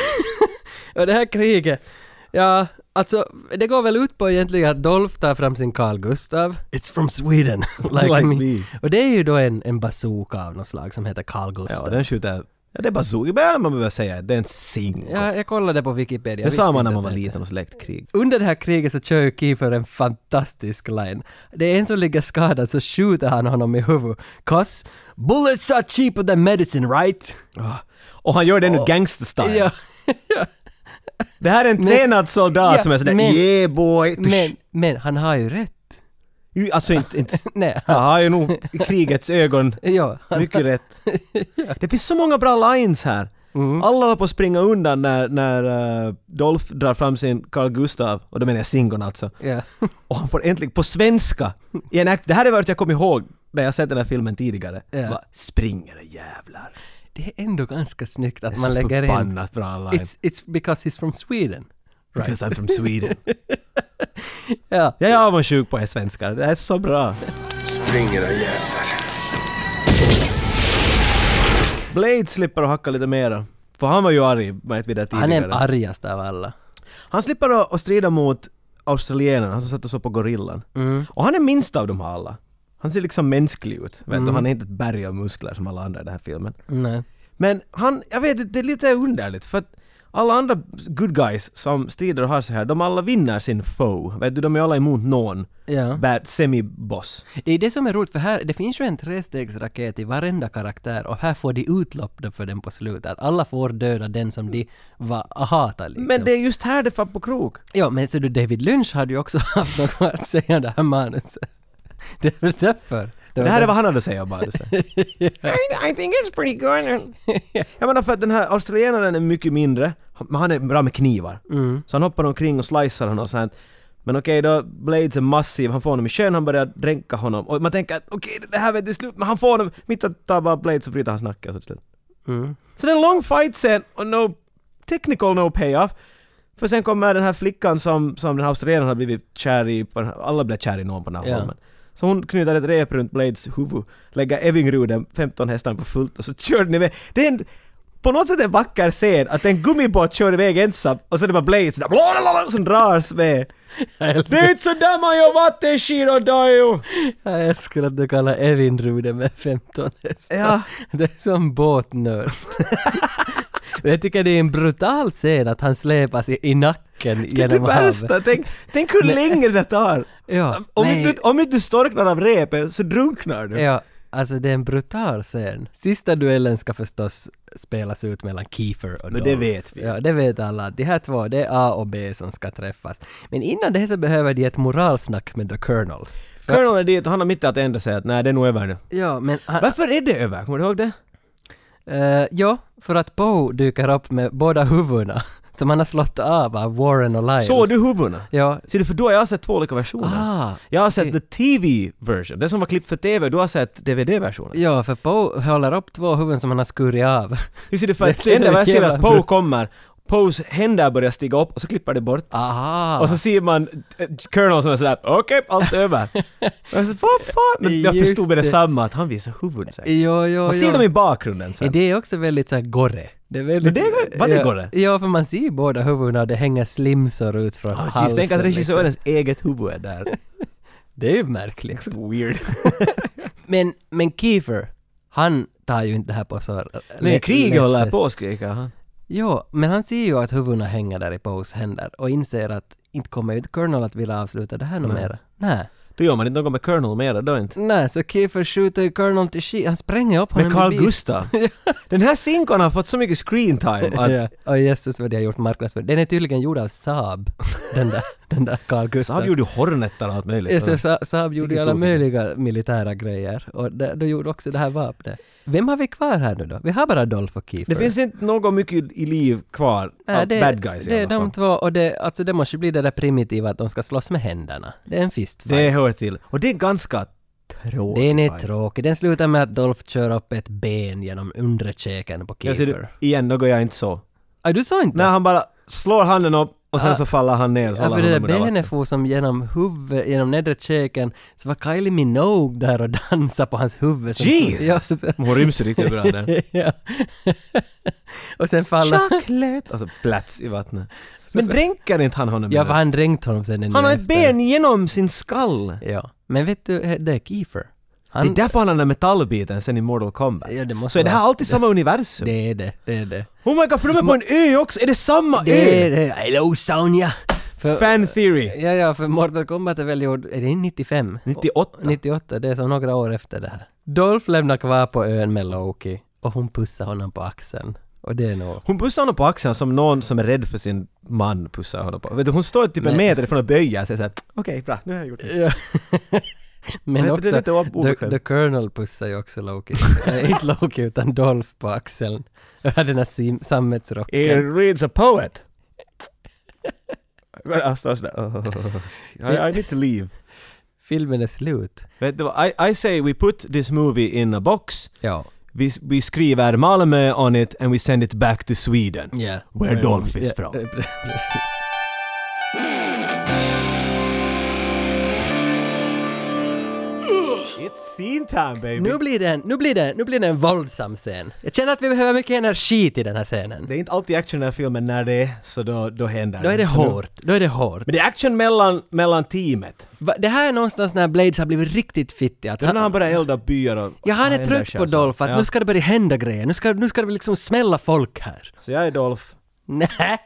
[SPEAKER 2] och det här kriget, ja, alltså det går väl ut på egentligen att Dolph tar fram sin Carl Gustav. It's from Sweden, like,
[SPEAKER 1] Like
[SPEAKER 2] me.
[SPEAKER 1] me.
[SPEAKER 2] Och det är ju då en, en bazooka av något slag som heter Carl
[SPEAKER 1] Ja,
[SPEAKER 2] Gustav.
[SPEAKER 1] den skjuter... Ja, det är bazooka. Men man behöver säga det är en sing.
[SPEAKER 2] Ja, jag kollade på Wikipedia.
[SPEAKER 1] det
[SPEAKER 2] visste
[SPEAKER 1] sa man
[SPEAKER 2] inte
[SPEAKER 1] när
[SPEAKER 2] att
[SPEAKER 1] man var
[SPEAKER 2] det-
[SPEAKER 1] liten och släkt krig.
[SPEAKER 2] Under det här kriget så kör ju Kiefer en fantastisk line. Det är en som ligger skadad så skjuter han honom i huvudet. 'Cause bullets are cheaper than medicine right?'
[SPEAKER 1] Ah, Och han gör det nu gangster-style.
[SPEAKER 2] Ja.
[SPEAKER 1] Det här är en tränad soldat
[SPEAKER 2] ja,
[SPEAKER 1] som är sådär
[SPEAKER 2] men-
[SPEAKER 1] yeah boy.
[SPEAKER 2] Men, men han har ju rätt.
[SPEAKER 1] Ju, Alltså inte... inte
[SPEAKER 2] Nej,
[SPEAKER 1] jag
[SPEAKER 2] han,
[SPEAKER 1] har ju nog i krigets ögon
[SPEAKER 2] ja, han,
[SPEAKER 1] mycket rätt. Det finns så många bra lines här.
[SPEAKER 2] Mm.
[SPEAKER 1] Alla håller på att springa undan när, när eh, Dolph drar fram sin Carl Gustav, och då menar jag singon alltså.
[SPEAKER 2] ja.
[SPEAKER 1] Och han får äntligen, på svenska, i en act, det här är vad jag kom ihåg när jag sett den här filmen tidigare.
[SPEAKER 2] Ja.
[SPEAKER 1] Bara, springer jävlar.
[SPEAKER 2] Det är ändå ganska snyggt att
[SPEAKER 1] Det är
[SPEAKER 2] man
[SPEAKER 1] så
[SPEAKER 2] lägger in...
[SPEAKER 1] förbannat bra line.
[SPEAKER 2] It's, it's because he's from Sweden.
[SPEAKER 1] Because I'm from Sweden.
[SPEAKER 2] Ja,
[SPEAKER 1] jag är avundsjuk på er svenskar, det här är så bra. Blade slipper att hacka lite mera. För han var ju arg, märkte vi det
[SPEAKER 2] han är
[SPEAKER 1] tidigare.
[SPEAKER 2] den argaste av alla.
[SPEAKER 1] Han slipper att att strida mot australienarna, han som satt och såg på gorillan.
[SPEAKER 2] Mm.
[SPEAKER 1] Och han är minst av dem alla. Han ser liksom mänsklig ut. Vet du? Han är inte ett berg av muskler som alla andra i den här filmen.
[SPEAKER 2] Mm. Nej.
[SPEAKER 1] Men han, jag vet inte, det är lite underligt för att alla andra good guys som strider och har sig här, de alla vinner sin foe. Vet du, de är alla emot någon
[SPEAKER 2] Ja.
[SPEAKER 1] bad semi-boss.
[SPEAKER 2] Det är det som är roligt för här, det finns ju en trestegsraket i varenda karaktär och här får de utlopp då för den på slutet. Att alla får döda den som de va, hatar liksom.
[SPEAKER 1] Men det är just här det faller på krok.
[SPEAKER 2] Ja, men ser du David Lynch hade ju också haft något att säga om det här manuset. Det är väl därför.
[SPEAKER 1] Det här är
[SPEAKER 2] var
[SPEAKER 1] vad han hade att säga om manuset. I, I think it's pretty good. Jag menar för att den här australienaren är mycket mindre, men han är bra med knivar. Så han hoppar omkring och slicear honom och sånt. Men okej då, Blades är massiv, han får honom i kön, han börjar dränka honom. Och man tänker att okej det här vet du slut, men han får honom, mitt att ta bara Blades så bryter hans nacke och så till slut. Så det är en lång fight sen och no technical no payoff. För sen kommer den här flickan som, som den här australienaren har blivit kär i, på den här, alla blir kär i någon på den här
[SPEAKER 2] Ja.
[SPEAKER 1] holmen. Så hon knyter ett rep runt Blades huvud, lägger Evingruden 15 hästar på fullt och så kör den iväg. Det är en, på något sätt en vacker scen att en gummibåt kör iväg ensam och så är det bara Blades där, blablabla, som dras med. Det är inte så där man gör vattenskidor Dajo!
[SPEAKER 2] Jag älskar att du kallar Evin Rude med 15 hästar.
[SPEAKER 1] Ja.
[SPEAKER 2] Det är som båtnörd. Och jag tycker det är en brutal scen att han släpas i, i nacken
[SPEAKER 1] Det är det
[SPEAKER 2] genom
[SPEAKER 1] värsta, tänk, tänk hur länge det tar!
[SPEAKER 2] Ja,
[SPEAKER 1] Om
[SPEAKER 2] nej.
[SPEAKER 1] inte, om inte du storknar av repet så drunknar du.
[SPEAKER 2] Ja, alltså det är en brutal scen. Sista duellen ska förstås spelas ut mellan Kiefer
[SPEAKER 1] Men
[SPEAKER 2] och Dolph.
[SPEAKER 1] det vet vi.
[SPEAKER 2] Ja, det vet alla. De här två, det är A och B som ska träffas. Men innan det så behöver de ett moralsnack med The Colonel.
[SPEAKER 1] Colonel är dit, han har mitt i att ändra sig att nej det är nog över nu.
[SPEAKER 2] Ja, men han,
[SPEAKER 1] Varför är det över? Kommer du ihåg det?
[SPEAKER 2] Eh, ja, för att Poe dyker upp med båda huvudena som han har slått av av Warren och Lyle.
[SPEAKER 1] Såg du huvudena?
[SPEAKER 2] Ja.
[SPEAKER 1] Ser du, för då har jag sett två olika versioner.
[SPEAKER 2] Ah,
[SPEAKER 1] Jag har sett the TV version, det som var klippt för TV, du har sett DVD-versionen.
[SPEAKER 2] ja, för Poe håller upp två huvuden som han har skurit av.
[SPEAKER 1] Hur ser du, för att
[SPEAKER 2] Det är
[SPEAKER 1] det enda vad jag ser är
[SPEAKER 2] jävla
[SPEAKER 1] att Poe
[SPEAKER 2] bra.
[SPEAKER 1] kommer, Poes händer börjar stiga upp och så klipper det bort.
[SPEAKER 2] Ah. Aha!
[SPEAKER 1] Och så ser man eh, Colonel som är sådär okej, allt är över. Och jag så, vad fan? Men jag
[SPEAKER 2] Just
[SPEAKER 1] förstod med
[SPEAKER 2] det.
[SPEAKER 1] detsamma att han visar huvudet sig.
[SPEAKER 2] Jo, jo,
[SPEAKER 1] Och ser
[SPEAKER 2] jo.
[SPEAKER 1] de i bakgrunden sen.
[SPEAKER 2] Är det är också väldigt såhär gorre. Det är väldigt...
[SPEAKER 1] Men det är- vad det
[SPEAKER 2] ja,
[SPEAKER 1] gorre?
[SPEAKER 2] Ja, för man ser ju båda huvudena och det hänger slimsor ut från
[SPEAKER 1] Ah,
[SPEAKER 2] halsen.
[SPEAKER 1] jeez, tänk att
[SPEAKER 2] liksom.
[SPEAKER 1] regissörens eget huvud är där.
[SPEAKER 2] Det är ju märkligt.
[SPEAKER 1] Så weird.
[SPEAKER 2] Men, men Kiefer, han tar ju inte det här på så...
[SPEAKER 1] Men
[SPEAKER 2] lätt-
[SPEAKER 1] kriget
[SPEAKER 2] lätt
[SPEAKER 1] håller
[SPEAKER 2] sätt.
[SPEAKER 1] på, skriker han.
[SPEAKER 2] Jo, men han ser ju att huvudena hänger där i Poes händer och inser att inte kommer ju Colonel att vilja avsluta det här något mera. Nej.
[SPEAKER 1] Då gör man inte något med Colonel mera då inte.
[SPEAKER 2] Nej, så Kiefer skjuter ju Colonel till skit. Han spränger upp honom
[SPEAKER 1] Med
[SPEAKER 2] i
[SPEAKER 1] Carl
[SPEAKER 2] bilen.
[SPEAKER 1] Gustaf. Den här sinkon har fått så mycket screen time att
[SPEAKER 2] Ja, och jösses vad de har gjort marknadsföring. Den är tydligen gjord av Saab, den där, den där Carl Gustaf.
[SPEAKER 1] Saab gjorde ju Hornetar och allt möjligt.
[SPEAKER 2] Ja, så Sa- Saab gjorde ju
[SPEAKER 1] Vilket
[SPEAKER 2] alla
[SPEAKER 1] tokigt.
[SPEAKER 2] möjliga militära grejer och de, de gjorde också det här vapnet. Vem har vi kvar här nu då? Vi har bara Dolph och Kiefer.
[SPEAKER 1] Det finns inte något mycket i liv kvar
[SPEAKER 2] Nej,
[SPEAKER 1] av bad guys
[SPEAKER 2] Det
[SPEAKER 1] i
[SPEAKER 2] är
[SPEAKER 1] alla fall.
[SPEAKER 2] de två och det, alltså det måste ju bli det där primitiva att de ska slåss med händerna. Det är en fistfight.
[SPEAKER 1] Det hör till. Och det är ganska tråkigt.
[SPEAKER 2] Den är tråkig. Den slutar med att Dolph kör upp ett ben genom undre käken på
[SPEAKER 1] Jag ser det
[SPEAKER 2] Kiefer.
[SPEAKER 1] igen, något jag inte så.
[SPEAKER 2] Ah, du sa inte?
[SPEAKER 1] När han bara slår handen upp och sen
[SPEAKER 2] Ja.
[SPEAKER 1] så faller han ner. Så
[SPEAKER 2] Ja,
[SPEAKER 1] håller
[SPEAKER 2] för det där
[SPEAKER 1] han honom under
[SPEAKER 2] benet for som genom huvudet, genom nedre käken, så var Kylie Minogue där och dansade på hans huvud. som-
[SPEAKER 1] Jesus!
[SPEAKER 2] Ja, så,
[SPEAKER 1] vattnet. Hon ryms ju riktigt bra där.
[SPEAKER 2] ja. och sen faller...
[SPEAKER 1] Chocolate! Alltså plats i vattnet. Men dränker inte han honom?
[SPEAKER 2] Ja,
[SPEAKER 1] med
[SPEAKER 2] för
[SPEAKER 1] det?
[SPEAKER 2] han drängt honom sen den
[SPEAKER 1] han har
[SPEAKER 2] dagen
[SPEAKER 1] ett
[SPEAKER 2] efter.
[SPEAKER 1] ben genom sin skall.
[SPEAKER 2] Ja. Men vet du, he- det är Kiefer. Han,
[SPEAKER 1] Det är därför han har den där metallbiten sen i Mortal Kombat.
[SPEAKER 2] Ja, det måste
[SPEAKER 1] så är det här
[SPEAKER 2] vara-
[SPEAKER 1] alltid samma universum?
[SPEAKER 2] det är det, det är det.
[SPEAKER 1] Oh my god, för de är på en ö också! Är det samma
[SPEAKER 2] Det är
[SPEAKER 1] ö?
[SPEAKER 2] det. Hello Sonja! För,
[SPEAKER 1] Fan theory!
[SPEAKER 2] ja, ja, för Mortal Kombat är väl gjord, är det 95?
[SPEAKER 1] 98.
[SPEAKER 2] 98, det är som några år efter det här. Dolph lämnar kvar på ön med Loki och hon pussar honom på axeln. Och det är nog...
[SPEAKER 1] Hon pussar honom på axeln som någon som är rädd för sin man pussar honom på. Vet du, hon står typ en
[SPEAKER 2] Nej.
[SPEAKER 1] meter ifrån och böjer sig såhär. Okej, bra, nu har jag gjort det.
[SPEAKER 2] Ja. Men
[SPEAKER 1] Men
[SPEAKER 2] också,
[SPEAKER 1] det är lite ob-
[SPEAKER 2] the,
[SPEAKER 1] obekvämt.
[SPEAKER 2] the Colonel pussar ju också Loki. Nej, inte Loki utan Dolph på axeln. Och hade den här sim- sammetsrocken.
[SPEAKER 1] reads a poet. Men alltså, alltså, oh, I, I need to leave.
[SPEAKER 2] Filmen är slut.
[SPEAKER 1] Vet du vad, I, I say we put this movie in a box.
[SPEAKER 2] Ja.
[SPEAKER 1] Vi, vi skriver Malmö on it and we send it back to Sweden.
[SPEAKER 2] Yeah.
[SPEAKER 1] Where Dolph is
[SPEAKER 2] Ja,
[SPEAKER 1] from.
[SPEAKER 2] eh, Precis.
[SPEAKER 1] It's scene time baby!
[SPEAKER 2] Nu blir, det en, nu, blir det, nu blir det en våldsam scen. Jag känner att vi behöver mycket energi till den här scenen.
[SPEAKER 1] Det är inte alltid action i den här filmen när det är, så då, då händer
[SPEAKER 2] Då är det
[SPEAKER 1] Så nu-
[SPEAKER 2] hårt. Då är det hårt.
[SPEAKER 1] Men det är action mellan, mellan teamet.
[SPEAKER 2] Va, det här är någonstans när Blades har blivit riktigt fittig. Alltså,
[SPEAKER 1] Sen när han börjar elda upp byar och...
[SPEAKER 2] ja, han är
[SPEAKER 1] och
[SPEAKER 2] trött
[SPEAKER 1] ändrar
[SPEAKER 2] på
[SPEAKER 1] sig och
[SPEAKER 2] Dolph att
[SPEAKER 1] så. Ja.
[SPEAKER 2] nu ska det börja hända grejer. Nu ska, nu ska det liksom smälla folk här.
[SPEAKER 1] Så jag är Dolph.
[SPEAKER 2] Nej,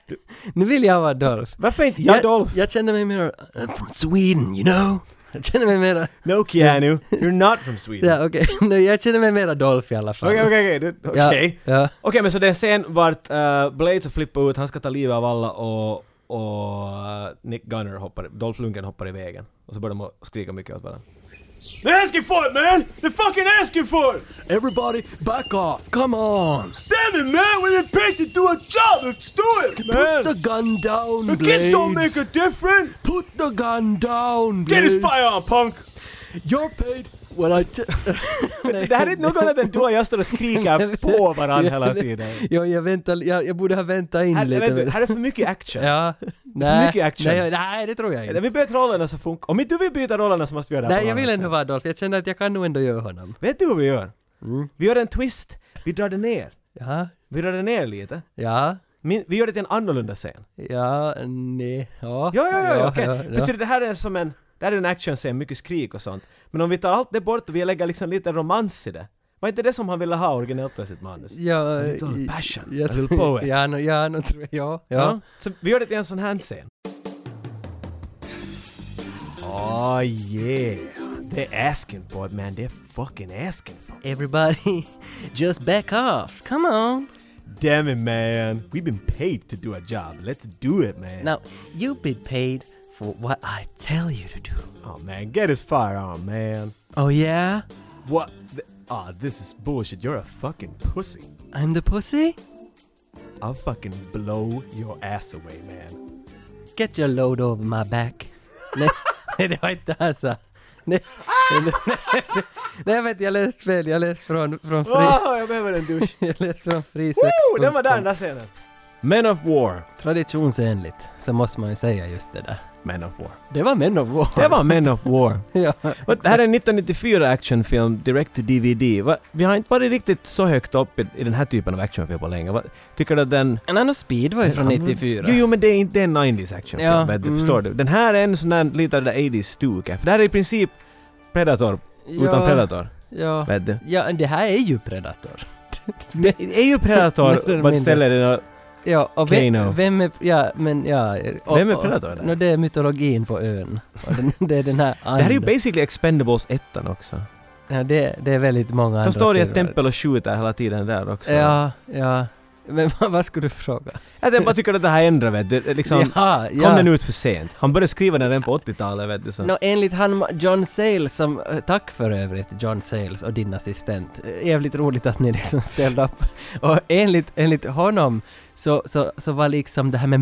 [SPEAKER 2] nu vill jag vara Dolph.
[SPEAKER 1] Varför inte jag, Dolph?
[SPEAKER 2] Jag känner mig mer... I'm from Sweden, you know? Jag känner mig mera...
[SPEAKER 1] No Keanu, you're not from Sweden.
[SPEAKER 2] Ja, okej. Nej, jag känner mig mera Dolph i alla fall.
[SPEAKER 1] Okej, okej, okej. det-
[SPEAKER 2] Ja,
[SPEAKER 1] Okej.
[SPEAKER 2] ja.
[SPEAKER 1] Okej, men så det är en scen vart eh, Blades har flippat ut, han ska ta livet av alla och, och eh, Nick Gunner hoppar, Dolph Lundgren hoppar i vägen. Och så börjar de att skrika mycket åt varandra. They're asking for it man! They're fucking asking for it!
[SPEAKER 2] Everybody, back off! Come on!
[SPEAKER 1] Damn it man! We've been paid to do a job! Let's do it
[SPEAKER 2] Put
[SPEAKER 1] man!
[SPEAKER 2] the gun down,
[SPEAKER 1] The
[SPEAKER 2] Blades!
[SPEAKER 1] kids don't make a difference!
[SPEAKER 2] Put the gun down,
[SPEAKER 1] Get
[SPEAKER 2] Blades!
[SPEAKER 1] his firearm punk!
[SPEAKER 2] You're paid when I... T-
[SPEAKER 1] Det här är inte något annat än du och jag står och skriker på varandra hela tiden.
[SPEAKER 2] ja, jag, väntar, jag, jag borde ha väntat in
[SPEAKER 1] Här,
[SPEAKER 2] lite.
[SPEAKER 1] vänta,
[SPEAKER 2] men-
[SPEAKER 1] här är för mycket action.
[SPEAKER 2] ja.
[SPEAKER 1] för
[SPEAKER 2] Nej,
[SPEAKER 1] mycket action.
[SPEAKER 2] Nej, nej, det tror jag inte.
[SPEAKER 1] Vi byter rollerna så funkar Om inte du vill byta rollerna så måste vi göra det här
[SPEAKER 2] Nej,
[SPEAKER 1] på
[SPEAKER 2] jag
[SPEAKER 1] något
[SPEAKER 2] vill
[SPEAKER 1] annat
[SPEAKER 2] ändå
[SPEAKER 1] sätt.
[SPEAKER 2] vara Dolph. Jag känner att jag kan nog ändå göra honom.
[SPEAKER 1] Vet du hur vi gör?
[SPEAKER 2] Mm.
[SPEAKER 1] Vi gör en twist, vi drar det ner.
[SPEAKER 2] Ja,
[SPEAKER 1] Vi drar det ner lite.
[SPEAKER 2] ja,
[SPEAKER 1] Min, vi gör det till en annorlunda scen.
[SPEAKER 2] ja, nej, ja.
[SPEAKER 1] Ja, ja, ja, ja okej.
[SPEAKER 2] ja,
[SPEAKER 1] För ser du, det här är som en... Det här är en actionscen, mycket skrik och sånt. Men om vi tar allt det bort och vi lägger liksom lite romans i det. Var inte det som han ville ha originellt i sitt manus?
[SPEAKER 2] Ja,
[SPEAKER 1] A little
[SPEAKER 2] i-
[SPEAKER 1] passion,
[SPEAKER 2] jag
[SPEAKER 1] a little
[SPEAKER 2] tror-
[SPEAKER 1] poet.
[SPEAKER 2] Ja, no, ja, no, tror jag. Ja, ja.
[SPEAKER 1] Ja. Så vi gör det till en sån här scen. Oh yeah! They're asking for it man, they're fucking asking for it.
[SPEAKER 2] Everybody, just back off. Come on.
[SPEAKER 1] Damn it man, we've been paid to do a job, let's do it man.
[SPEAKER 2] Now, you've been paid for what I tell you to do.
[SPEAKER 1] Oh man, get his firearm man.
[SPEAKER 2] Oh yeah?
[SPEAKER 1] What? Th- Aw, this is bullshit, you're a fucking pussy.
[SPEAKER 2] I'm the pussy?
[SPEAKER 1] I'll fucking blow your ass away man.
[SPEAKER 2] Get your load over my back. Nej, nej, det var inte han sa. Nej, nej, nej, nej, vänta, jag läste fel. Jag läste från, från fri...
[SPEAKER 1] Wow, jag behöver en dusch.
[SPEAKER 2] Jag läste från frisex.
[SPEAKER 1] Woo, den var där den där scenen. Men of War.
[SPEAKER 2] Traditionsenligt så måste man ju säga just det där.
[SPEAKER 1] Men of War.
[SPEAKER 2] Det var Men of War.
[SPEAKER 1] Det var Men of War.
[SPEAKER 2] ja.
[SPEAKER 1] Vad- Det här är en 1994 actionfilm, direct to DVD. Va? Vi har inte varit riktigt så högt upp i, i den här typen av actionfilm på länge. Va? Tycker du att den...
[SPEAKER 2] Nano Speed var ju från 94.
[SPEAKER 1] Jo, jo, men det är inte en 90s actionfilm,
[SPEAKER 2] Ja,
[SPEAKER 1] vet du,
[SPEAKER 2] mm.
[SPEAKER 1] förstår du? Den här är en sån där lite av det där 80s-stuket. För det här är i princip Predator, utan Predator,
[SPEAKER 2] Ja.
[SPEAKER 1] vet du.
[SPEAKER 2] ja, det här är ju Predator.
[SPEAKER 1] Det är ju
[SPEAKER 2] Mer eller
[SPEAKER 1] Predator, man
[SPEAKER 2] mindre.
[SPEAKER 1] ställer den och
[SPEAKER 2] Ja, och vem,
[SPEAKER 1] Kano.
[SPEAKER 2] vem är... Ja, men ja... Och,
[SPEAKER 1] Vem är
[SPEAKER 2] och-
[SPEAKER 1] Predator där?
[SPEAKER 2] nå, det är mytologin på ön. Och den, det är den här anden.
[SPEAKER 1] Det här är ju basically Expendables 1 också.
[SPEAKER 2] ja, det, det är väldigt många andra
[SPEAKER 1] De står i ett
[SPEAKER 2] filmer.
[SPEAKER 1] tempel och skjuter hela tiden där också.
[SPEAKER 2] Ja, ja. Men vad, vad skulle du fråga?
[SPEAKER 1] Att Jag bara tycker att det här ändrar vet du. Liksom,
[SPEAKER 2] ja, ja.
[SPEAKER 1] Kom den ut för sent? Han började skriva den redan på 80-talet vet du. Så.
[SPEAKER 2] Nå, enligt han John Sayles som, eh, tack för övrigt John Sayles och din assistent. Eh, Jävligt roligt att ni liksom ställde upp. Och enligt, enligt honom så, så, så var liksom det här med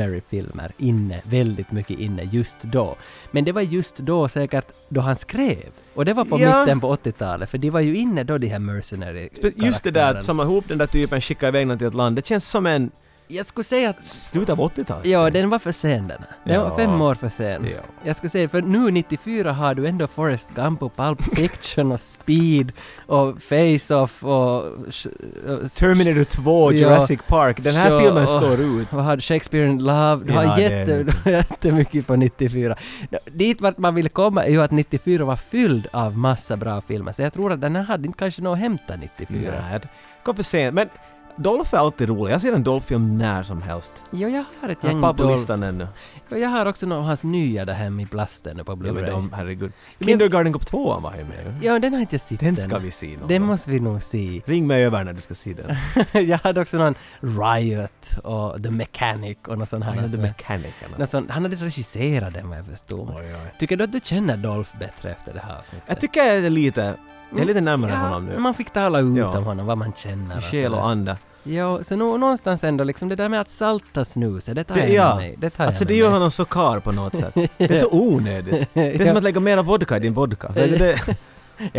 [SPEAKER 2] mercenary-filmer inne, väldigt mycket inne just då. Men det var just då säkert då han skrev. Och det var på
[SPEAKER 1] Ja.
[SPEAKER 2] mitten på 80-talet, för de var ju inne då de här mercenary
[SPEAKER 1] Just det där att samla ihop den där typen, skicka iväg någon till ett land. Det känns som en
[SPEAKER 2] Jag skulle säga att
[SPEAKER 1] slut av 80-talet.
[SPEAKER 2] Ja, den var för sen den. Den
[SPEAKER 1] Ja.
[SPEAKER 2] var fem år för sen.
[SPEAKER 1] Ja.
[SPEAKER 2] Jag skulle säga, för nu 94 har du ändå Forrest Gump och Pulp Fiction och Speed och Face-Off och... sh- och s-
[SPEAKER 1] Terminator 2,
[SPEAKER 2] Ja.
[SPEAKER 1] Jurassic Park. Den här
[SPEAKER 2] Så-
[SPEAKER 1] filmen
[SPEAKER 2] och-
[SPEAKER 1] står ut.
[SPEAKER 2] Vad har du? Shakespeare in Love? Du
[SPEAKER 1] Ja,
[SPEAKER 2] har
[SPEAKER 1] det är
[SPEAKER 2] jätte,
[SPEAKER 1] mycket.
[SPEAKER 2] du har jättemycket på 94. Nå, Dit vart man vill komma är ju att 94 var fylld av massa bra filmer, så jag tror att den här hade inte kanske något att hämta 94.
[SPEAKER 1] Nej, det kom för sent. Men Dolph är alltid rolig. Jag ser en Dolph-film när som helst.
[SPEAKER 2] Jo, jag har ett
[SPEAKER 1] Jag har
[SPEAKER 2] gäng
[SPEAKER 1] bara på
[SPEAKER 2] Dolph-
[SPEAKER 1] listan ännu.
[SPEAKER 2] Och Jag har också någon av hans nya där hemma i plasten på
[SPEAKER 1] Ja, men
[SPEAKER 2] Blu-ray.
[SPEAKER 1] de, herregud. Kindergarten Cop 2 var ju med.
[SPEAKER 2] Ja, den har inte jag sett
[SPEAKER 1] Den
[SPEAKER 2] än.
[SPEAKER 1] ska vi se någon
[SPEAKER 2] Den
[SPEAKER 1] gång.
[SPEAKER 2] måste vi nog se.
[SPEAKER 1] Ring mig över när du ska se den.
[SPEAKER 2] jag hade också någon Riot och The Mechanic och någon sån här.
[SPEAKER 1] Han hade
[SPEAKER 2] som-
[SPEAKER 1] mekanikerna.
[SPEAKER 2] någon sån, han hade regisserat den vad jag förstod.
[SPEAKER 1] Oj, oj.
[SPEAKER 2] Tycker du att du känner Dolph bättre efter det här avsnittet? Mm.
[SPEAKER 1] Jag tycker jag är lite, jag är lite närmare
[SPEAKER 2] Ja,
[SPEAKER 1] honom nu.
[SPEAKER 2] Man fick tala ut
[SPEAKER 1] Ja.
[SPEAKER 2] om honom, vad man känner.
[SPEAKER 1] I själ
[SPEAKER 2] sådär.
[SPEAKER 1] och anda.
[SPEAKER 2] Ja, så nå- någonstans ändå liksom det där med att salta snuset, det tar
[SPEAKER 1] Det-
[SPEAKER 2] jag med
[SPEAKER 1] ja.
[SPEAKER 2] mig. Det tar jag
[SPEAKER 1] Alltså
[SPEAKER 2] med
[SPEAKER 1] det gör
[SPEAKER 2] mig.
[SPEAKER 1] honom så kar på något sätt. Det är så onödigt. Det är
[SPEAKER 2] Ja.
[SPEAKER 1] som att lägga mera vodka i din vodka. Det är det,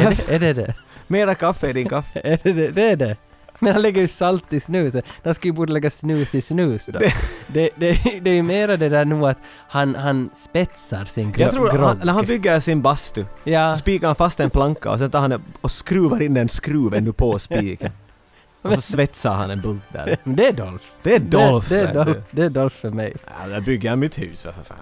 [SPEAKER 2] Är det är det? det?
[SPEAKER 1] mera kaffe i din kaffe.
[SPEAKER 2] Är det det? det, är det. Men han lägger ju salt i snuset. De skulle ju borde lägga snus i snus då. Det, det, det, är ju mera det där nu att han, han spetsar sin gro-
[SPEAKER 1] Jag tror att han,
[SPEAKER 2] grogg.
[SPEAKER 1] när han bygger sin bastu
[SPEAKER 2] Ja.
[SPEAKER 1] så spikar han fast en planka och sen tar han en, och skruvar in den skruven nu på spiken. Och så svetsar han en bult där.
[SPEAKER 2] Det är Dolph.
[SPEAKER 1] Det är Dolph!
[SPEAKER 2] Det, det, är
[SPEAKER 1] vet du.
[SPEAKER 2] Dolph, det är Dolph för mig.
[SPEAKER 1] Ja, där bygger jag mitt hus för fan.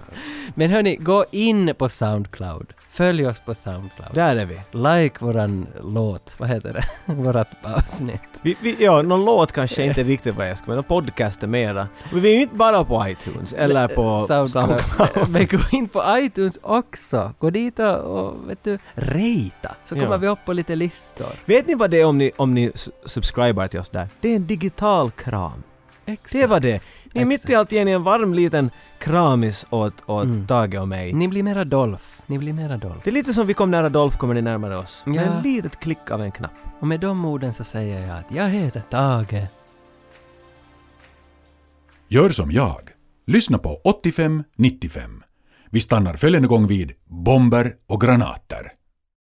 [SPEAKER 2] Men hörni, gå in på Soundcloud. Följ oss på Soundcloud.
[SPEAKER 1] Där är vi.
[SPEAKER 2] Like våran låt, vad heter det? Vårat avsnitt.
[SPEAKER 1] vi, vi ja, någon låt kanske inte riktigt vad jag ska men podcast är mera. Men vi är ju inte bara på iTunes eller på
[SPEAKER 2] Soundcloud.
[SPEAKER 1] SoundCloud.
[SPEAKER 2] Men gå in på iTunes också. Gå dit och, och vet du, rejta. Så
[SPEAKER 1] Ja.
[SPEAKER 2] kommer vi upp på lite listor.
[SPEAKER 1] Vet ni vad det är om ni, om ni s- subscribar till oss där? Det är en digital kram.
[SPEAKER 2] Exakt.
[SPEAKER 1] Det var det. Ni är mitt
[SPEAKER 2] Exakt.
[SPEAKER 1] i allt ger ni en varm liten kramis åt, åt
[SPEAKER 2] Mm.
[SPEAKER 1] Tage och mig.
[SPEAKER 2] Ni blir mera Dolph. Ni blir mera Dolph.
[SPEAKER 1] Det är lite som vi kom nära Dolph kommer ni närmare oss.
[SPEAKER 2] Ja.
[SPEAKER 1] Med en litet klick av en knapp.
[SPEAKER 2] Och med de orden så säger jag att jag heter Tage.
[SPEAKER 10] Gör som jag. Lyssna på 85-95. Vi stannar följande gång vid bomber och granater.